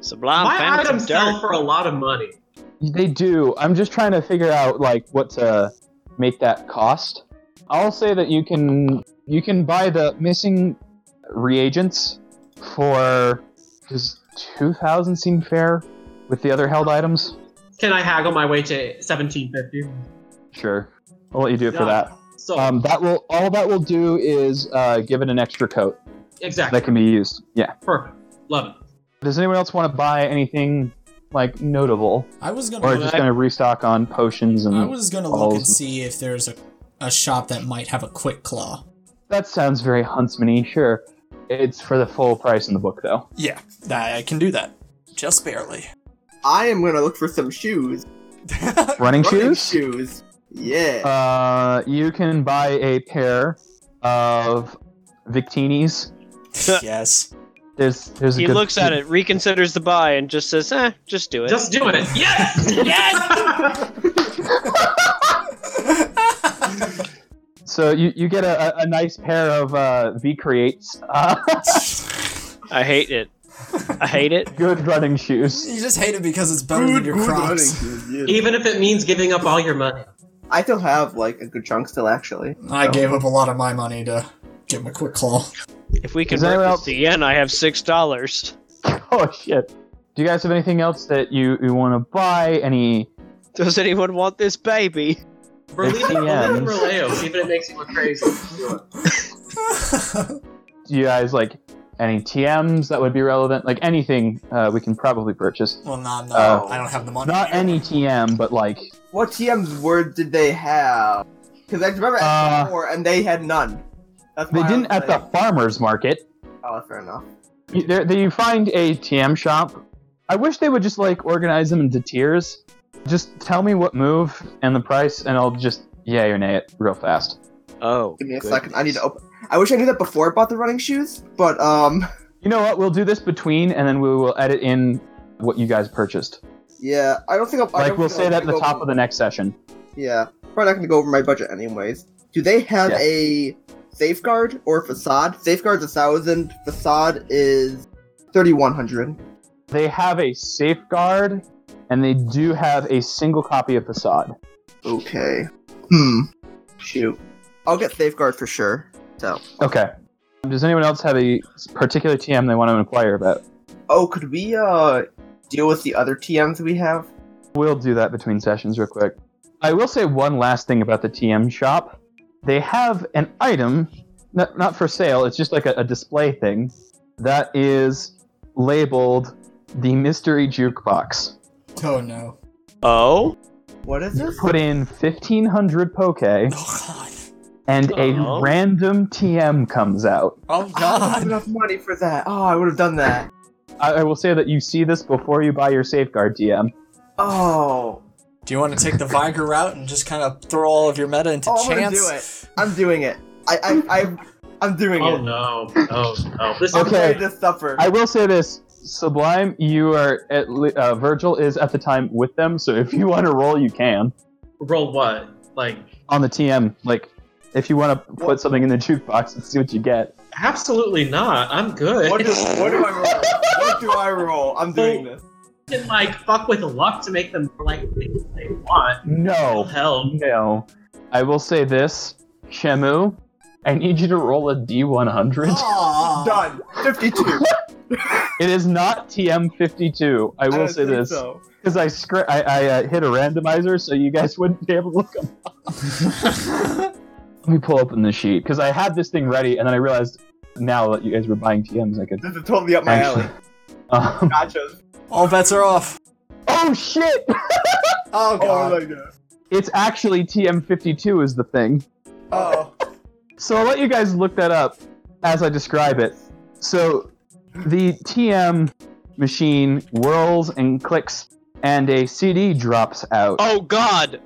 [SPEAKER 6] Sublime
[SPEAKER 3] My
[SPEAKER 6] Phantom
[SPEAKER 3] items
[SPEAKER 6] of
[SPEAKER 3] sell
[SPEAKER 6] Dirt.
[SPEAKER 3] for a lot of money.
[SPEAKER 2] They do. I'm just trying to figure out like what to make that cost. I'll say that you can you can buy the missing reagents for does two thousand seem fair with the other held items?
[SPEAKER 3] Can I haggle my way to seventeen fifty?
[SPEAKER 2] Sure. I'll let you do it for
[SPEAKER 3] Yeah.
[SPEAKER 2] that.
[SPEAKER 3] So
[SPEAKER 2] Um, that will all that will do is uh, give it an extra coat
[SPEAKER 3] exactly,
[SPEAKER 2] that can be used. Yeah.
[SPEAKER 3] perfect. Love it.
[SPEAKER 2] Does anyone else want to buy anything like notable,
[SPEAKER 4] I was gonna.
[SPEAKER 2] or
[SPEAKER 4] look-
[SPEAKER 2] just going to restock on potions and?
[SPEAKER 4] I was gonna look
[SPEAKER 2] balls
[SPEAKER 4] and see if there's a, a shop that might have a quick claw.
[SPEAKER 2] That sounds very huntsman-y, Sure. It's for the full price in the book, though.
[SPEAKER 4] Yeah, I can do that. Just barely.
[SPEAKER 5] I am gonna look for some shoes.
[SPEAKER 2] Running
[SPEAKER 5] Running
[SPEAKER 2] shoes.
[SPEAKER 5] shoes. Yeah.
[SPEAKER 2] Uh, you can buy a pair of Victinis.
[SPEAKER 4] yes.
[SPEAKER 2] There's there's. A
[SPEAKER 6] He
[SPEAKER 2] good-
[SPEAKER 6] looks at it, reconsiders the buy, and just says, "Eh, just do it."
[SPEAKER 3] Just doing it. Yes, yes.
[SPEAKER 2] So you, you get a, a- a nice pair of uh, V creates. Uh,
[SPEAKER 6] I hate it. I hate it.
[SPEAKER 2] good running shoes.
[SPEAKER 4] You just hate it because it's better than your Crocs.
[SPEAKER 5] shoes. yeah.
[SPEAKER 3] Even if it means giving up all your money.
[SPEAKER 5] I still have like a good chunk still, actually.
[SPEAKER 4] I gave up a lot of my money to get my quick claw.
[SPEAKER 6] If we
[SPEAKER 2] Does
[SPEAKER 6] convert
[SPEAKER 2] anyone
[SPEAKER 6] this
[SPEAKER 2] else-
[SPEAKER 6] to yen, I have six dollars.
[SPEAKER 2] Oh shit. Do you guys have anything else that you, you want to buy? Any?
[SPEAKER 6] Does anyone want this baby?
[SPEAKER 3] We're leaving, we're
[SPEAKER 2] ATMs.
[SPEAKER 3] leaving Releo, even if it makes you look crazy. Oh,
[SPEAKER 2] Do you guys like any TMs that would be relevant? Like anything uh, we can probably purchase.
[SPEAKER 4] well, nah, no,
[SPEAKER 2] Oh.
[SPEAKER 4] I don't have the money.
[SPEAKER 2] Not any TM, but like
[SPEAKER 5] What TM's word did they have? Because I remember
[SPEAKER 2] Uh,
[SPEAKER 5] asking four and they had none. That's
[SPEAKER 2] they
[SPEAKER 5] why I
[SPEAKER 2] didn't
[SPEAKER 5] was
[SPEAKER 2] at the
[SPEAKER 5] like,
[SPEAKER 2] farmers market.
[SPEAKER 5] Oh, fair enough.
[SPEAKER 2] You, there, there you find a TM shop. I wish they would just like organize them into tiers. Just tell me what move and the price, and I'll just yay or nay it real fast.
[SPEAKER 6] Oh,
[SPEAKER 5] Give me a second. I need to open. I wish I knew that before I bought the running shoes, but um,
[SPEAKER 2] You know what? We'll do this between, and then we will edit in what you guys purchased.
[SPEAKER 5] yeah, I don't think I'll.
[SPEAKER 2] Like we'll say that at the top of the next session.
[SPEAKER 5] Yeah, probably not gonna go over my budget anyways. Do they have
[SPEAKER 2] Yeah.
[SPEAKER 5] a safeguard or facade? Safeguard's a thousand. Facade is thirty-one hundred.
[SPEAKER 2] They have a safeguard, and they do have a single copy of facade.
[SPEAKER 5] Okay. Hmm. Shoot. I'll get safeguard for sure. So.
[SPEAKER 2] Okay. Does anyone else have a particular TM they want to inquire about?
[SPEAKER 5] Oh, could we uh deal with the other TMs we have?
[SPEAKER 2] We'll do that between sessions real quick. I will say one last thing about the TM shop. They have an item, not, not for sale, it's just like a, a display thing, that is labeled the mystery jukebox.
[SPEAKER 4] Oh no.
[SPEAKER 6] Oh,
[SPEAKER 5] What is
[SPEAKER 2] You
[SPEAKER 5] this?
[SPEAKER 2] put in 1500 poke, and
[SPEAKER 4] Oh
[SPEAKER 2] a
[SPEAKER 6] Oh.
[SPEAKER 2] random TM comes out.
[SPEAKER 4] god. Oh
[SPEAKER 5] Ah, I don't have
[SPEAKER 4] god.
[SPEAKER 5] enough money for that. Oh, I would have done that.
[SPEAKER 2] I, I will say that you see this before you buy your safeguard TM.
[SPEAKER 5] Oh,
[SPEAKER 4] Do you want to take the Viger route and just kind of throw all of your meta into
[SPEAKER 5] oh I'm gonna
[SPEAKER 4] chance?
[SPEAKER 5] do it. I'm doing it. I, I, I I'm doing
[SPEAKER 3] Oh
[SPEAKER 5] it.
[SPEAKER 3] no! Oh no! This
[SPEAKER 5] I'm
[SPEAKER 2] Okay.
[SPEAKER 5] ready to suffer.
[SPEAKER 2] I will say this, Sublime. You are at le- uh, Virgil is at the time with them, so if you want to roll, you can
[SPEAKER 3] roll what? Like
[SPEAKER 2] on the TM. Like, if you want to put something in the jukebox and see what you get.
[SPEAKER 3] absolutely not. I'm good.
[SPEAKER 5] What do, what do I roll? What do I roll? I'm doing this.
[SPEAKER 3] You can, like fuck with luck to make them like things they want.
[SPEAKER 2] No,
[SPEAKER 3] Hell,
[SPEAKER 2] no. I will say this, Shemu. I need you to roll a D100.
[SPEAKER 4] Aw.
[SPEAKER 5] Done. Fifty-two.
[SPEAKER 2] It is not TM52. I will
[SPEAKER 5] don't
[SPEAKER 2] say
[SPEAKER 5] think
[SPEAKER 2] this
[SPEAKER 5] So.
[SPEAKER 2] because I, scr- I I uh, hit a randomizer, so you guys wouldn't be able to look 'em Let me pull open the sheet because I had this thing ready, and then I realized now that you guys were buying TMs, I could.
[SPEAKER 5] This is totally up my alley.
[SPEAKER 2] Um,
[SPEAKER 5] Nachos.
[SPEAKER 4] All bets are off.
[SPEAKER 2] oh shit!
[SPEAKER 4] Oh
[SPEAKER 5] Oh,
[SPEAKER 4] god.
[SPEAKER 5] like this.
[SPEAKER 2] It's actually TM52 is the thing.
[SPEAKER 4] Oh.
[SPEAKER 2] So I'll let you guys look that up as I describe it. So the TM machine whirls and clicks, and a CD drops out.
[SPEAKER 6] oh God!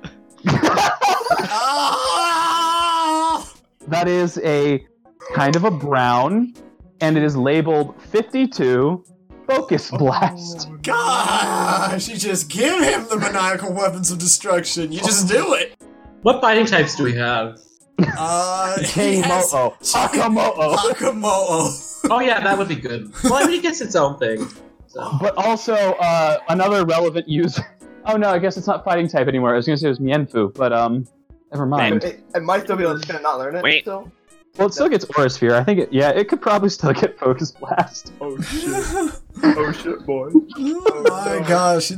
[SPEAKER 4] Ah!
[SPEAKER 2] That is a kind of a brown, and it is labeled 52 Focus Blast.
[SPEAKER 4] Gosh, you just give him the maniacal weapons of destruction. You just do it.
[SPEAKER 3] what fighting types do we have?
[SPEAKER 4] Uh, he has
[SPEAKER 2] Kingmo-o. Hakamo'o.
[SPEAKER 4] Hakamo'o.
[SPEAKER 3] Oh yeah, that would be good. Well, I mean, it gets its own thing. So.
[SPEAKER 2] But also, uh, another relevant user. Oh no, I guess it's not fighting type anymore. I was gonna say it was Mienfu, but um, never mind.
[SPEAKER 5] It, it might still be able to kind of not learn it.
[SPEAKER 6] Wait.
[SPEAKER 5] still.
[SPEAKER 2] Well, it still gets Aura Sphere. I think it, yeah, it could probably still get Focus Blast.
[SPEAKER 5] Oh shit!
[SPEAKER 4] oh
[SPEAKER 5] Oh shit, boy!
[SPEAKER 4] my gosh.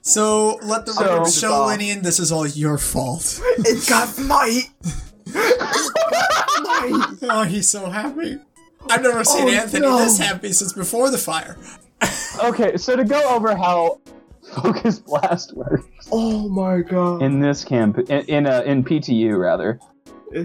[SPEAKER 4] So let the
[SPEAKER 2] So-
[SPEAKER 4] record show, Linian, this is all your fault.
[SPEAKER 5] It got might. It got might.
[SPEAKER 4] Oh, he's so happy. I've never seen
[SPEAKER 5] Oh,
[SPEAKER 4] Anthony
[SPEAKER 5] no.
[SPEAKER 4] this happy since before the fire.
[SPEAKER 2] Okay, so to go over how Focus Blast works.
[SPEAKER 5] Oh my god!
[SPEAKER 2] in this camp in in, uh, in PTU rather.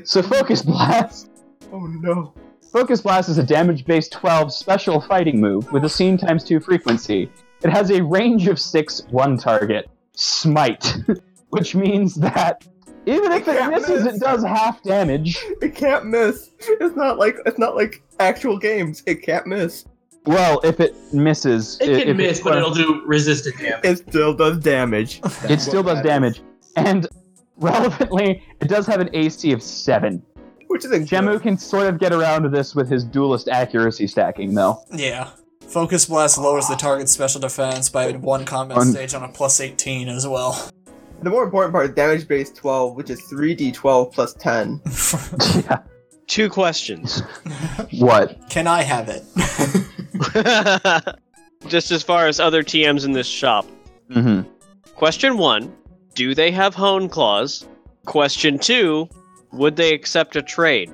[SPEAKER 2] So focus blast.
[SPEAKER 5] oh no!
[SPEAKER 2] Focus blast is a damage-based 12 special fighting move with a scene times two frequency. It has a range of six one target smite, which means that even if it
[SPEAKER 5] Yeah,
[SPEAKER 2] misses,
[SPEAKER 5] miss.
[SPEAKER 2] it does half damage.
[SPEAKER 5] It can't miss. It's not like it's not like actual games. It can't miss.
[SPEAKER 2] Well, if it misses,
[SPEAKER 3] It
[SPEAKER 2] if
[SPEAKER 3] can miss, but it'll do resistant damage.
[SPEAKER 5] It still does damage.
[SPEAKER 2] It still does damage, and relevantly, it does have an AC of seven.
[SPEAKER 5] Which is a
[SPEAKER 2] Jemu can sort of get around this with his duelist accuracy stacking, though.
[SPEAKER 4] Yeah. Focus Blast lowers the target's special defense by one combat
[SPEAKER 2] Un-
[SPEAKER 4] stage on a plus 18 as well.
[SPEAKER 5] The more important part is damage base 12, which is 3d12 plus 10.
[SPEAKER 2] yeah.
[SPEAKER 6] Two questions.
[SPEAKER 2] What?
[SPEAKER 4] Can I have it?
[SPEAKER 6] Just as far as other TMs in this shop.
[SPEAKER 2] hmm
[SPEAKER 6] Question one Do they have hone claws? Question two Would they accept a trade?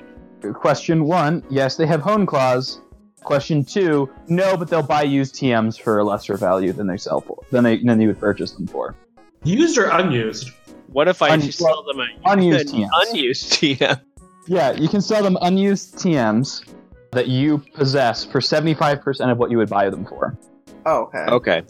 [SPEAKER 2] Question one: Yes, they have hone claws. Question two: No, but they'll buy used TMs for a lesser value than they sell for than they than you would purchase them for.
[SPEAKER 3] Used or unused?
[SPEAKER 6] What if I
[SPEAKER 2] Un-
[SPEAKER 6] just sell them a
[SPEAKER 2] Unused
[SPEAKER 6] an
[SPEAKER 2] TMs.
[SPEAKER 6] unused TM?
[SPEAKER 2] yeah, you can sell them unused TMs that you possess for seventy five percent of what you would buy them for.
[SPEAKER 5] Oh, okay.
[SPEAKER 6] Okay.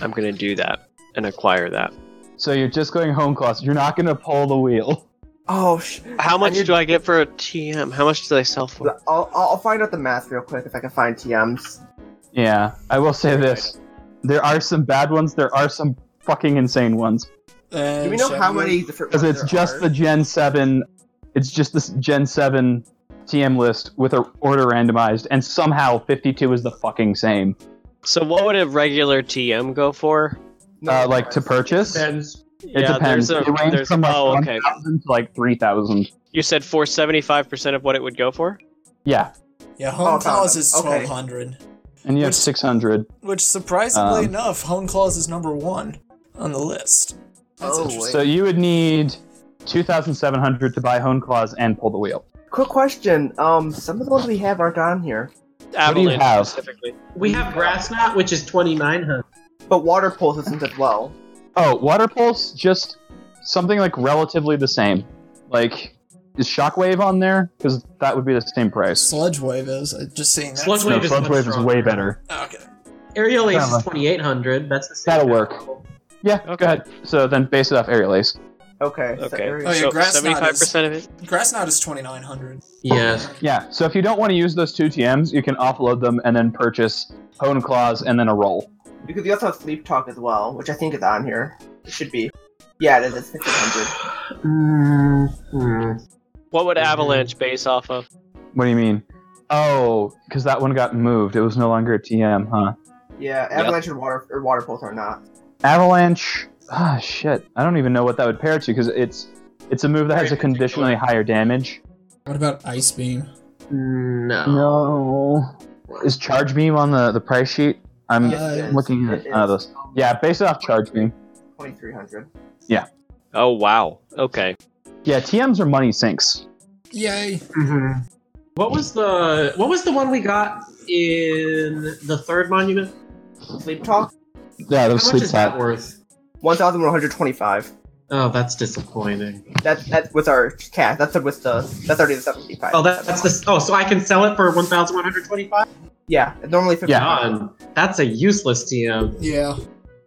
[SPEAKER 6] I'm going to do that and acquire that.
[SPEAKER 2] So you're just going home claws. You're not going to pull the wheel.
[SPEAKER 5] Oh, sh-
[SPEAKER 6] How much
[SPEAKER 5] need-
[SPEAKER 6] do I get for a TM? How much do they sell for?
[SPEAKER 5] I'll, I'll I'll find out the math real quick if I can find TMs.
[SPEAKER 2] Yeah, I will say this: there are some bad ones. There are some fucking insane ones
[SPEAKER 5] Do we know how many different
[SPEAKER 2] because
[SPEAKER 5] ones
[SPEAKER 2] it's
[SPEAKER 5] there
[SPEAKER 2] just
[SPEAKER 5] are?
[SPEAKER 2] the uh, Gen Seven. It's just this Gen Seven TM list with a order randomized, and somehow 52 is the fucking same. uh,
[SPEAKER 6] So, what would a regular TM go for?
[SPEAKER 5] No,
[SPEAKER 2] uh, like to
[SPEAKER 5] it's-
[SPEAKER 2] purchase, it
[SPEAKER 3] Depends.
[SPEAKER 6] yeah,
[SPEAKER 2] depends.
[SPEAKER 6] there's a.
[SPEAKER 2] it ranges
[SPEAKER 6] there's,
[SPEAKER 2] from like
[SPEAKER 6] oh, okay.
[SPEAKER 2] 1,000 to like 3,000.
[SPEAKER 6] You said for 75% of what it would go for?
[SPEAKER 2] Yeah,
[SPEAKER 4] Yeah,
[SPEAKER 5] Oh,
[SPEAKER 4] Home
[SPEAKER 5] I found
[SPEAKER 4] Claws
[SPEAKER 5] them.
[SPEAKER 4] is
[SPEAKER 5] Okay.
[SPEAKER 4] 1200.
[SPEAKER 2] and you have
[SPEAKER 4] Which-
[SPEAKER 2] 600.
[SPEAKER 4] Which, surprisingly
[SPEAKER 2] Um,
[SPEAKER 4] enough, Home Claws is number one on the list. That's
[SPEAKER 5] Oh,
[SPEAKER 4] interesting.
[SPEAKER 5] wait.
[SPEAKER 2] So you would need 2,700 to buy Hone Claws and pull the wheel.
[SPEAKER 5] Quick question. Um, some of the ones we have aren't on here,
[SPEAKER 2] do you
[SPEAKER 6] Avalanche
[SPEAKER 2] have?
[SPEAKER 6] specifically.
[SPEAKER 3] We have grass knot, which is twenty nine hundred.
[SPEAKER 5] but water pulse isn't as well.
[SPEAKER 2] Oh, Water Pulse, just something like relatively the same. Like, is Shockwave on there? Because that would be the same price.
[SPEAKER 4] Sludge Wave is. I just seeing that. Oh,
[SPEAKER 3] Sludge
[SPEAKER 2] No,
[SPEAKER 3] Wave is much
[SPEAKER 2] Sludgewave is
[SPEAKER 3] stronger.
[SPEAKER 2] way better.
[SPEAKER 4] Okay.
[SPEAKER 3] Aerial Ace
[SPEAKER 2] Kinda.
[SPEAKER 3] is twenty eight hundred. That's the same.
[SPEAKER 2] That'll work. Yeah, go ahead. So then base it off Aerial Ace.
[SPEAKER 5] Okay. so
[SPEAKER 6] Okay.
[SPEAKER 5] there-
[SPEAKER 4] Oh, yeah,
[SPEAKER 6] so
[SPEAKER 4] grass knot is-
[SPEAKER 6] 75% of it?
[SPEAKER 4] Grass Knot is 2900.
[SPEAKER 3] Yes.
[SPEAKER 2] Yeah, so if you don't want to use those two TMs, you can offload them and then purchase Hone Claws and then a roll.
[SPEAKER 5] Because you also have sleep talk as well, which I think is on here. It should be. Yeah, it is. It's 600.
[SPEAKER 3] Mm-hmm.
[SPEAKER 6] What would
[SPEAKER 3] Mhm.
[SPEAKER 6] Avalanche base off of?
[SPEAKER 2] What do you mean? Oh, because that one got moved. It was no longer a TM, huh?
[SPEAKER 5] Yeah, avalanche and water or water pulse are not.
[SPEAKER 2] Avalanche. Ah, shit. I don't even know what that would pair to because it's it's a move that
[SPEAKER 3] Very
[SPEAKER 2] has a conditionally higher damage.
[SPEAKER 4] What about Ice Beam?
[SPEAKER 3] mm, No.
[SPEAKER 2] No. Is Charge Beam on the, the price sheet? I'm
[SPEAKER 4] Uh,
[SPEAKER 5] Yes,
[SPEAKER 2] looking
[SPEAKER 5] it
[SPEAKER 2] at
[SPEAKER 5] is.
[SPEAKER 2] uh, those. Yeah, base it off Charge Beam.
[SPEAKER 5] 2300.
[SPEAKER 6] Oh, wow. Okay.
[SPEAKER 2] Yeah, TMs are money sinks.
[SPEAKER 4] Yay!
[SPEAKER 3] Mhm. What was the What was the one we got in the third monument?
[SPEAKER 5] Sleep talk?
[SPEAKER 2] Yeah, those
[SPEAKER 3] How much
[SPEAKER 2] sleep
[SPEAKER 3] is that
[SPEAKER 2] tap.
[SPEAKER 3] worth?
[SPEAKER 5] 1125.
[SPEAKER 3] Oh, that's disappointing.
[SPEAKER 5] That's that's with our cat. That's with the that's already the seventy five.
[SPEAKER 3] Oh, that, that's the. Oh, so I can sell it for one thousand one hundred twenty-five.
[SPEAKER 5] yeah. it's Normally fifty.
[SPEAKER 2] Yeah.
[SPEAKER 3] God, that's a useless TM.
[SPEAKER 4] Yeah.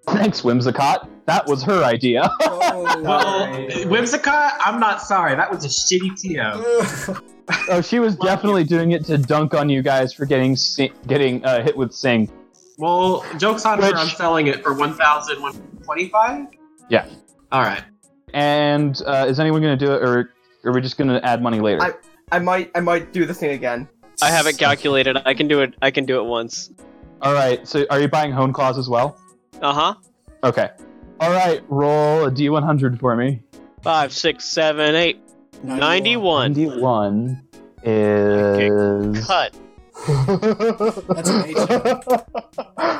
[SPEAKER 2] Thanks, Whimsicott. That was her idea.
[SPEAKER 4] Oh.
[SPEAKER 3] Well,
[SPEAKER 5] Sorry.
[SPEAKER 3] Whimsicott, I'm not sorry. That was a shitty TM.
[SPEAKER 2] Oh, she was definitely doing it to dunk on you guys for getting si- getting uh, hit with Sing.
[SPEAKER 3] Well, jokes on
[SPEAKER 2] Which-
[SPEAKER 3] her. I'm selling it for one thousand one twenty-five.
[SPEAKER 2] Yeah.
[SPEAKER 3] All right.
[SPEAKER 2] And uh, is anyone going to do it, or Or are we just gonna add money later?
[SPEAKER 5] I might I might do this thing again.
[SPEAKER 6] I haven't calculated. I can do it. I can do it once.
[SPEAKER 2] All right. So are you buying hone claws as well?
[SPEAKER 6] Uh huh.
[SPEAKER 2] Okay. All right. Roll a d100 for me.
[SPEAKER 6] Five, six, seven, eight. 91.
[SPEAKER 2] D1 is.
[SPEAKER 6] Cut.
[SPEAKER 4] That's amazing.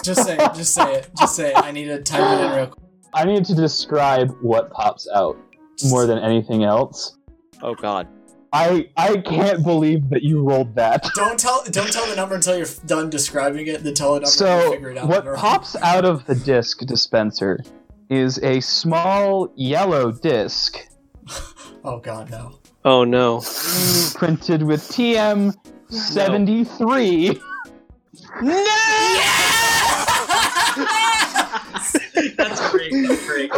[SPEAKER 4] Just say it. Just say it. Just say it. I need to type it in real quick.
[SPEAKER 2] I need to describe what pops out more than anything else.
[SPEAKER 6] Oh God.
[SPEAKER 2] I I can't believe that you rolled that.
[SPEAKER 4] Don't tell. Don't tell the number until you're done describing it. Then tell the number. and
[SPEAKER 2] So
[SPEAKER 4] figure it out
[SPEAKER 2] what
[SPEAKER 4] later on.
[SPEAKER 2] pops out of the disc dispenser is a small yellow disc
[SPEAKER 4] Oh God, no.
[SPEAKER 6] Oh no.
[SPEAKER 2] printed with TM seventy three.
[SPEAKER 3] That's great. That's great.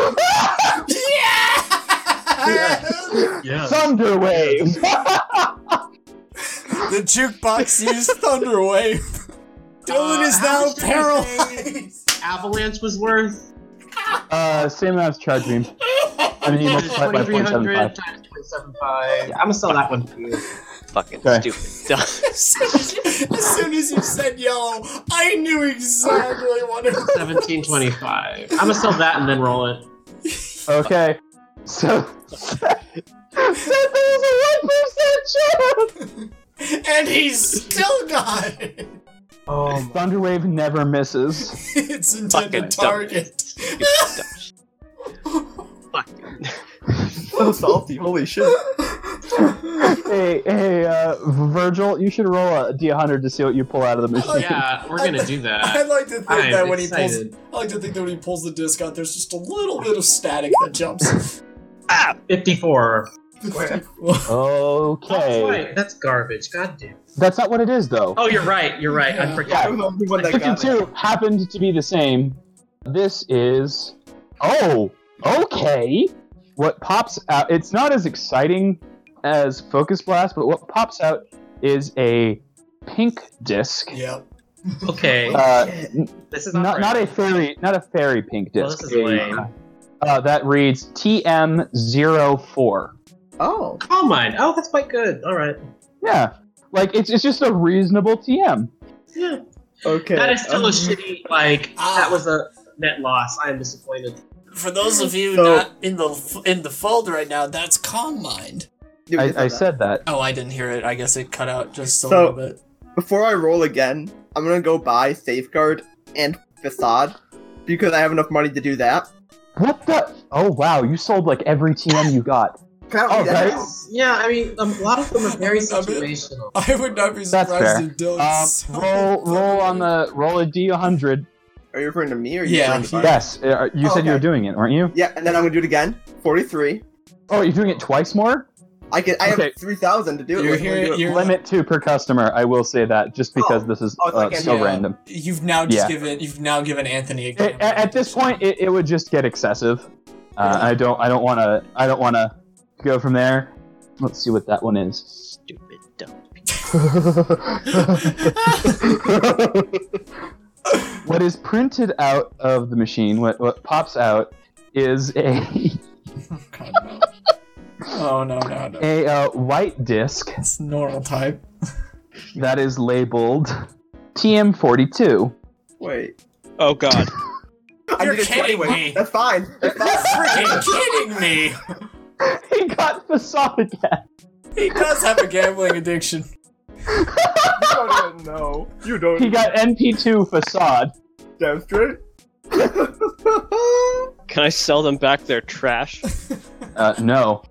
[SPEAKER 3] Yeah.
[SPEAKER 2] Thunderwave.
[SPEAKER 4] The jukebox used Thunderwave. Dylan
[SPEAKER 3] Uh,
[SPEAKER 4] is
[SPEAKER 3] how
[SPEAKER 4] now
[SPEAKER 3] much did I
[SPEAKER 4] paralyzed.
[SPEAKER 3] Avalanche was worth
[SPEAKER 2] uh, same amount as charge beam. I mean, you multiply by
[SPEAKER 3] 2300
[SPEAKER 2] 0.75.
[SPEAKER 3] times 0.75. I'm gonna sell that one for you.
[SPEAKER 6] Fucking
[SPEAKER 2] Okay.
[SPEAKER 6] stupid.
[SPEAKER 4] as soon as you said yellow, I knew exactly what it was.
[SPEAKER 3] 1725. I'm gonna sell that and then roll it.
[SPEAKER 2] Okay. So. Seth is a 1% chance!
[SPEAKER 4] And he's still not.
[SPEAKER 3] Oh
[SPEAKER 2] Thunderwave never misses.
[SPEAKER 4] It's
[SPEAKER 6] Fucking
[SPEAKER 4] intended
[SPEAKER 6] dumb.
[SPEAKER 4] target.
[SPEAKER 5] So salty. Holy shit.
[SPEAKER 2] hey, hey, uh, Virgil, you should roll a d100 to see what you pull out of
[SPEAKER 4] Oh,
[SPEAKER 2] the machine.
[SPEAKER 3] Yeah, we're gonna do
[SPEAKER 4] I
[SPEAKER 3] that.
[SPEAKER 4] like to think
[SPEAKER 3] I'm
[SPEAKER 4] that when he
[SPEAKER 3] excited.
[SPEAKER 4] pulls, I like to think that when he pulls the disc out, there's just a little bit of static that jumps.
[SPEAKER 3] 54. That's,
[SPEAKER 2] Okay.
[SPEAKER 3] right. That's garbage. God damn.
[SPEAKER 2] That's not what it is, though.
[SPEAKER 3] Oh, you're right. You're right. I
[SPEAKER 4] Yeah.
[SPEAKER 5] I
[SPEAKER 3] forgot.
[SPEAKER 5] was the only one that
[SPEAKER 2] Chicken
[SPEAKER 5] got it.
[SPEAKER 2] two happened to be the same. This is. Oh, okay. What pops out? It's not as exciting as Focus Blast, but what pops out is a pink disc.
[SPEAKER 4] yep.
[SPEAKER 3] Okay.
[SPEAKER 2] Uh,
[SPEAKER 3] This is not
[SPEAKER 2] not, not a
[SPEAKER 3] right.
[SPEAKER 2] fairy, not a fairy pink
[SPEAKER 3] Well,
[SPEAKER 2] disc.
[SPEAKER 3] this is lame.
[SPEAKER 2] Uh, that reads TM04.
[SPEAKER 5] Oh.
[SPEAKER 3] Call mine. Oh, that's quite good. All right.
[SPEAKER 2] Yeah, like it's it's just a reasonable TM.
[SPEAKER 3] Yeah.
[SPEAKER 5] Okay.
[SPEAKER 3] That is still a
[SPEAKER 5] Um,
[SPEAKER 3] shitty. Like that was a net loss. I am disappointed.
[SPEAKER 4] For those of you
[SPEAKER 5] So-
[SPEAKER 4] not in the in the fold right now, that's Calm Mind.
[SPEAKER 5] dude,
[SPEAKER 2] I,
[SPEAKER 5] it's
[SPEAKER 2] I
[SPEAKER 5] not
[SPEAKER 2] said that.
[SPEAKER 4] Oh, I didn't hear it. I guess it cut out just a
[SPEAKER 5] So-
[SPEAKER 4] little bit.
[SPEAKER 5] that. Before I roll again, I'm gonna go buy safeguard and facade because I have enough money to do that.
[SPEAKER 2] What the? Oh wow, you sold like every TM you got.
[SPEAKER 5] 'Cause I don't need
[SPEAKER 2] Okay.
[SPEAKER 5] that.
[SPEAKER 3] Yes. Yeah. I mean, um, a lot of them are very
[SPEAKER 4] I'm- I'm-
[SPEAKER 3] situational.
[SPEAKER 4] I would not be
[SPEAKER 2] That's
[SPEAKER 4] surprised
[SPEAKER 2] fair.
[SPEAKER 4] if Dylan.
[SPEAKER 2] Um,
[SPEAKER 4] sold
[SPEAKER 2] roll, roll on the roll a d100.
[SPEAKER 5] Are you referring to me or are you
[SPEAKER 4] Yeah,
[SPEAKER 5] referring to
[SPEAKER 4] he-
[SPEAKER 5] Bart?
[SPEAKER 2] Yes, uh, you
[SPEAKER 5] Oh,
[SPEAKER 2] said you
[SPEAKER 5] okay.
[SPEAKER 2] were doing it, weren't you?
[SPEAKER 5] Yeah, and then I'm gonna do it again. 43.
[SPEAKER 2] Oh, you're doing it twice more.
[SPEAKER 5] I can. I
[SPEAKER 2] Okay.
[SPEAKER 5] have 3,000 to do it.
[SPEAKER 4] You're
[SPEAKER 5] with. I'm gonna
[SPEAKER 4] here-
[SPEAKER 5] do it.
[SPEAKER 4] you're-
[SPEAKER 2] Limit two per customer. I will say that just because this is
[SPEAKER 5] oh, it's
[SPEAKER 2] uh,
[SPEAKER 5] like
[SPEAKER 2] so
[SPEAKER 4] Yeah.
[SPEAKER 2] random.
[SPEAKER 4] You've now just
[SPEAKER 2] Yeah.
[SPEAKER 4] given. You've now given Anthony a.
[SPEAKER 2] It,
[SPEAKER 4] game.
[SPEAKER 2] at, at this point, it, it would just get excessive. Uh, I don't. I don't want to. I don't want to go from there. Let's see what that one is.
[SPEAKER 6] Stupid dumb.
[SPEAKER 2] what is printed out of the machine, what, what pops out, is a
[SPEAKER 4] God, no. Oh no no no!
[SPEAKER 2] a uh, white disc
[SPEAKER 4] It's normal type.
[SPEAKER 2] that is labeled TM42.
[SPEAKER 5] Wait.
[SPEAKER 6] Oh God.
[SPEAKER 5] I
[SPEAKER 4] You're
[SPEAKER 5] did it
[SPEAKER 4] kidding
[SPEAKER 5] 21.
[SPEAKER 4] me.
[SPEAKER 5] That's fine. That's fine.
[SPEAKER 4] Freaking kidding me!
[SPEAKER 2] he got facade again.
[SPEAKER 4] He does have a gambling addiction.
[SPEAKER 5] you don't even know. You don't
[SPEAKER 2] He got NP2 facade.
[SPEAKER 5] demonstrate.
[SPEAKER 6] Can I sell them back their trash?
[SPEAKER 2] Uh, no.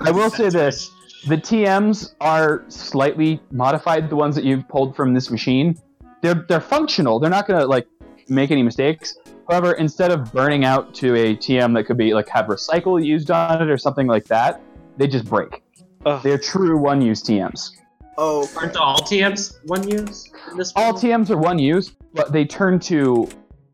[SPEAKER 2] I will say this. The TMs are slightly modified, the ones that you've pulled from this machine. They're, they're functional. They're not going to, like, make any mistakes. However, instead of burning out to a TM that could be, like, have recycle used on it or something like that, they just break.
[SPEAKER 6] Ugh.
[SPEAKER 2] They're true one-use TMs.
[SPEAKER 5] oh,
[SPEAKER 3] Aren't all TMs one use in this?
[SPEAKER 2] all
[SPEAKER 3] world?
[SPEAKER 2] TMs are one use, but they turn to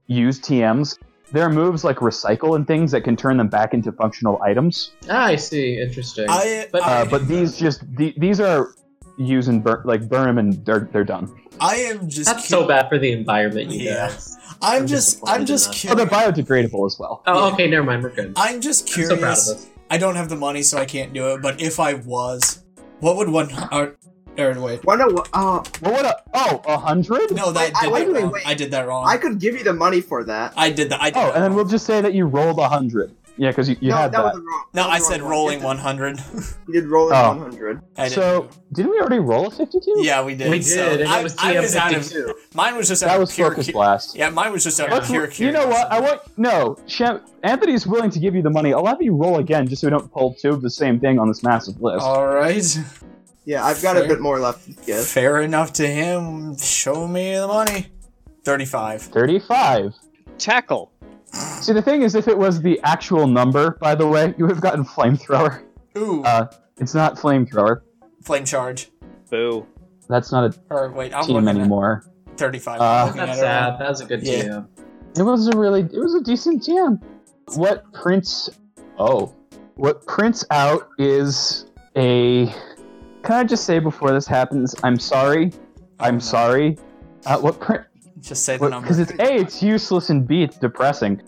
[SPEAKER 2] use TMs. There are moves like recycle and things that can turn them back into functional items.
[SPEAKER 3] Ah, I see. Interesting.
[SPEAKER 4] I,
[SPEAKER 3] But-
[SPEAKER 4] I,
[SPEAKER 2] Uh, but these just the, these are use and burn like burn them and they're they're done.
[SPEAKER 4] I am just.
[SPEAKER 3] That's so
[SPEAKER 4] cur-
[SPEAKER 3] bad for the environment, you
[SPEAKER 4] Yeah.
[SPEAKER 3] guys.
[SPEAKER 4] I'm
[SPEAKER 3] I'm
[SPEAKER 4] just.
[SPEAKER 3] disappointed
[SPEAKER 4] I'm
[SPEAKER 3] in
[SPEAKER 4] just
[SPEAKER 3] that.
[SPEAKER 2] Oh, they're
[SPEAKER 4] curious.
[SPEAKER 2] biodegradable as well.
[SPEAKER 3] Oh, okay. Never mind. We're good.
[SPEAKER 4] I'm just
[SPEAKER 3] I'm so proud of
[SPEAKER 4] curious.
[SPEAKER 3] us.
[SPEAKER 4] I don't have the money, so I can't do it. But if I was, what would one? Or, or wait,
[SPEAKER 5] Why not? Uh,
[SPEAKER 2] Well, what? A, oh, a hundred?
[SPEAKER 4] no, that
[SPEAKER 5] Wait, I-
[SPEAKER 4] did
[SPEAKER 5] wait,
[SPEAKER 4] that
[SPEAKER 5] wait,
[SPEAKER 4] wrong.
[SPEAKER 5] wait.
[SPEAKER 4] I did that wrong.
[SPEAKER 5] I could give you the money for that.
[SPEAKER 4] I did that. I did
[SPEAKER 2] Oh,
[SPEAKER 4] that
[SPEAKER 2] and then
[SPEAKER 4] wrong.
[SPEAKER 2] we'll just say that you rolled a hundred. Yeah, because you, you
[SPEAKER 5] no,
[SPEAKER 2] had
[SPEAKER 5] that
[SPEAKER 2] that.
[SPEAKER 5] was the wrong.
[SPEAKER 4] No,
[SPEAKER 5] that
[SPEAKER 4] I
[SPEAKER 5] was the
[SPEAKER 4] said
[SPEAKER 5] wrong
[SPEAKER 4] rolling
[SPEAKER 5] one.
[SPEAKER 4] 100.
[SPEAKER 5] You did rolling
[SPEAKER 2] Oh.
[SPEAKER 5] 100
[SPEAKER 4] I didn't
[SPEAKER 2] so didn't we already roll a fifty-two?
[SPEAKER 4] do- yeah, we did.
[SPEAKER 3] We did,
[SPEAKER 4] so
[SPEAKER 3] and
[SPEAKER 4] I,
[SPEAKER 3] it was
[SPEAKER 4] I was out of.
[SPEAKER 3] TM52.
[SPEAKER 4] Mine was just out
[SPEAKER 2] that
[SPEAKER 4] of
[SPEAKER 2] was
[SPEAKER 4] pure.
[SPEAKER 2] focus
[SPEAKER 4] cu-
[SPEAKER 2] blast.
[SPEAKER 4] Yeah, mine was just out of
[SPEAKER 2] Let's-
[SPEAKER 4] pure
[SPEAKER 2] you know what? I
[SPEAKER 4] curiosity.
[SPEAKER 2] want no. Sham, Anthony is willing to give you the money. I'll have you roll again, just so we don't pull two of the same thing on this massive list.
[SPEAKER 4] All right.
[SPEAKER 5] Yeah, I've got
[SPEAKER 4] Fair.
[SPEAKER 5] a bit more left. Yes.
[SPEAKER 4] Fair enough to him. Show me the money. 35.
[SPEAKER 2] Thirty-five.
[SPEAKER 6] Tackle.
[SPEAKER 2] See, the thing is, if it was the actual number, by the way, you would have gotten flamethrower.
[SPEAKER 4] Ooh,
[SPEAKER 2] Uh, it's not flamethrower.
[SPEAKER 4] flame charge.
[SPEAKER 6] Boo.
[SPEAKER 2] That's not a
[SPEAKER 4] Or wait, I'm
[SPEAKER 2] team
[SPEAKER 4] looking
[SPEAKER 2] anymore.
[SPEAKER 4] at 35.
[SPEAKER 2] Uh,
[SPEAKER 4] I'm looking
[SPEAKER 3] That's
[SPEAKER 4] at it wrong.
[SPEAKER 3] sad. That was a good
[SPEAKER 4] Yeah.
[SPEAKER 3] TM.
[SPEAKER 2] It was a really, it was a decent jam. What prints? Oh, what prints out is a. Can I just say before this happens, I'm sorry,
[SPEAKER 4] Oh, no.
[SPEAKER 2] I'm sorry. Uh, what print?
[SPEAKER 4] Just say the
[SPEAKER 2] Because
[SPEAKER 4] number.
[SPEAKER 2] it's a, it's useless, and b, it's depressing.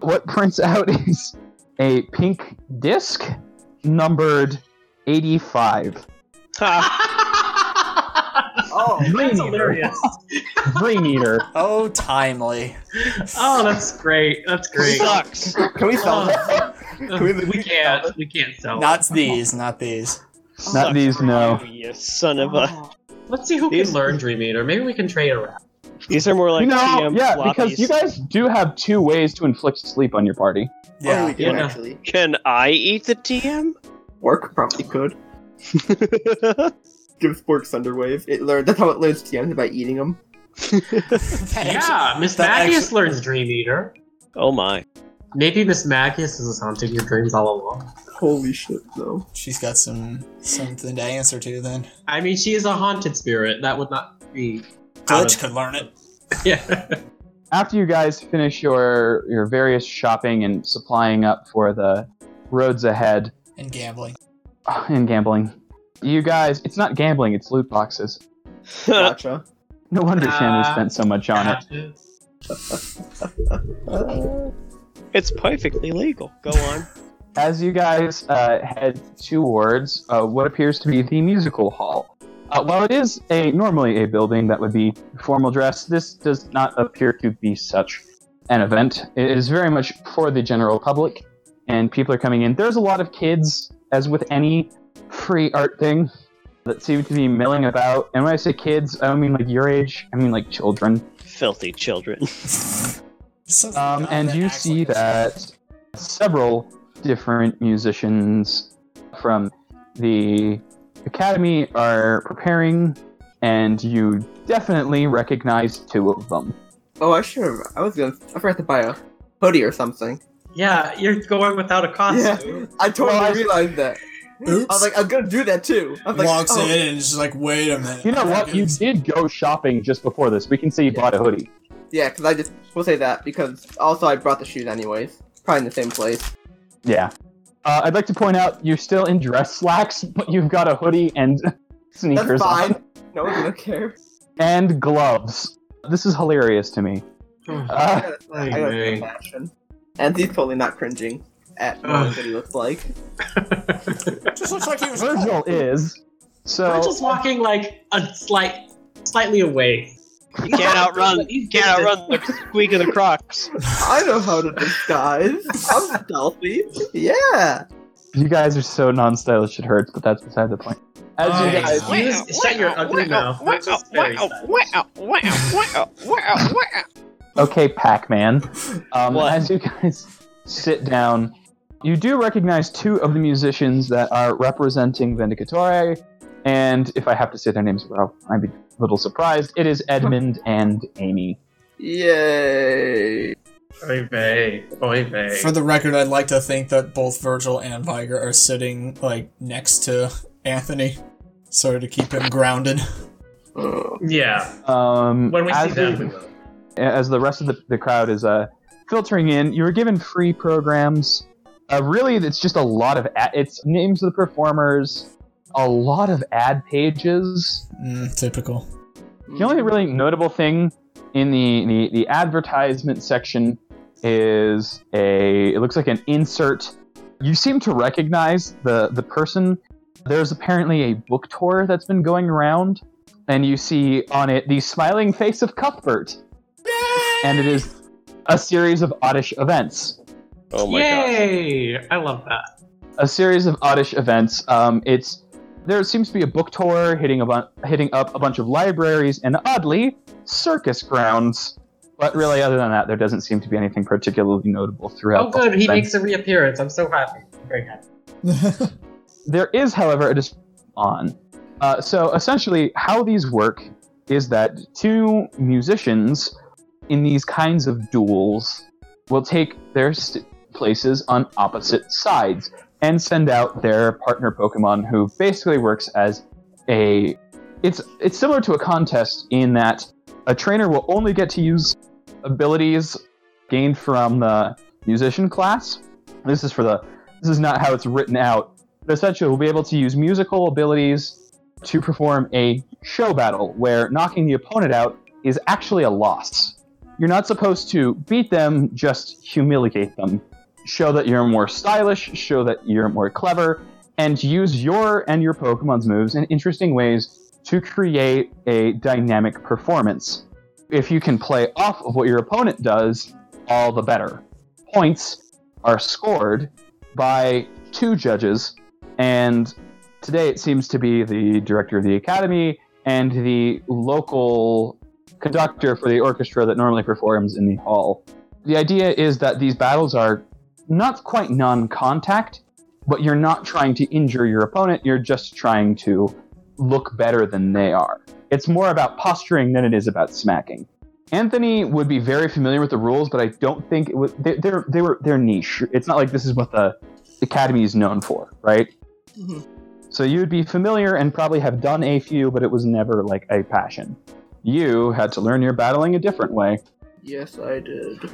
[SPEAKER 2] What prints out is a pink disc, numbered eighty-five.
[SPEAKER 6] Ha.
[SPEAKER 5] Oh,
[SPEAKER 3] That's
[SPEAKER 2] Green
[SPEAKER 3] hilarious.
[SPEAKER 2] Green eater.
[SPEAKER 4] Oh, timely.
[SPEAKER 3] Oh, that's great. That's great.
[SPEAKER 6] Sucks.
[SPEAKER 5] can we sell that?
[SPEAKER 3] Oh. we, can't. We can't sell. it.
[SPEAKER 4] Not these, not these.
[SPEAKER 2] Not these, no.
[SPEAKER 6] You son of a.
[SPEAKER 3] Let's see who can
[SPEAKER 6] These-
[SPEAKER 3] learn Dream Eater. Maybe we can trade around.
[SPEAKER 6] These are more like
[SPEAKER 2] you know,
[SPEAKER 6] TM
[SPEAKER 2] yeah,
[SPEAKER 6] floppies.
[SPEAKER 2] because you guys do have two ways to inflict sleep on your party.
[SPEAKER 5] Yeah, we
[SPEAKER 4] Yeah.
[SPEAKER 5] do
[SPEAKER 3] Yeah.
[SPEAKER 5] actually.
[SPEAKER 6] Can I eat the TM?
[SPEAKER 5] Orc probably could. Give Spork Thunderwave. It learned that's how it learns TMs by eating them.
[SPEAKER 3] Yeah, Miss
[SPEAKER 4] that
[SPEAKER 3] Magius
[SPEAKER 4] actually-
[SPEAKER 3] learns Dream Eater.
[SPEAKER 6] oh my.
[SPEAKER 3] Maybe Miss Magius is haunting your dreams all along.
[SPEAKER 5] Holy shit, though.
[SPEAKER 4] She's got some something to answer to then.
[SPEAKER 3] I mean, she is a haunted spirit. That would not be. out
[SPEAKER 4] Glitch
[SPEAKER 3] of-
[SPEAKER 4] could learn it.
[SPEAKER 3] Yeah.
[SPEAKER 2] After you guys finish your your various shopping and supplying up for the roads ahead
[SPEAKER 4] And gambling.
[SPEAKER 2] uh, and gambling, you guys, it's not gambling, it's loot boxes.
[SPEAKER 5] Gotcha.
[SPEAKER 2] No wonder Shanley
[SPEAKER 3] Ah.
[SPEAKER 2] spent so much on it.
[SPEAKER 6] it's perfectly legal. Go on.
[SPEAKER 2] As you guys uh, head towards uh, what appears to be the musical hall. Uh, while it is a normally a building that would be formal dress, this does not appear to be such an event. It is very much for the general public, and people are coming in. There's a lot of kids, as with any free art thing, that seem to be milling about. And when I say kids, I don't mean like your age. I mean like children.
[SPEAKER 6] Filthy children.
[SPEAKER 4] Something
[SPEAKER 2] Um,
[SPEAKER 4] about
[SPEAKER 2] and
[SPEAKER 4] that
[SPEAKER 2] you
[SPEAKER 4] acts
[SPEAKER 2] see
[SPEAKER 4] like a-
[SPEAKER 2] that several different musicians from the academy are preparing, and you definitely recognize two of them.
[SPEAKER 5] Oh, I should have. I was gonna. I forgot to buy a hoodie or something.
[SPEAKER 3] yeah, you're going without a costume.
[SPEAKER 5] I totally
[SPEAKER 2] Well, I-
[SPEAKER 5] realized that.
[SPEAKER 4] Oops.
[SPEAKER 5] I was like, I'm gonna do that too. I was like,
[SPEAKER 4] walks
[SPEAKER 5] oh,
[SPEAKER 4] in and is just like, wait a minute.
[SPEAKER 2] You know what? You
[SPEAKER 4] It's-
[SPEAKER 2] did go shopping just before this. We can say you bought a hoodie.
[SPEAKER 5] Yeah, because I just we'll say that because also I brought the shoes anyways. Probably in the same place.
[SPEAKER 2] Yeah. Uh, I'd like to point out you're still in dress slacks, but you've got a hoodie and
[SPEAKER 5] That's
[SPEAKER 2] sneakers
[SPEAKER 5] fine.
[SPEAKER 2] on
[SPEAKER 5] No one's gonna care.
[SPEAKER 2] and gloves. This is hilarious to me.
[SPEAKER 5] Hmm.
[SPEAKER 2] Uh,
[SPEAKER 5] I gotta feel fashion. And he's totally not cringing at
[SPEAKER 3] Ugh.
[SPEAKER 5] what he looks like.
[SPEAKER 4] just looks like he was.
[SPEAKER 2] Virgil is. So
[SPEAKER 3] We're just walking like a slight, slightly away.
[SPEAKER 6] You can't outrun. You can't outrun the squeak of the crocs.
[SPEAKER 5] I know how to disguise. I'm stealthy. Yeah.
[SPEAKER 2] You guys are so non-stylish it hurts, but that's beside the point. As
[SPEAKER 4] Oh,
[SPEAKER 2] you
[SPEAKER 4] yeah.
[SPEAKER 2] guys,
[SPEAKER 3] You just shut your ugly mouth. We're just very sad.
[SPEAKER 2] okay, Pac-Man. Um,
[SPEAKER 6] What?
[SPEAKER 2] as you guys sit down, you do recognize two of the musicians that are representing Vendicatore, and if I have to say their names, well, I'd be a little surprised. It is Edmund and Amy.
[SPEAKER 5] Yay.
[SPEAKER 3] Oy vey. Oy vey.
[SPEAKER 4] For the record, I'd like to think that both Virgil and Viger are sitting like next to Anthony, sort of to keep him grounded.
[SPEAKER 5] Ugh.
[SPEAKER 3] Yeah.
[SPEAKER 2] Um,
[SPEAKER 3] When we see
[SPEAKER 2] as
[SPEAKER 3] them, we
[SPEAKER 2] the-
[SPEAKER 3] will.
[SPEAKER 2] as the rest of the, the crowd is uh, filtering in, you were given free programs. Uh, really, it's just a lot of ad- it's names of the performers, a lot of ad pages.
[SPEAKER 4] Mm, typical.
[SPEAKER 2] The only really notable thing in the, the, the advertisement section is a it looks like an insert you seem to recognize the the person. There's apparently a book tour that's been going around, and you see on it the smiling face of Cuthbert, and it is a series of oddish events.
[SPEAKER 6] Oh my god.
[SPEAKER 3] Yay! I love that.
[SPEAKER 2] a series of oddish events. Um, it's there seems to be a book tour hitting a bu- hitting up a bunch of libraries and oddly circus grounds. But really, other than that, there doesn't seem to be anything particularly notable throughout.
[SPEAKER 3] Oh,
[SPEAKER 2] the
[SPEAKER 3] good.
[SPEAKER 2] whole
[SPEAKER 3] He
[SPEAKER 2] event.
[SPEAKER 3] makes a reappearance. I'm so happy. I'm very happy.
[SPEAKER 2] There is, however, a dis- on. Uh, so essentially, how these work is that two musicians in these kinds of duels will take their st- places on opposite sides and send out their partner Pokemon, who basically works as a. It's it's similar to a contest in that a trainer will only get to use abilities gained from the musician class. This is for the. This is not how it's written out, but essentially will be able to use musical abilities to perform a show battle where knocking the opponent out is actually a loss. You're not supposed to beat them, just humiliate them. Show that you're more stylish, show that you're more clever, and use your and your Pokemon's moves in interesting ways to create a dynamic performance. If you can play off of what your opponent does, all the better. Points are scored by two judges and today it seems to be the director of the academy and the local conductor for the orchestra that normally performs in the hall. The idea is that these battles are not quite non contact, but you're not trying to injure your opponent, you're just trying to look better than they are. It's more about posturing than it is about smacking. Anthony would be very familiar with the rules, but I don't think it was, they, they're, they were, they're niche. It's not like this is what the academy is known for, right?
[SPEAKER 5] Mhm.
[SPEAKER 2] So you'd be familiar and probably have done a few, but it was never like a passion. You had to learn your battling a different way.
[SPEAKER 5] Yes, I did.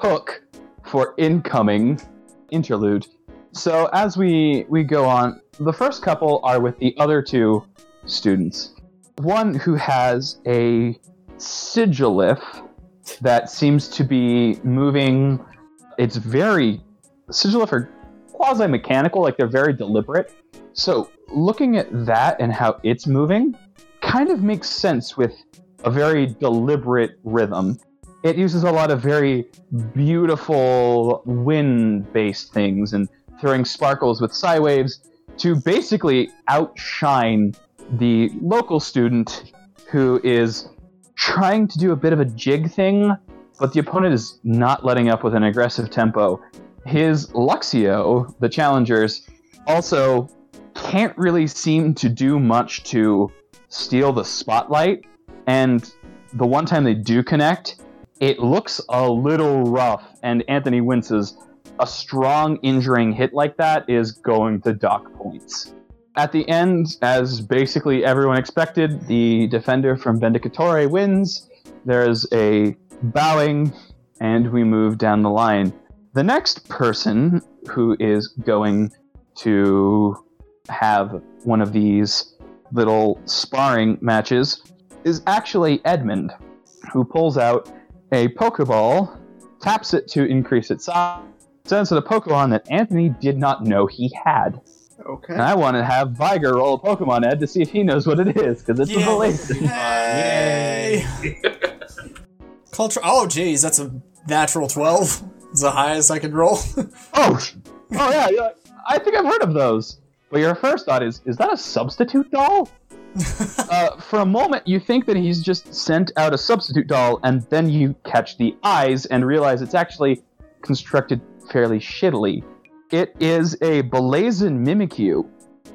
[SPEAKER 2] Hook for incoming interlude. So as we we go on, the first couple are with the other two students. One who has a sigilif that seems to be moving. It's very sigilif are quasi mechanical, like they're very deliberate. So looking at that and how it's moving, kind of makes sense with a very deliberate rhythm. It uses a lot of very beautiful wind based things and throwing sparkles with psi waves to basically outshine the local student who is trying to do a bit of a jig thing, but the opponent is not letting up with an aggressive tempo. His Luxio, the challengers, also can't really seem to do much to steal the spotlight. And the one time they do connect, it looks a little rough, and Anthony winces. A strong injuring hit like that is going to dock points. At the end, as basically everyone expected, the defender from Vendicatore wins. There's a bowing, and we move down the line. The next person who is going to have one of these little sparring matches is actually Edmund, who pulls out a Pokeball, taps it to increase its size, sends it a Pokemon that Anthony did not know he had. And
[SPEAKER 5] Okay.
[SPEAKER 2] I want to have Viger roll a Pokemon, Ed, to see if he knows what it is, because it's a Velasis.
[SPEAKER 4] Yay! Culture. Oh, geez, that's a natural twelve. It's the highest I could roll.
[SPEAKER 2] Oh, sh- oh yeah, yeah, I think I've heard of those. But your first thought is, is that a substitute doll? uh, for a moment, you think that he's just sent out a substitute doll, and then you catch the eyes and realize it's actually constructed fairly shittily. It is a Blazin Mimikyu.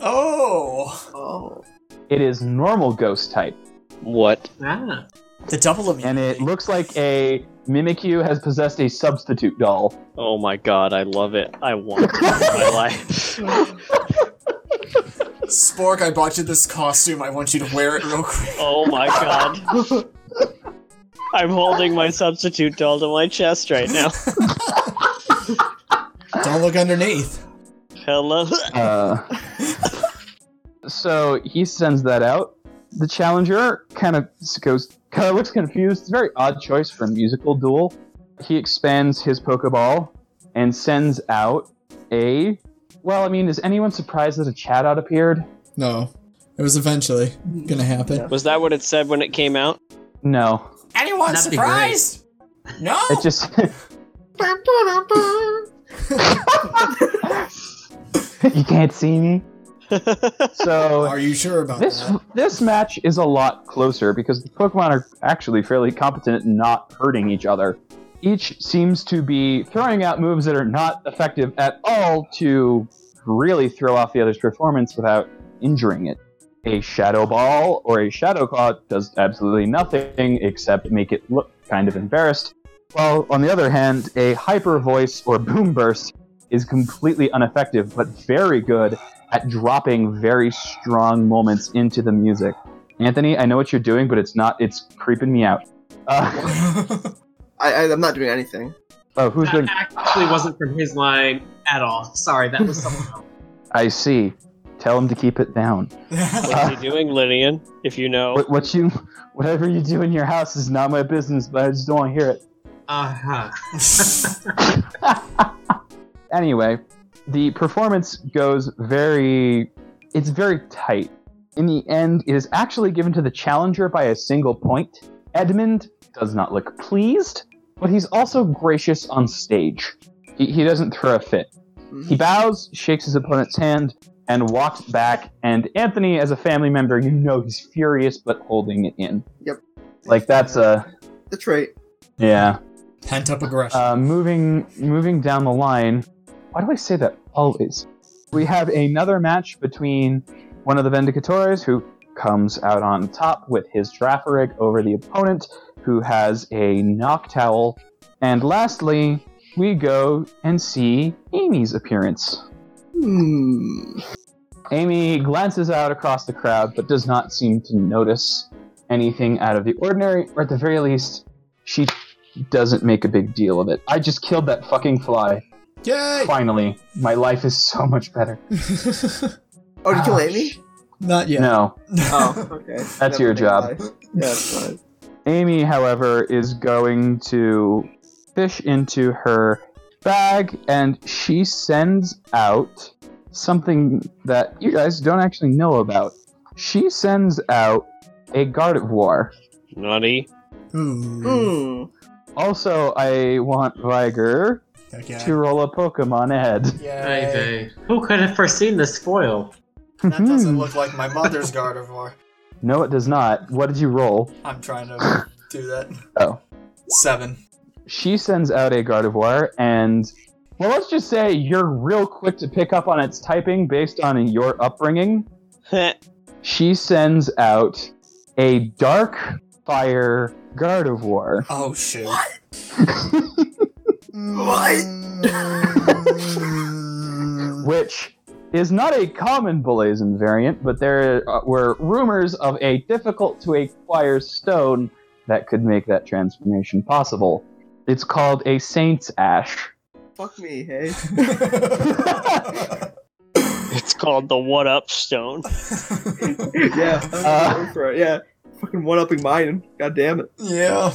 [SPEAKER 4] oh,
[SPEAKER 5] Oh.
[SPEAKER 2] It is normal ghost type,
[SPEAKER 6] What?
[SPEAKER 3] Ah.
[SPEAKER 4] the double immunity.
[SPEAKER 2] and it looks like a Mimikyu has possessed a substitute doll.
[SPEAKER 6] Oh my god, I love it. I want it in my life.
[SPEAKER 4] Spork, I bought you this costume. I want you to wear it real quick.
[SPEAKER 6] Oh my god. I'm holding my substitute doll to my chest right now.
[SPEAKER 4] Don't look underneath.
[SPEAKER 6] Hello.
[SPEAKER 2] Uh, so he sends that out. The challenger kind of goes, kind of looks confused. It's a very odd choice for a musical duel. He expands his Pokeball and sends out A. Well, I mean, is anyone surprised that a chat out appeared?
[SPEAKER 4] No. It was eventually gonna happen.
[SPEAKER 6] Was that what it said when it came out?
[SPEAKER 2] No.
[SPEAKER 4] Anyone
[SPEAKER 8] That'd be
[SPEAKER 4] surprised? No.
[SPEAKER 2] It just. you can't see me. So
[SPEAKER 4] Are you sure about
[SPEAKER 2] this
[SPEAKER 4] that?
[SPEAKER 2] this match is a lot closer because the Pokemon are actually fairly competent in not hurting each other. Each seems to be throwing out moves that are not effective at all to really throw off the other's performance without injuring it. A shadow ball or a shadow claw does absolutely nothing except make it look kind of embarrassed. While on the other hand, a hyper voice or boom burst is completely ineffective but very good at dropping very strong moments into the music. Anthony, I know what you're doing, but it's not. It's creeping me out. Uh,
[SPEAKER 5] I, I, I'm not doing anything.
[SPEAKER 2] oh, who's
[SPEAKER 3] That
[SPEAKER 2] doing?
[SPEAKER 3] actually wasn't from his line at all. Sorry, that was someone else.
[SPEAKER 2] I see. Tell him to keep it down.
[SPEAKER 6] What's he doing, Linian? If you know.
[SPEAKER 2] What, what you, whatever you do in your house is not my business. But I just don't want to hear it.
[SPEAKER 3] Uh-huh.
[SPEAKER 2] anyway, the performance goes very it's very tight. In the end, it is actually given to the challenger by a single point. Edmund does not look pleased, but he's also gracious on stage. He, he doesn't throw a fit.
[SPEAKER 5] Mm-hmm.
[SPEAKER 2] He bows, shakes his opponent's hand, and walks back. And Anthony, as a family member, you know he's furious but holding it in.
[SPEAKER 5] Yep.
[SPEAKER 2] Like that's a
[SPEAKER 5] The trait.
[SPEAKER 2] yeah.
[SPEAKER 4] Pent up aggression.
[SPEAKER 2] Uh, moving moving down the line, why do I say that always? We have another match between one of the Vindicatores who comes out on top with his Drafarig over the opponent who has a Noctowl. And lastly, we go and see Amy's appearance.
[SPEAKER 5] Hmm.
[SPEAKER 2] Amy glances out across the crowd but does not seem to notice anything out of the ordinary, or at the very least, she doesn't make a big deal of it. I just killed that fucking fly.
[SPEAKER 4] Yay!
[SPEAKER 2] Finally, my life is so much better.
[SPEAKER 5] Oh, did you kill Amy?
[SPEAKER 4] Not yet.
[SPEAKER 2] No.
[SPEAKER 5] Oh, okay.
[SPEAKER 2] That's your job.
[SPEAKER 5] Yeah, that's fine.
[SPEAKER 2] Amy, however, is going to fish into her bag and she sends out something that you guys don't actually know about. She sends out a Gardevoir.
[SPEAKER 6] Naughty.
[SPEAKER 2] Mm.
[SPEAKER 4] Ooh.
[SPEAKER 5] Hmm.
[SPEAKER 2] Also, I want Viger
[SPEAKER 4] Heck
[SPEAKER 2] to
[SPEAKER 4] yeah.
[SPEAKER 2] roll a Pokemon head.
[SPEAKER 4] Yay.
[SPEAKER 3] Hey, babe. Who could have foreseen this foil?
[SPEAKER 4] That
[SPEAKER 2] Mm-hmm.
[SPEAKER 4] doesn't look like my mother's Gardevoir.
[SPEAKER 2] no, it does not. What did you roll?
[SPEAKER 4] I'm trying to do that.
[SPEAKER 2] Oh.
[SPEAKER 4] Seven.
[SPEAKER 2] She sends out a Gardevoir, and well, let's just say you're real quick to pick up on its typing based on your upbringing. She sends out a Dark Fire Gardevoir.
[SPEAKER 4] Oh shoot.
[SPEAKER 2] which is not a common Blazon variant, but there uh, were rumors of a difficult to acquire stone that could make that transformation possible. It's called a Saint's Ash.
[SPEAKER 5] Fuck me, hey.
[SPEAKER 4] Mm.
[SPEAKER 6] It's called the What Up Stone.
[SPEAKER 5] yeah.
[SPEAKER 2] Uh.
[SPEAKER 5] I'm for it. Yeah. Fucking one upping mine. God damn it.
[SPEAKER 4] yeah.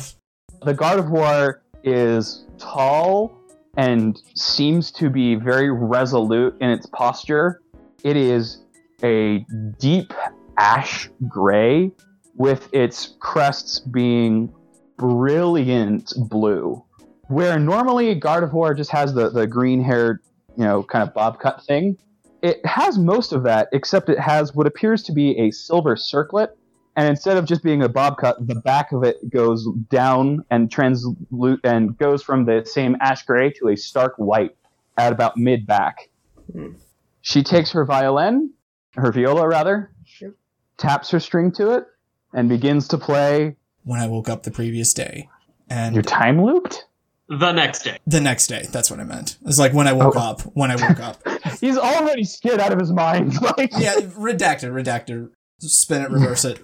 [SPEAKER 2] The Gardevoir is tall and seems to be very resolute in its posture. It is a deep ash gray, with its crests being brilliant blue. Where normally Gardevoir just has the, the green haired, you know, kind of bob cut thing, it has most of that, except it has what appears to be a silver circlet and instead of just being a bob cut, the back of it goes down and translu- and goes from the same ash gray to a stark white at about mid back.
[SPEAKER 5] Hmm.
[SPEAKER 2] She takes her violin, her viola rather,
[SPEAKER 5] Yep.
[SPEAKER 2] taps her string to it, and begins to play.
[SPEAKER 4] When I woke up the previous day,
[SPEAKER 2] You're
[SPEAKER 4] and
[SPEAKER 2] time looped.
[SPEAKER 3] The next day.
[SPEAKER 4] the next day. That's what I meant. It's like when I woke
[SPEAKER 2] Oh.
[SPEAKER 4] up. When I woke up.
[SPEAKER 2] He's already scared out of his mind. like
[SPEAKER 4] yeah. Redacted. Redacted. Spin it. Reverse it.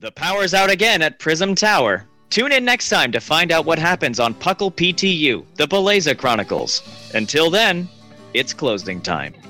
[SPEAKER 1] The power's out again at Prism Tower. Tune in next time to find out what happens on Puckle PTU, the Beleza Chronicles. Until then, it's closing time.